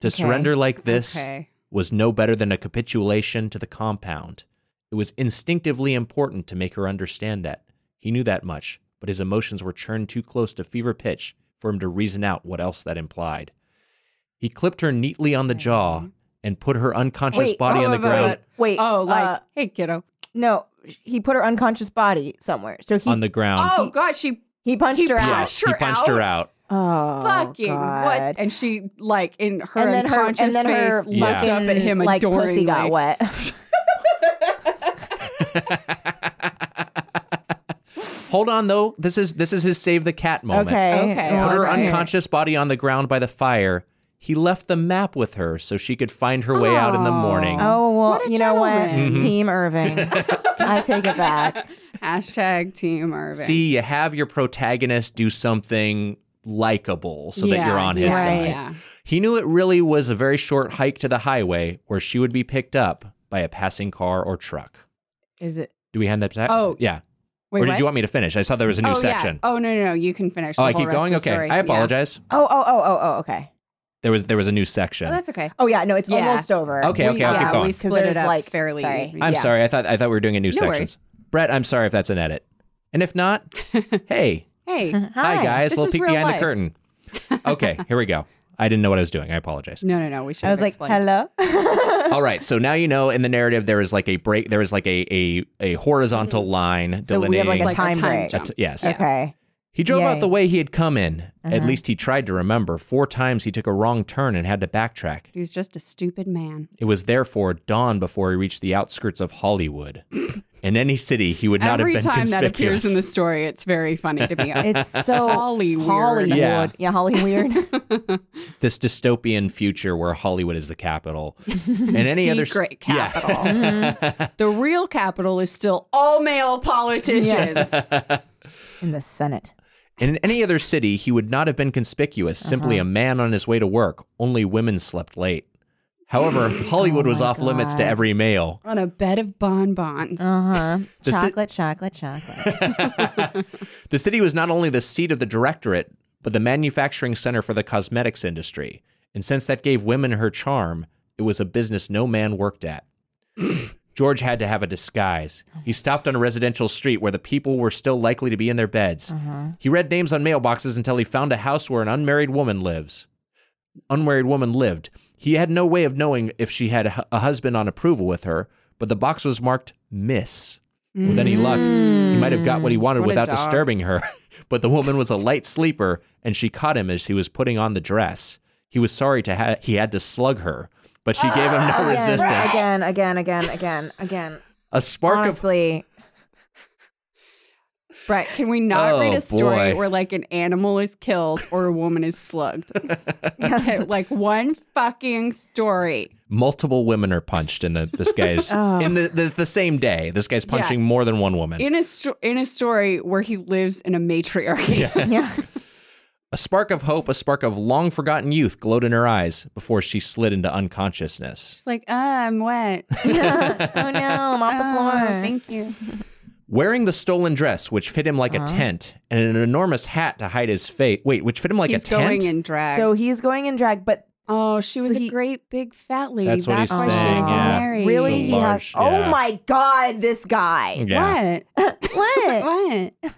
[SPEAKER 5] To surrender like this
[SPEAKER 4] Okay.
[SPEAKER 5] was no better than a capitulation to the compound. It was instinctively important to make her understand that. He knew that much, but his emotions were churned too close to fever pitch for him to reason out what else that implied. He clipped her neatly on the jaw and put her unconscious
[SPEAKER 3] Wait,
[SPEAKER 5] body on the
[SPEAKER 4] wait, wait,
[SPEAKER 5] ground.
[SPEAKER 4] wait.
[SPEAKER 3] Wait.
[SPEAKER 4] Oh, like,
[SPEAKER 3] uh,
[SPEAKER 4] hey, kiddo.
[SPEAKER 3] no. He put her unconscious body somewhere. So he
[SPEAKER 5] on the ground.
[SPEAKER 4] Oh, God, she
[SPEAKER 3] he punched
[SPEAKER 4] he
[SPEAKER 3] her
[SPEAKER 5] Yeah,
[SPEAKER 3] out.
[SPEAKER 4] punched her
[SPEAKER 5] he punched her out.
[SPEAKER 3] Oh,
[SPEAKER 4] fucking
[SPEAKER 3] God.
[SPEAKER 4] what? And she like in her
[SPEAKER 3] And then her-
[SPEAKER 4] unconscious
[SPEAKER 3] and then her
[SPEAKER 4] face looked
[SPEAKER 5] fucking,
[SPEAKER 4] up at him
[SPEAKER 3] like
[SPEAKER 4] adoringly.
[SPEAKER 3] pussy got wet.
[SPEAKER 5] Hold on though. This is this is his save the cat moment.
[SPEAKER 3] okay.
[SPEAKER 4] Okay.
[SPEAKER 3] Well,
[SPEAKER 5] Put her
[SPEAKER 3] let's hear it.
[SPEAKER 5] unconscious body on the ground by the fire. He left the map with her so she could find her way out in the morning.
[SPEAKER 3] Oh well,
[SPEAKER 4] What a
[SPEAKER 3] you know what,
[SPEAKER 4] gentleman.
[SPEAKER 3] Team Irving. I take it back.
[SPEAKER 4] Hashtag Team Irving.
[SPEAKER 5] See, you have your protagonist do something likable so that
[SPEAKER 4] Yeah,
[SPEAKER 5] you're on his
[SPEAKER 4] yeah,
[SPEAKER 5] side.
[SPEAKER 4] yeah.
[SPEAKER 5] He knew it really was a very short hike to the highway where she would be picked up by a passing car or truck.
[SPEAKER 3] Is it?
[SPEAKER 5] Do we hand that back?
[SPEAKER 4] Oh,
[SPEAKER 5] yeah.
[SPEAKER 4] Wait,
[SPEAKER 5] or did
[SPEAKER 4] what?
[SPEAKER 5] you want me to finish? I saw there was a new
[SPEAKER 4] oh,
[SPEAKER 5] section.
[SPEAKER 4] Yeah. Oh no, no, no. You can finish.
[SPEAKER 5] oh,
[SPEAKER 4] the
[SPEAKER 5] I
[SPEAKER 4] whole
[SPEAKER 5] keep
[SPEAKER 4] rest
[SPEAKER 5] going.
[SPEAKER 4] of
[SPEAKER 5] Okay,
[SPEAKER 4] the story.
[SPEAKER 5] I
[SPEAKER 4] Yeah.
[SPEAKER 5] apologize.
[SPEAKER 3] Oh, oh, oh, oh, oh. Okay.
[SPEAKER 5] There was there was a new section.
[SPEAKER 4] Oh, that's okay.
[SPEAKER 3] Oh yeah, no, it's
[SPEAKER 4] Yeah.
[SPEAKER 3] almost over.
[SPEAKER 5] Okay, okay, I'll
[SPEAKER 4] yeah,
[SPEAKER 5] keep going.
[SPEAKER 4] we
[SPEAKER 5] Because
[SPEAKER 4] split
[SPEAKER 3] there's,
[SPEAKER 4] it up
[SPEAKER 3] like,
[SPEAKER 4] fairly.
[SPEAKER 3] sorry.
[SPEAKER 4] evenly.
[SPEAKER 5] I'm
[SPEAKER 3] Yeah.
[SPEAKER 5] sorry. I thought I thought we were doing a new
[SPEAKER 4] No
[SPEAKER 5] sections.
[SPEAKER 4] worries.
[SPEAKER 5] Brett, I'm sorry if that's an edit. And if not, hey,
[SPEAKER 4] Hey,
[SPEAKER 5] hi, guys.
[SPEAKER 4] This
[SPEAKER 5] little
[SPEAKER 4] is
[SPEAKER 5] peek
[SPEAKER 4] real
[SPEAKER 5] behind
[SPEAKER 4] life.
[SPEAKER 5] the curtain. Okay, here we go. I didn't know what I was doing. I apologize.
[SPEAKER 4] no, no, no. We should.
[SPEAKER 3] I was
[SPEAKER 4] have
[SPEAKER 3] like,
[SPEAKER 4] explained.
[SPEAKER 3] hello.
[SPEAKER 5] All right, so now you know in the narrative there is like a break. There is like a a, a
[SPEAKER 4] Mm-hmm.
[SPEAKER 5] horizontal line
[SPEAKER 3] So we have
[SPEAKER 5] delineating.
[SPEAKER 3] like a
[SPEAKER 4] Like a
[SPEAKER 3] time
[SPEAKER 4] time
[SPEAKER 3] break.
[SPEAKER 4] jump.
[SPEAKER 5] T- yes,
[SPEAKER 3] Okay.
[SPEAKER 5] he drove out
[SPEAKER 3] Yay.
[SPEAKER 5] the way he had come in.
[SPEAKER 4] Uh-huh.
[SPEAKER 5] At least he tried to remember. Four times he took a wrong turn and had to backtrack.
[SPEAKER 4] He was just a stupid man.
[SPEAKER 5] It was therefore dawn before he reached the outskirts of Hollywood. In any city, he would not
[SPEAKER 4] Every
[SPEAKER 5] have been
[SPEAKER 4] time that
[SPEAKER 5] conspicuous.
[SPEAKER 4] appears in the story, it's very funny to me.
[SPEAKER 3] It's so
[SPEAKER 4] Holly weird.
[SPEAKER 3] Hollywood.
[SPEAKER 5] Yeah.
[SPEAKER 3] Yeah, Holly weird.
[SPEAKER 5] this dystopian future where Hollywood is the capital. And any other s-
[SPEAKER 4] Secret
[SPEAKER 5] Yeah.
[SPEAKER 4] capital. the real capital is still all male politicians.
[SPEAKER 3] In the Senate.
[SPEAKER 5] In any other city, he would not have been conspicuous,
[SPEAKER 4] Uh-huh.
[SPEAKER 5] simply a man on his way to work. Only women slept late. However, Hollywood
[SPEAKER 4] Oh
[SPEAKER 5] was off limits to every male.
[SPEAKER 4] On a bed of bonbons.
[SPEAKER 3] Uh huh.
[SPEAKER 5] The si-
[SPEAKER 3] Chocolate, chocolate, chocolate.
[SPEAKER 5] The city was not only the seat of the directorate, but the manufacturing center for the cosmetics industry. And since that gave women her charm, it was a business no man worked at. George had to have a disguise.
[SPEAKER 4] Oh
[SPEAKER 5] He stopped on a residential street where the people were still likely to be in their beds.
[SPEAKER 4] Uh-huh.
[SPEAKER 5] He read names on mailboxes until he found a house where an unmarried woman lives. Unmarried woman lived. He had no way of knowing if she had a hu- a husband on approval with her, but the box was marked Miss. With any luck, he might have got what he wanted
[SPEAKER 4] Mm-hmm. What a
[SPEAKER 5] without
[SPEAKER 4] dog.
[SPEAKER 5] disturbing her. but the woman was a light sleeper, and she caught him as he was putting on the dress. He was sorry to ha- he had to slug her, but she gave him no resistance.
[SPEAKER 3] Again, again, again, again, again.
[SPEAKER 5] A spark of
[SPEAKER 3] Honestly,
[SPEAKER 4] Brett, can we not
[SPEAKER 5] Oh,
[SPEAKER 4] read a story
[SPEAKER 5] boy.
[SPEAKER 4] where like an animal is killed or a woman is slugged? Okay, like one fucking story.
[SPEAKER 5] multiple women are punched in the this guy's
[SPEAKER 4] Oh.
[SPEAKER 5] in the, the the same day. This guy's punching more than one woman.
[SPEAKER 4] In a sto- in a story where he lives in a matriarchy.
[SPEAKER 3] yeah.
[SPEAKER 5] a spark of hope, a spark of long forgotten youth glowed in her eyes before she slid into unconsciousness.
[SPEAKER 4] It's like, uh, I'm wet.
[SPEAKER 3] Oh no, I'm off
[SPEAKER 4] Uh,
[SPEAKER 3] the floor.
[SPEAKER 4] Thank you.
[SPEAKER 5] Wearing the stolen dress, which fit him
[SPEAKER 4] Uh-huh.
[SPEAKER 5] like a tent, and an enormous hat to hide his face. Wait, which fit him like
[SPEAKER 4] He's
[SPEAKER 5] a tent?
[SPEAKER 4] going in drag.
[SPEAKER 3] So he's going in drag, but
[SPEAKER 4] oh, she was
[SPEAKER 3] so
[SPEAKER 4] a
[SPEAKER 3] he-
[SPEAKER 4] great big fat lady.
[SPEAKER 5] That's what he's
[SPEAKER 4] why she
[SPEAKER 3] saying,
[SPEAKER 4] was
[SPEAKER 3] yeah.
[SPEAKER 4] married.
[SPEAKER 3] really,
[SPEAKER 5] So
[SPEAKER 3] he has.
[SPEAKER 5] large,
[SPEAKER 3] Oh
[SPEAKER 5] yeah.
[SPEAKER 3] my god, this guy.
[SPEAKER 5] yeah,
[SPEAKER 4] What?
[SPEAKER 3] What?
[SPEAKER 4] What?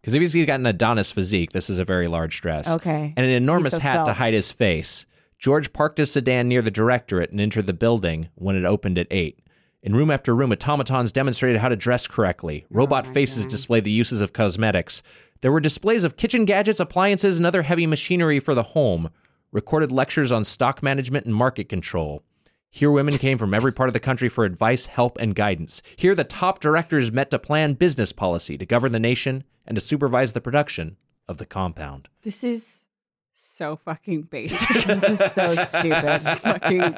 [SPEAKER 5] because if he's got an Adonis physique, this is a very large dress.
[SPEAKER 3] Okay.
[SPEAKER 5] and an enormous
[SPEAKER 3] so
[SPEAKER 5] hat to
[SPEAKER 3] svelte.
[SPEAKER 5] hide his face. George parked his sedan near the directorate and entered the building when it opened at 8. In room after room, automatons demonstrated how to dress correctly. Robot faces displayed the uses of cosmetics. There were displays of kitchen gadgets, appliances, and other heavy machinery for the home. Recorded lectures on stock management and market control. Here, women came from every part of the country for advice, help, and guidance. Here, the top directors met to plan business policy, to govern the nation, and to supervise the production of the compound.
[SPEAKER 4] This is so fucking basic.
[SPEAKER 3] This is so stupid.
[SPEAKER 4] fucking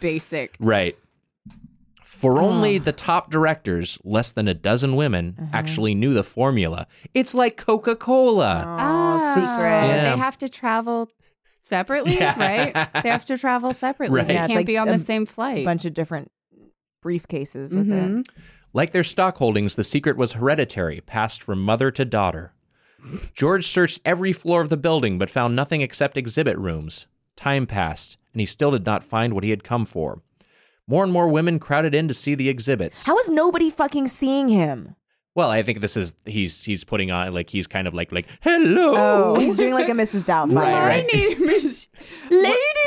[SPEAKER 4] basic.
[SPEAKER 5] Right. For only the top directors, less than a dozen women
[SPEAKER 3] Uh-huh.
[SPEAKER 5] actually knew the formula. It's like Coca Cola.
[SPEAKER 3] Oh, secret.
[SPEAKER 5] Yeah.
[SPEAKER 4] Ah, They have to travel separately, right? They have to travel separately.
[SPEAKER 5] Right.
[SPEAKER 4] They
[SPEAKER 5] Yeah,
[SPEAKER 3] it's
[SPEAKER 4] can't
[SPEAKER 3] like
[SPEAKER 4] be on the
[SPEAKER 3] a
[SPEAKER 4] same flight. Mm-hmm.
[SPEAKER 3] A bunch of different briefcases with it.
[SPEAKER 5] Like their stock holdings, the secret was hereditary, passed from mother to daughter. George searched every floor of the building but found nothing except exhibit rooms. Time passed, and he still did not find what he had come for. More and more women crowded in to see the exhibits.
[SPEAKER 3] How is nobody fucking seeing him?
[SPEAKER 5] well, I think this is he's he's putting on like he's kind of like like hello.
[SPEAKER 3] Oh, he's doing like a Mrs. Doubtfire.
[SPEAKER 5] Right, right.
[SPEAKER 4] My name is Lady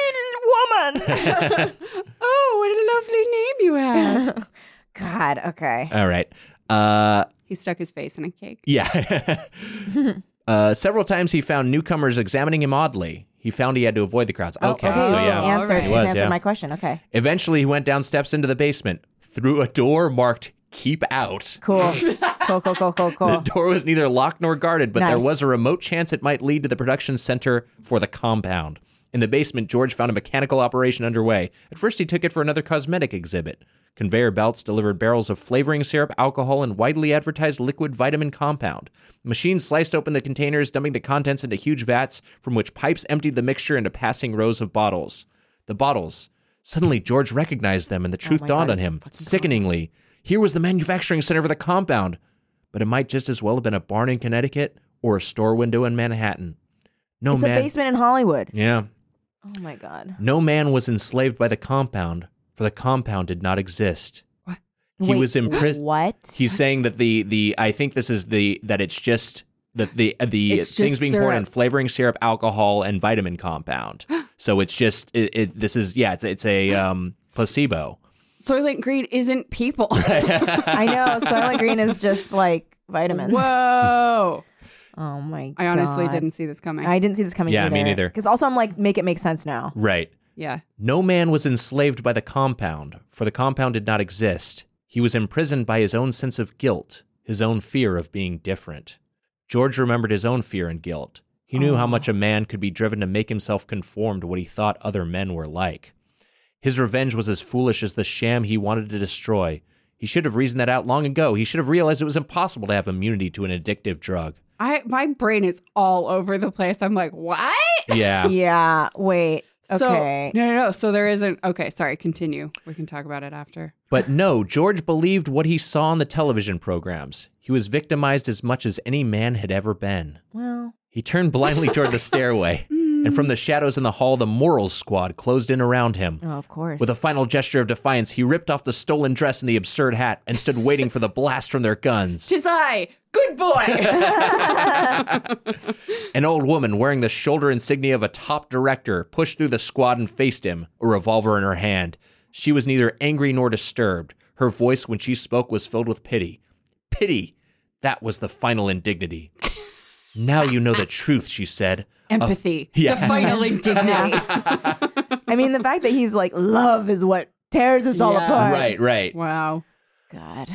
[SPEAKER 4] Woman. oh, what a lovely name you have.
[SPEAKER 3] God, okay.
[SPEAKER 5] All right. Uh
[SPEAKER 4] He stuck his face in a cake.
[SPEAKER 5] Yeah. uh, several times he found newcomers examining him oddly. He found he had to avoid the crowds. Oh, Okay,
[SPEAKER 3] Oh, okay,
[SPEAKER 5] so
[SPEAKER 3] you just
[SPEAKER 5] yeah.
[SPEAKER 4] an-
[SPEAKER 3] answered,
[SPEAKER 4] Alright.
[SPEAKER 3] you
[SPEAKER 5] He
[SPEAKER 3] just
[SPEAKER 5] was,
[SPEAKER 3] answered
[SPEAKER 5] yeah.
[SPEAKER 3] my question. Okay,
[SPEAKER 5] Eventually, he went down steps into the basement through a door marked "Keep Out."
[SPEAKER 3] cool, cool, cool, cool, cool,
[SPEAKER 5] The
[SPEAKER 3] cool.
[SPEAKER 5] door was neither locked nor guarded, but there
[SPEAKER 3] Nice.
[SPEAKER 5] was a remote chance it might lead to the production center for the compound. In the basement, George found a mechanical operation underway. At first, he took it for another cosmetic exhibit. Conveyor belts delivered barrels of flavoring syrup, alcohol, and widely advertised liquid vitamin compound. Machines sliced open the containers, dumping the contents into huge vats from which pipes emptied the mixture into passing rows of bottles. The bottles. Suddenly, George recognized them, and the truth dawned on him. Sickeningly, here was the manufacturing center for the compound but it might just as well have been a barn in Connecticut or a store window in Manhattan. No
[SPEAKER 3] It's a
[SPEAKER 5] man.
[SPEAKER 3] basement in Hollywood.
[SPEAKER 5] Yeah.
[SPEAKER 3] Oh my god.
[SPEAKER 5] No man was enslaved by the compound, for the compound did not exist. What? He
[SPEAKER 3] Wait,
[SPEAKER 5] was imprisoned.
[SPEAKER 3] What?
[SPEAKER 5] He's saying that the the I think this is the that it's just that the uh, the
[SPEAKER 4] It's just
[SPEAKER 5] things being poured in
[SPEAKER 4] syrup.
[SPEAKER 5] flavoring syrup, alcohol, and vitamin compound. so it's just it, it, this is yeah it's it's a um, placebo.
[SPEAKER 4] Soylent Green isn't people.
[SPEAKER 3] I know. Soylent Green is just like vitamins.
[SPEAKER 4] Whoa.
[SPEAKER 3] Oh my god.
[SPEAKER 4] I honestly didn't see this coming.
[SPEAKER 3] I didn't see this coming
[SPEAKER 5] Yeah,
[SPEAKER 3] either.
[SPEAKER 5] me neither.
[SPEAKER 3] Because also I'm like, make it make sense now.
[SPEAKER 5] Right.
[SPEAKER 4] yeah.
[SPEAKER 5] No man was enslaved by the compound, for the compound did not exist. He was imprisoned by his own sense of guilt, his own fear of being different. George remembered his own fear and guilt. He knew how much a man could be driven to make himself conform to what he thought other men were like. His revenge was as foolish as the sham he wanted to destroy. He should have reasoned that out long ago. He should have realized it was impossible to have immunity to an addictive drug.
[SPEAKER 4] I my brain is all over the place. I'm like, what?
[SPEAKER 5] Yeah.
[SPEAKER 3] Yeah. Wait. Okay.
[SPEAKER 4] So, no, no, no. So there isn't. Okay, sorry. Continue. We can talk about it after.
[SPEAKER 5] But no, George believed what he saw on the television programs. He was victimized as much as any man had ever been.
[SPEAKER 3] Well.
[SPEAKER 5] He turned blindly toward the stairway, and from the shadows in the hall, the morals squad closed in around him.
[SPEAKER 3] Oh, of course.
[SPEAKER 5] With a final gesture of defiance, he ripped off the stolen dress and the absurd hat and stood waiting for the blast from their guns.
[SPEAKER 4] Tis I, good boy.
[SPEAKER 5] An old woman wearing the shoulder insignia of a top director pushed through the squad and faced him, a revolver in her hand. She was neither angry nor disturbed. Her voice when she spoke was filled with pity. Pity! That was the final indignity. now you know the truth, she said.
[SPEAKER 4] Empathy.
[SPEAKER 5] yeah.
[SPEAKER 4] The final indignity.
[SPEAKER 3] I mean, the fact that he's like, love is what tears us all
[SPEAKER 4] Yeah.
[SPEAKER 3] apart.
[SPEAKER 5] Right, right.
[SPEAKER 4] wow.
[SPEAKER 3] God.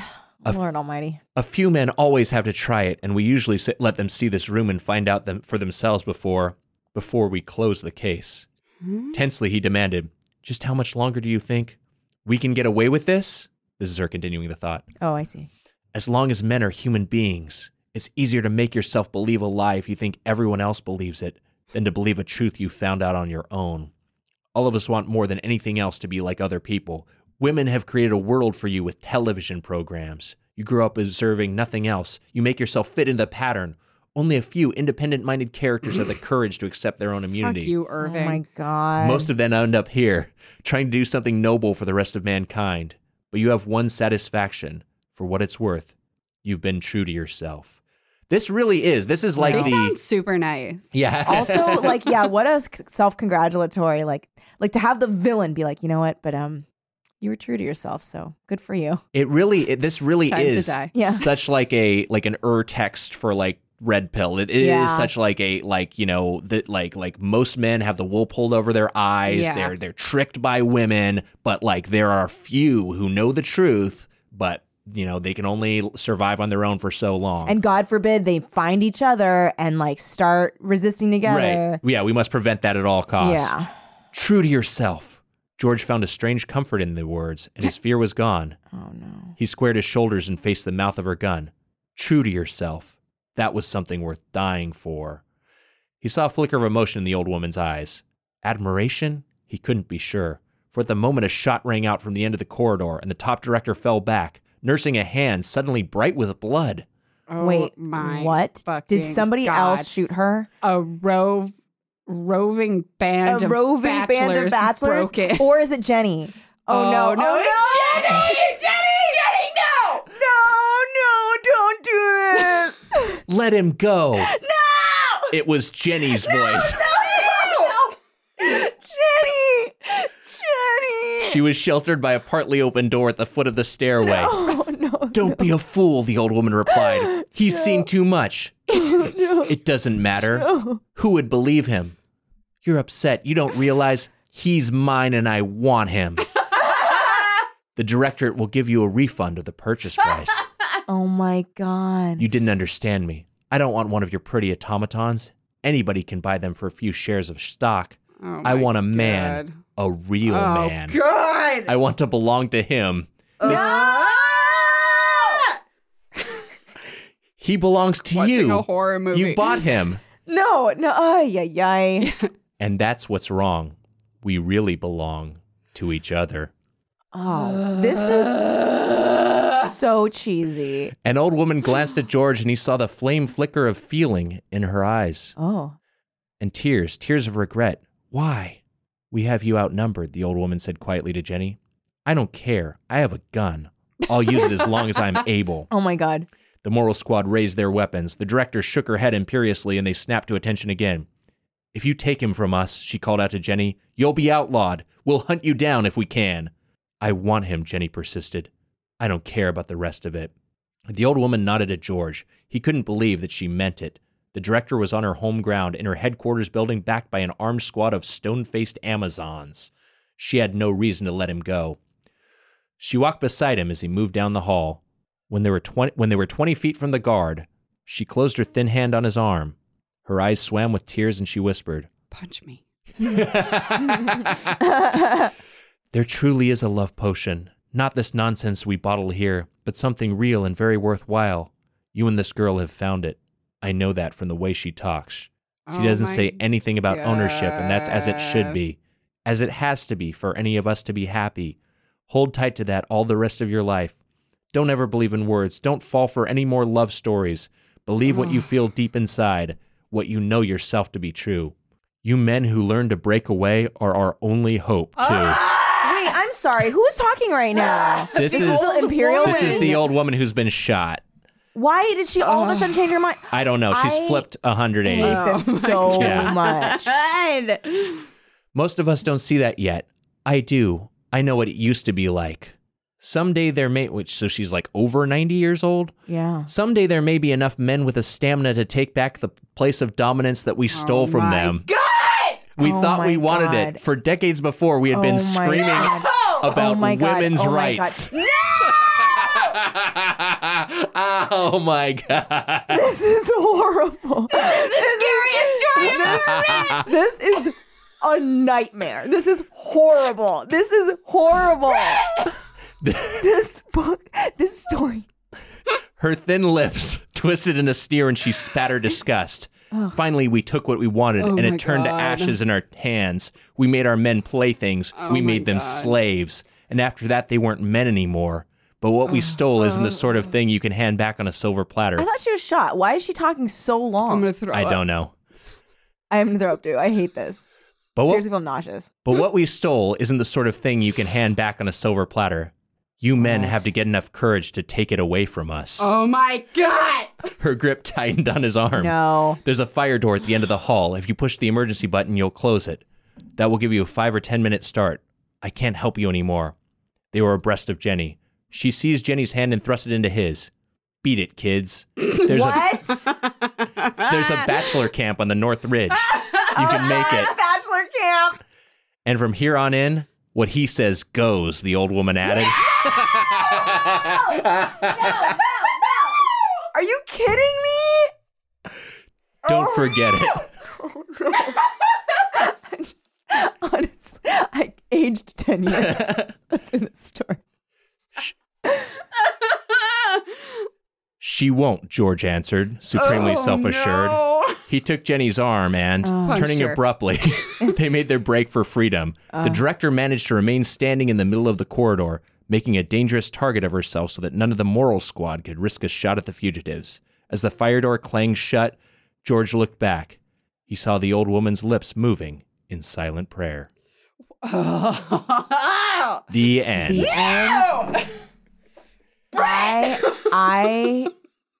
[SPEAKER 3] Lord Almighty.
[SPEAKER 5] A few men always have to try it, and we usually si- let them see this room and find out them for themselves before before we close the case. Tensely, he demanded, "Just how much longer do you think we can get away with this?" This is her continuing the thought.
[SPEAKER 3] Oh, I see.
[SPEAKER 5] As long as men are human beings, it's easier to make yourself believe a lie if you think everyone else believes it than to believe a truth you found out on your own. All of us want more than anything else to be like other people. Women have created a world for you with television programs. You grew up observing nothing else. You make yourself fit into the pattern. Only a few independent minded characters have the courage to accept their own
[SPEAKER 4] Fuck
[SPEAKER 5] immunity.
[SPEAKER 4] you,
[SPEAKER 3] Oh
[SPEAKER 4] Irving.
[SPEAKER 3] my God.
[SPEAKER 5] Most of them end up here, trying to do something noble for the rest of mankind. But you have one satisfaction for what it's worth. You've been true to yourself. This really is. This is like
[SPEAKER 3] Oh
[SPEAKER 4] they
[SPEAKER 5] the
[SPEAKER 4] sound super nice.
[SPEAKER 5] yeah.
[SPEAKER 3] also, like, yeah, what a self congratulatory, like, like to have the villain be like, you know what, but um, you were true to yourself, so good for you.
[SPEAKER 5] it really. It, this really
[SPEAKER 4] Time to
[SPEAKER 5] is
[SPEAKER 4] die.
[SPEAKER 3] Yeah.
[SPEAKER 5] such like a like an ur text for like red pill. It, it is
[SPEAKER 3] Yeah.
[SPEAKER 5] such like a like you know that like like most men have the wool pulled over their eyes.
[SPEAKER 4] Yeah.
[SPEAKER 5] They're they're tricked by women, but like there are few who know the truth, but. You know, they can only survive on their own for so long.
[SPEAKER 3] And God forbid they find each other and like start resisting together.
[SPEAKER 5] Right. Yeah, we must prevent that at all costs.
[SPEAKER 3] Yeah.
[SPEAKER 5] True to yourself. George found a strange comfort in the words, and his fear was gone.
[SPEAKER 3] Oh no.
[SPEAKER 5] He squared his shoulders and faced the mouth of her gun. True to yourself. That was something worth dying for. He saw a flicker of emotion in the old woman's eyes. Admiration? He couldn't be sure, for at the moment a shot rang out from the end of the corridor, and the top director fell back, nursing a hand suddenly bright with blood.
[SPEAKER 4] Oh
[SPEAKER 3] Wait,
[SPEAKER 4] my
[SPEAKER 3] what? Did
[SPEAKER 4] fucking
[SPEAKER 3] somebody
[SPEAKER 4] God.
[SPEAKER 3] else shoot her?
[SPEAKER 4] a rove roving band
[SPEAKER 3] a
[SPEAKER 4] of
[SPEAKER 3] roving
[SPEAKER 4] bachelors
[SPEAKER 3] band of bachelors,
[SPEAKER 4] broke it.
[SPEAKER 3] or is it Jenny? Oh, no, no,
[SPEAKER 4] it's
[SPEAKER 3] no.
[SPEAKER 4] Jenny!
[SPEAKER 3] Jenny, no, no, no, don't do this.
[SPEAKER 5] Let him go! No! It was Jenny's voice.
[SPEAKER 3] Jenny, Jenny.
[SPEAKER 5] She was sheltered by a partly open door at the foot of the stairway.
[SPEAKER 3] Oh,
[SPEAKER 5] Don't be a fool, the old woman replied. He's seen too much. It doesn't matter. Who would believe him? You're upset. You don't realize he's mine and I want him. the directorate will give you a refund of the purchase price.
[SPEAKER 3] Oh my god.
[SPEAKER 5] You didn't understand me. I don't want one of your pretty automatons. Anybody can buy them for a few shares of stock.
[SPEAKER 4] Oh my
[SPEAKER 5] I want a man,
[SPEAKER 4] God. Oh,
[SPEAKER 5] a real man.
[SPEAKER 4] God.
[SPEAKER 5] I want to belong to him.
[SPEAKER 3] Ah!
[SPEAKER 5] He belongs to
[SPEAKER 4] Watching
[SPEAKER 5] you.
[SPEAKER 4] a horror movie.
[SPEAKER 5] You bought him.
[SPEAKER 3] no, no, ay, yay, yay.
[SPEAKER 5] And that's what's wrong. We really belong to each other.
[SPEAKER 3] Oh, this is so cheesy.
[SPEAKER 5] An old woman glanced at George and he saw the flame flicker of feeling in her eyes
[SPEAKER 3] Oh,
[SPEAKER 5] and tears, tears of regret. Why? We have you outnumbered, the old woman said quietly to Jenny. I don't care. I have a gun. I'll use it as long as I'm able.
[SPEAKER 3] oh my god.
[SPEAKER 5] The moral squad raised their weapons. The director shook her head imperiously and they snapped to attention again. If you take him from us, she called out to Jenny, you'll be outlawed. We'll hunt you down if we can. I want him, Jenny persisted. I don't care about the rest of it. The old woman nodded at George. He couldn't believe that she meant it. The director was on her home ground in her headquarters building backed by an armed squad of stone faced Amazons. She had no reason to let him go. She walked beside him as he moved down the hall. When they were 20, when they were 20 feet from the guard, she closed her thin hand on his arm. Her eyes swam with tears and she whispered,
[SPEAKER 4] Punch me.
[SPEAKER 5] There truly is a love potion. Not this nonsense we bottle here, but something real and very worthwhile. You and this girl have found it. I know that from the way she talks. She
[SPEAKER 4] Oh
[SPEAKER 5] doesn't
[SPEAKER 4] my
[SPEAKER 5] say anything about ownership, and that's as it should
[SPEAKER 4] God.
[SPEAKER 5] be, as it has to be for any of us to be happy. Hold tight to that all the rest of your life. Don't ever believe in words. Don't fall for any more love stories. Believe what you feel deep inside, what you know yourself to be true. You men who learn to break away are our only hope, too.
[SPEAKER 4] Ah!
[SPEAKER 3] Wait, I'm sorry. Who's talking right now?
[SPEAKER 5] This
[SPEAKER 3] this
[SPEAKER 5] is-
[SPEAKER 3] little imperial
[SPEAKER 5] This is
[SPEAKER 3] woman?
[SPEAKER 5] the old woman who's been shot.
[SPEAKER 3] Why did she all of a sudden change her mind?
[SPEAKER 5] I don't know. She's
[SPEAKER 3] I-
[SPEAKER 5] flipped 180.
[SPEAKER 3] hate this so
[SPEAKER 5] God.
[SPEAKER 3] much.
[SPEAKER 5] Most of us don't see that yet. I do. I know what it used to be like. Someday there may, which, so she's like over 90 years old.
[SPEAKER 3] Yeah.
[SPEAKER 5] Someday there may be enough men with a stamina to take back the place of dominance that we stole from
[SPEAKER 4] my
[SPEAKER 5] them. God! We
[SPEAKER 3] Oh
[SPEAKER 5] thought we
[SPEAKER 3] my
[SPEAKER 5] wanted
[SPEAKER 3] God.
[SPEAKER 5] it. For decades before, we had
[SPEAKER 3] Oh my
[SPEAKER 5] been screaming
[SPEAKER 3] God.
[SPEAKER 5] about
[SPEAKER 3] Oh my God.
[SPEAKER 5] women's
[SPEAKER 3] Oh my
[SPEAKER 5] rights.
[SPEAKER 3] God.
[SPEAKER 5] oh my God.
[SPEAKER 9] This is horrible. This is the scariest job I've ever read. This is a nightmare. This is horrible. This is horrible.
[SPEAKER 3] This book, this story.
[SPEAKER 5] Her thin lips twisted in a sneer and she spatter disgust. Finally, we took what we wanted and
[SPEAKER 4] my
[SPEAKER 5] it turned to
[SPEAKER 4] God.
[SPEAKER 5] ashes in our hands. We made our men playthings. we made them slaves. And after that, they weren't men anymore. But what we stole isn't the sort of thing you can hand back on a silver platter.
[SPEAKER 3] I thought she was shot. Why is she talking so
[SPEAKER 4] I'm
[SPEAKER 3] long?
[SPEAKER 4] gonna throw
[SPEAKER 5] Oh, I
[SPEAKER 4] up.
[SPEAKER 5] don't know.
[SPEAKER 3] I am gonna throw up, dude. I hate this.
[SPEAKER 5] But what,
[SPEAKER 3] Seriously, feel nauseous.
[SPEAKER 5] but what we stole isn't the sort of thing you can hand back on a silver platter. You men have to get enough courage to take it away from us.
[SPEAKER 4] Oh my god!
[SPEAKER 5] Her grip tightened on his arm.
[SPEAKER 3] No.
[SPEAKER 5] There's a fire door at the end of the hall. If you push the emergency button, you'll close it. That will give you a five or ten minute start. I can't help you anymore. They were abreast of Jenny. She seized Jenny's hand and thrust it into his. Beat it, kids. There's a
[SPEAKER 3] What?
[SPEAKER 5] there's a bachelor camp on the North Ridge. You can make it.
[SPEAKER 3] Bachelor camp.
[SPEAKER 5] And from here on in, what he says goes, the old woman added.
[SPEAKER 3] Are you kidding me?
[SPEAKER 5] Don't forget it.
[SPEAKER 3] Oh, Honestly, I aged 10 years. That's in this story.
[SPEAKER 5] She won't, George answered,
[SPEAKER 3] Oh,
[SPEAKER 5] supremely self assured. He took Jenny's arm and, turning
[SPEAKER 4] Puncture.
[SPEAKER 5] abruptly, they made their break for freedom. the director managed to remain standing in the middle of the corridor, making a dangerous target of herself so that none of the moral squad could risk a shot at the fugitives. As the fire door clanged shut, George looked back. He saw the old woman's lips moving in silent prayer. The end.
[SPEAKER 3] I, I,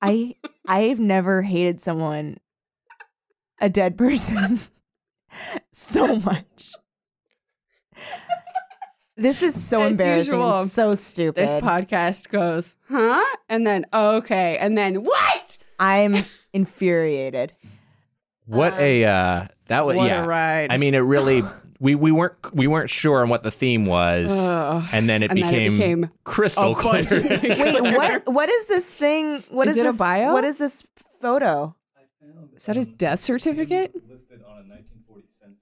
[SPEAKER 3] I, I've never hated someone, a dead person, so much. This is so
[SPEAKER 4] As
[SPEAKER 3] embarrassing. and
[SPEAKER 4] usual,
[SPEAKER 3] so stupid.
[SPEAKER 4] This podcast goes, huh? And then okay, and then what?
[SPEAKER 3] I'm infuriated.
[SPEAKER 5] What a uh that was
[SPEAKER 4] Um, what a
[SPEAKER 5] yeah.
[SPEAKER 4] ride.
[SPEAKER 5] I mean it really we we weren't we weren't sure on what the theme was
[SPEAKER 4] Ugh.
[SPEAKER 5] and then it,
[SPEAKER 4] And then it
[SPEAKER 5] became,
[SPEAKER 4] became
[SPEAKER 5] crystal
[SPEAKER 4] clear.
[SPEAKER 5] clear.
[SPEAKER 3] Wait, what? What is this thing? What is
[SPEAKER 4] Is it a
[SPEAKER 3] this,
[SPEAKER 4] bio?
[SPEAKER 3] What is this photo?
[SPEAKER 4] Is that his death certificate?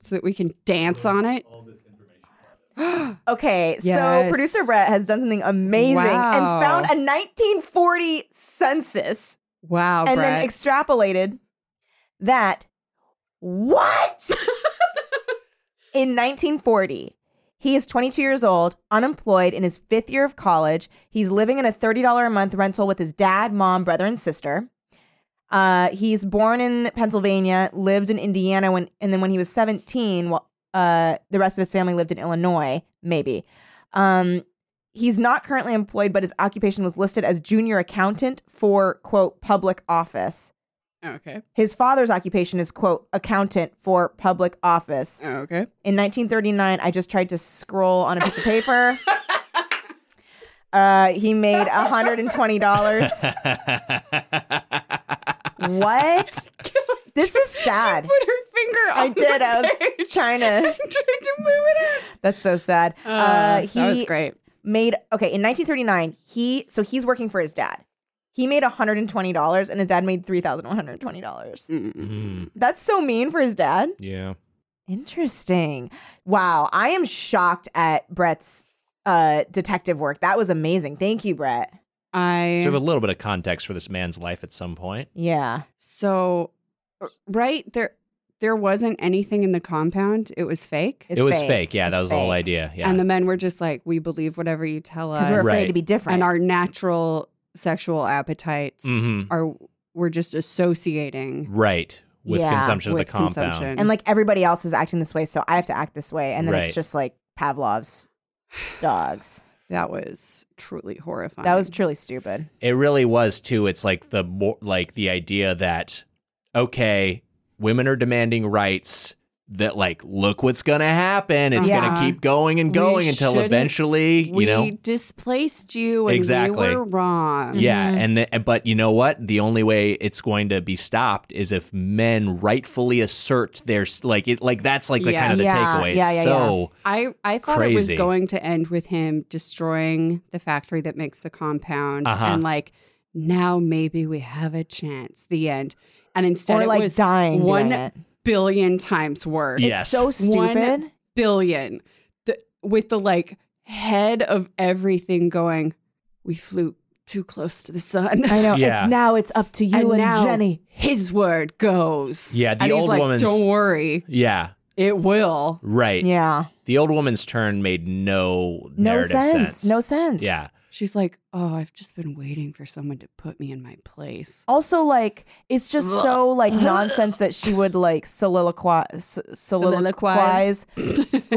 [SPEAKER 4] So that we can dance on it.
[SPEAKER 3] Okay,
[SPEAKER 4] Yes.
[SPEAKER 3] so producer Brett has done something amazing
[SPEAKER 4] Wow.
[SPEAKER 3] and found a 1940 census
[SPEAKER 4] Wow,
[SPEAKER 3] and
[SPEAKER 4] Brett.
[SPEAKER 3] then extrapolated that what in 1940 he is 22 years old, unemployed, in his fifth year of college. He's living in a $30 a month rental with his dad, mom, brother, and sister. Uh, he's born in Pennsylvania, lived in Indiana, when, and then when he was 17, well, uh, the rest of his family lived in Illinois, maybe. Um, he's not currently employed, but his occupation was listed as junior accountant for, quote, public office.
[SPEAKER 4] okay.
[SPEAKER 3] His father's occupation is, quote, accountant for public office.
[SPEAKER 4] Okay.
[SPEAKER 3] In 1939, I just tried to scroll on a piece of paper. Uh, he made $120. what? This is sad.
[SPEAKER 4] Put her finger on
[SPEAKER 3] I did.
[SPEAKER 4] The
[SPEAKER 3] I was
[SPEAKER 4] page.
[SPEAKER 3] trying to.
[SPEAKER 4] Tried to move it up.
[SPEAKER 3] That's so sad. Uh,
[SPEAKER 4] Uh,
[SPEAKER 3] he
[SPEAKER 4] that was great.
[SPEAKER 3] made okay in 1939. He so he's working for his dad. He made 120 dollars, and his dad made 3,120 dollars.
[SPEAKER 6] Mm,
[SPEAKER 3] That's so mean for his dad.
[SPEAKER 6] yeah.
[SPEAKER 3] Interesting. Wow, I am shocked at Brett's uh, detective work. That was amazing. Thank you, Brett.
[SPEAKER 4] I
[SPEAKER 5] So we have a little bit of context for this man's life at some point.
[SPEAKER 3] Yeah.
[SPEAKER 4] So, r- right there, there wasn't anything in the compound. It was fake,
[SPEAKER 3] It's
[SPEAKER 5] it was fake. Yeah, that
[SPEAKER 3] It's
[SPEAKER 5] was the whole
[SPEAKER 3] fake.
[SPEAKER 5] idea. Yeah.
[SPEAKER 4] and the men were just like, "We believe whatever you tell us,"
[SPEAKER 3] Because we're afraid
[SPEAKER 5] Right.
[SPEAKER 3] to be different.
[SPEAKER 4] and our natural sexual appetites
[SPEAKER 5] Mhm.
[SPEAKER 4] are we're just associating
[SPEAKER 5] Right. With
[SPEAKER 3] Yeah,
[SPEAKER 5] consumption
[SPEAKER 4] with
[SPEAKER 5] of the compound.
[SPEAKER 4] consumption.
[SPEAKER 3] and like everybody else is acting this way, so I have to act this way. And then
[SPEAKER 5] Right.
[SPEAKER 3] it's just like Pavlov's dogs.
[SPEAKER 4] That was truly horrifying.
[SPEAKER 3] That was truly stupid.
[SPEAKER 5] It really was too. It's like the more like the idea that okay, women are demanding rights that like look what's going to happen. It's going
[SPEAKER 4] Yeah.
[SPEAKER 5] to keep going and
[SPEAKER 4] We
[SPEAKER 5] going until
[SPEAKER 4] shouldn't-
[SPEAKER 5] eventually,
[SPEAKER 4] we
[SPEAKER 5] you know.
[SPEAKER 4] displaced you and
[SPEAKER 5] Exactly.
[SPEAKER 4] we were wrong.
[SPEAKER 5] Yeah,
[SPEAKER 3] Mm-hmm.
[SPEAKER 5] and the, but you know what? The only way it's going to be stopped is if men rightfully assert their s- like it like that's like the
[SPEAKER 4] Yeah.
[SPEAKER 5] kind of the
[SPEAKER 3] Yeah,
[SPEAKER 5] takeaway. It's
[SPEAKER 3] yeah, yeah,
[SPEAKER 5] so
[SPEAKER 4] I, I thought it was
[SPEAKER 5] Crazy.
[SPEAKER 4] going to end with him destroying the factory that makes the compound
[SPEAKER 5] Uh-huh.
[SPEAKER 4] and like now maybe we have a chance. The end. And instead
[SPEAKER 3] or
[SPEAKER 4] it
[SPEAKER 3] like
[SPEAKER 4] was
[SPEAKER 3] dying.
[SPEAKER 4] one
[SPEAKER 3] doing it.
[SPEAKER 4] billion times worse.
[SPEAKER 5] Yes.
[SPEAKER 3] It's so stupid.
[SPEAKER 4] One billion. The, with the like head of everything going, we flew too close to the sun.
[SPEAKER 3] I know.
[SPEAKER 5] Yeah.
[SPEAKER 3] It's now it's up to you and,
[SPEAKER 4] now
[SPEAKER 3] Jenny.
[SPEAKER 4] his word goes.
[SPEAKER 5] Yeah, the
[SPEAKER 4] and he's
[SPEAKER 5] old
[SPEAKER 4] like,
[SPEAKER 5] woman's-
[SPEAKER 4] Don't worry,
[SPEAKER 5] yeah,
[SPEAKER 4] it will.
[SPEAKER 5] right.
[SPEAKER 3] Yeah.
[SPEAKER 5] The old woman's turn made no
[SPEAKER 3] No
[SPEAKER 5] narrative
[SPEAKER 3] sense.
[SPEAKER 5] sense.
[SPEAKER 3] No sense.
[SPEAKER 5] Yeah.
[SPEAKER 4] She's like, oh, I've just been waiting for someone to put me in my place.
[SPEAKER 3] Also, like it's just so like nonsense that she would like soliloquize, soliloquize,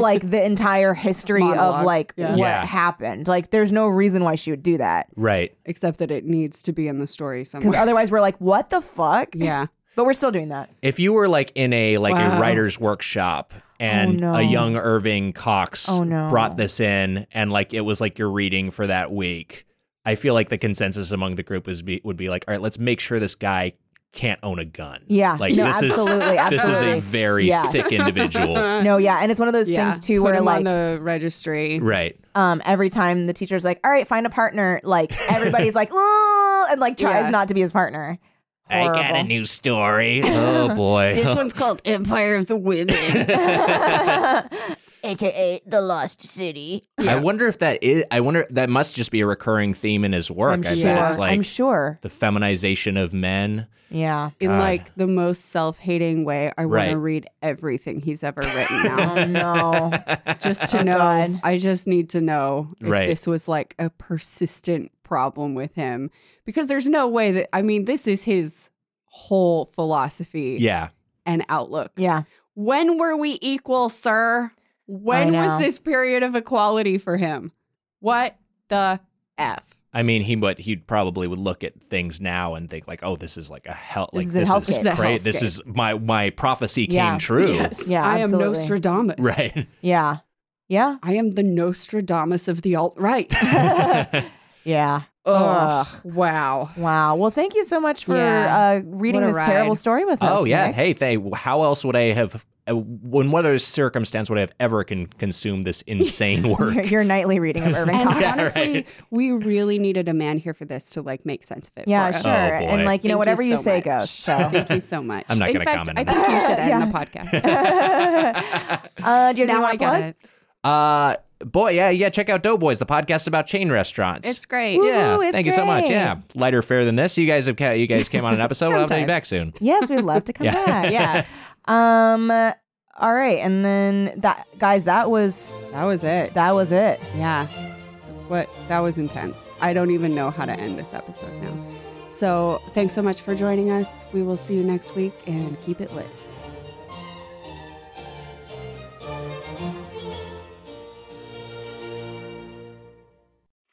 [SPEAKER 3] like the entire history of
[SPEAKER 4] Monologue.
[SPEAKER 3] like
[SPEAKER 4] Yeah.
[SPEAKER 3] what
[SPEAKER 5] Yeah.
[SPEAKER 3] happened. Like, there's no reason why she would do that
[SPEAKER 5] Right.
[SPEAKER 4] Except that it needs to be in the story somewhere.
[SPEAKER 3] because otherwise we're like, what the fuck?
[SPEAKER 4] yeah.
[SPEAKER 3] But we're still doing that.
[SPEAKER 5] If you were like in a like
[SPEAKER 4] Wow.
[SPEAKER 5] a writer's workshop and
[SPEAKER 3] Oh, no.
[SPEAKER 5] a young Irving Cox
[SPEAKER 3] Oh, no.
[SPEAKER 5] brought this in and like it was like your reading for that week, I feel like the consensus among the group was be, would be like, all right, let's make sure this guy can't own a gun.
[SPEAKER 3] Yeah.
[SPEAKER 5] Like
[SPEAKER 3] no,
[SPEAKER 5] this
[SPEAKER 3] absolutely.
[SPEAKER 5] is this is
[SPEAKER 3] absolutely.
[SPEAKER 5] a very
[SPEAKER 3] Yes.
[SPEAKER 5] sick individual.
[SPEAKER 3] no, yeah, and it's one of those
[SPEAKER 4] Uh, yeah.
[SPEAKER 3] things too
[SPEAKER 4] Put
[SPEAKER 3] where
[SPEAKER 4] him
[SPEAKER 3] like
[SPEAKER 4] on the registry.
[SPEAKER 5] right.
[SPEAKER 3] um every time the teacher's like, "All right, find a partner," like everybody's like, "Ooh," and like tries
[SPEAKER 4] Yeah.
[SPEAKER 3] not to be his partner.
[SPEAKER 5] I got a
[SPEAKER 3] Horrible.
[SPEAKER 5] new story. Oh boy.
[SPEAKER 4] one's called Empire of the Women.
[SPEAKER 3] AKA the Lost City.
[SPEAKER 5] I wonder if that is I wonder that must just be a recurring theme in his work.
[SPEAKER 3] I'm
[SPEAKER 5] I
[SPEAKER 3] sure.
[SPEAKER 5] bet it's like
[SPEAKER 3] I'm sure.
[SPEAKER 5] the feminization of men.
[SPEAKER 3] Yeah.
[SPEAKER 4] in
[SPEAKER 5] God.
[SPEAKER 4] like the most self-hating way. I want
[SPEAKER 5] Right.
[SPEAKER 4] to read everything he's ever written
[SPEAKER 3] Oh
[SPEAKER 4] now,
[SPEAKER 3] no.
[SPEAKER 4] just to
[SPEAKER 3] Oh,
[SPEAKER 4] know.
[SPEAKER 3] God.
[SPEAKER 4] I just need to know if
[SPEAKER 5] Right.
[SPEAKER 4] this was like a persistent problem with him, because there's no way that I mean, this is his whole philosophy
[SPEAKER 5] Yeah.
[SPEAKER 4] and outlook.
[SPEAKER 3] yeah.
[SPEAKER 4] When were we equal, sir? When
[SPEAKER 3] know.
[SPEAKER 4] was this period of equality for him? What the f?
[SPEAKER 5] I mean, he would he probably would look at things now and think like, oh, this is like a hell,
[SPEAKER 3] This
[SPEAKER 5] like
[SPEAKER 3] is a
[SPEAKER 5] this
[SPEAKER 3] hellscape.
[SPEAKER 5] is
[SPEAKER 4] This is a
[SPEAKER 5] cra- This
[SPEAKER 4] hellscape.
[SPEAKER 5] is my my prophecy came
[SPEAKER 3] Yeah.
[SPEAKER 5] true,
[SPEAKER 3] Yeah,
[SPEAKER 4] I am
[SPEAKER 3] absolutely.
[SPEAKER 4] Nostradamus.
[SPEAKER 5] right?
[SPEAKER 3] Yeah. Yeah.
[SPEAKER 4] I am the Nostradamus of the alt right.
[SPEAKER 3] Yeah.
[SPEAKER 4] Ugh. Wow.
[SPEAKER 3] Wow. Well, thank you so much for uh,
[SPEAKER 4] Yeah.
[SPEAKER 3] reading
[SPEAKER 4] What a
[SPEAKER 3] this terrible
[SPEAKER 4] ride.
[SPEAKER 3] story with us.
[SPEAKER 5] oh yeah.
[SPEAKER 3] Nick.
[SPEAKER 5] Hey, they. How else would I have? uh, In what other circumstance would I have ever con- consumed this insane work?
[SPEAKER 3] Your, your nightly reading of Irving
[SPEAKER 4] And
[SPEAKER 3] Cox.
[SPEAKER 5] Yeah,
[SPEAKER 4] honestly,
[SPEAKER 5] right.
[SPEAKER 4] we really needed a man here for this to like make sense of it.
[SPEAKER 3] Yeah,
[SPEAKER 4] for us.
[SPEAKER 3] sure.
[SPEAKER 5] Oh, boy.
[SPEAKER 3] and like, you know,
[SPEAKER 4] Thank
[SPEAKER 3] whatever you,
[SPEAKER 4] so
[SPEAKER 3] say
[SPEAKER 4] much.
[SPEAKER 3] goes. So.
[SPEAKER 4] Thank you so much.
[SPEAKER 5] I'm not
[SPEAKER 4] In
[SPEAKER 5] gonna
[SPEAKER 4] fact,
[SPEAKER 5] comment
[SPEAKER 4] I
[SPEAKER 5] on
[SPEAKER 4] think you should end the podcast.
[SPEAKER 3] uh, do you have anything you
[SPEAKER 4] now
[SPEAKER 3] want
[SPEAKER 4] I
[SPEAKER 3] to
[SPEAKER 4] got
[SPEAKER 3] plug?
[SPEAKER 4] it.
[SPEAKER 5] Uh, boy, yeah, yeah. Check out Doughboys, the podcast about chain restaurants.
[SPEAKER 4] It's great.
[SPEAKER 5] yeah,
[SPEAKER 3] Woo, it's
[SPEAKER 5] thank you so much.
[SPEAKER 3] great.
[SPEAKER 5] Yeah, lighter fare than this. You guys have ca- you guys came on an episode. I'll be
[SPEAKER 4] Sometimes.
[SPEAKER 5] back soon.
[SPEAKER 3] Yes, we'd love to come
[SPEAKER 5] Yeah.
[SPEAKER 3] back.
[SPEAKER 4] Yeah.
[SPEAKER 3] Um. uh, All right, and then that guys, that was
[SPEAKER 4] That was it.
[SPEAKER 3] that was it.
[SPEAKER 4] Yeah. What that was intense. I don't even know how to end this episode now. So, thanks so much for joining us. We will see you next week and keep it lit.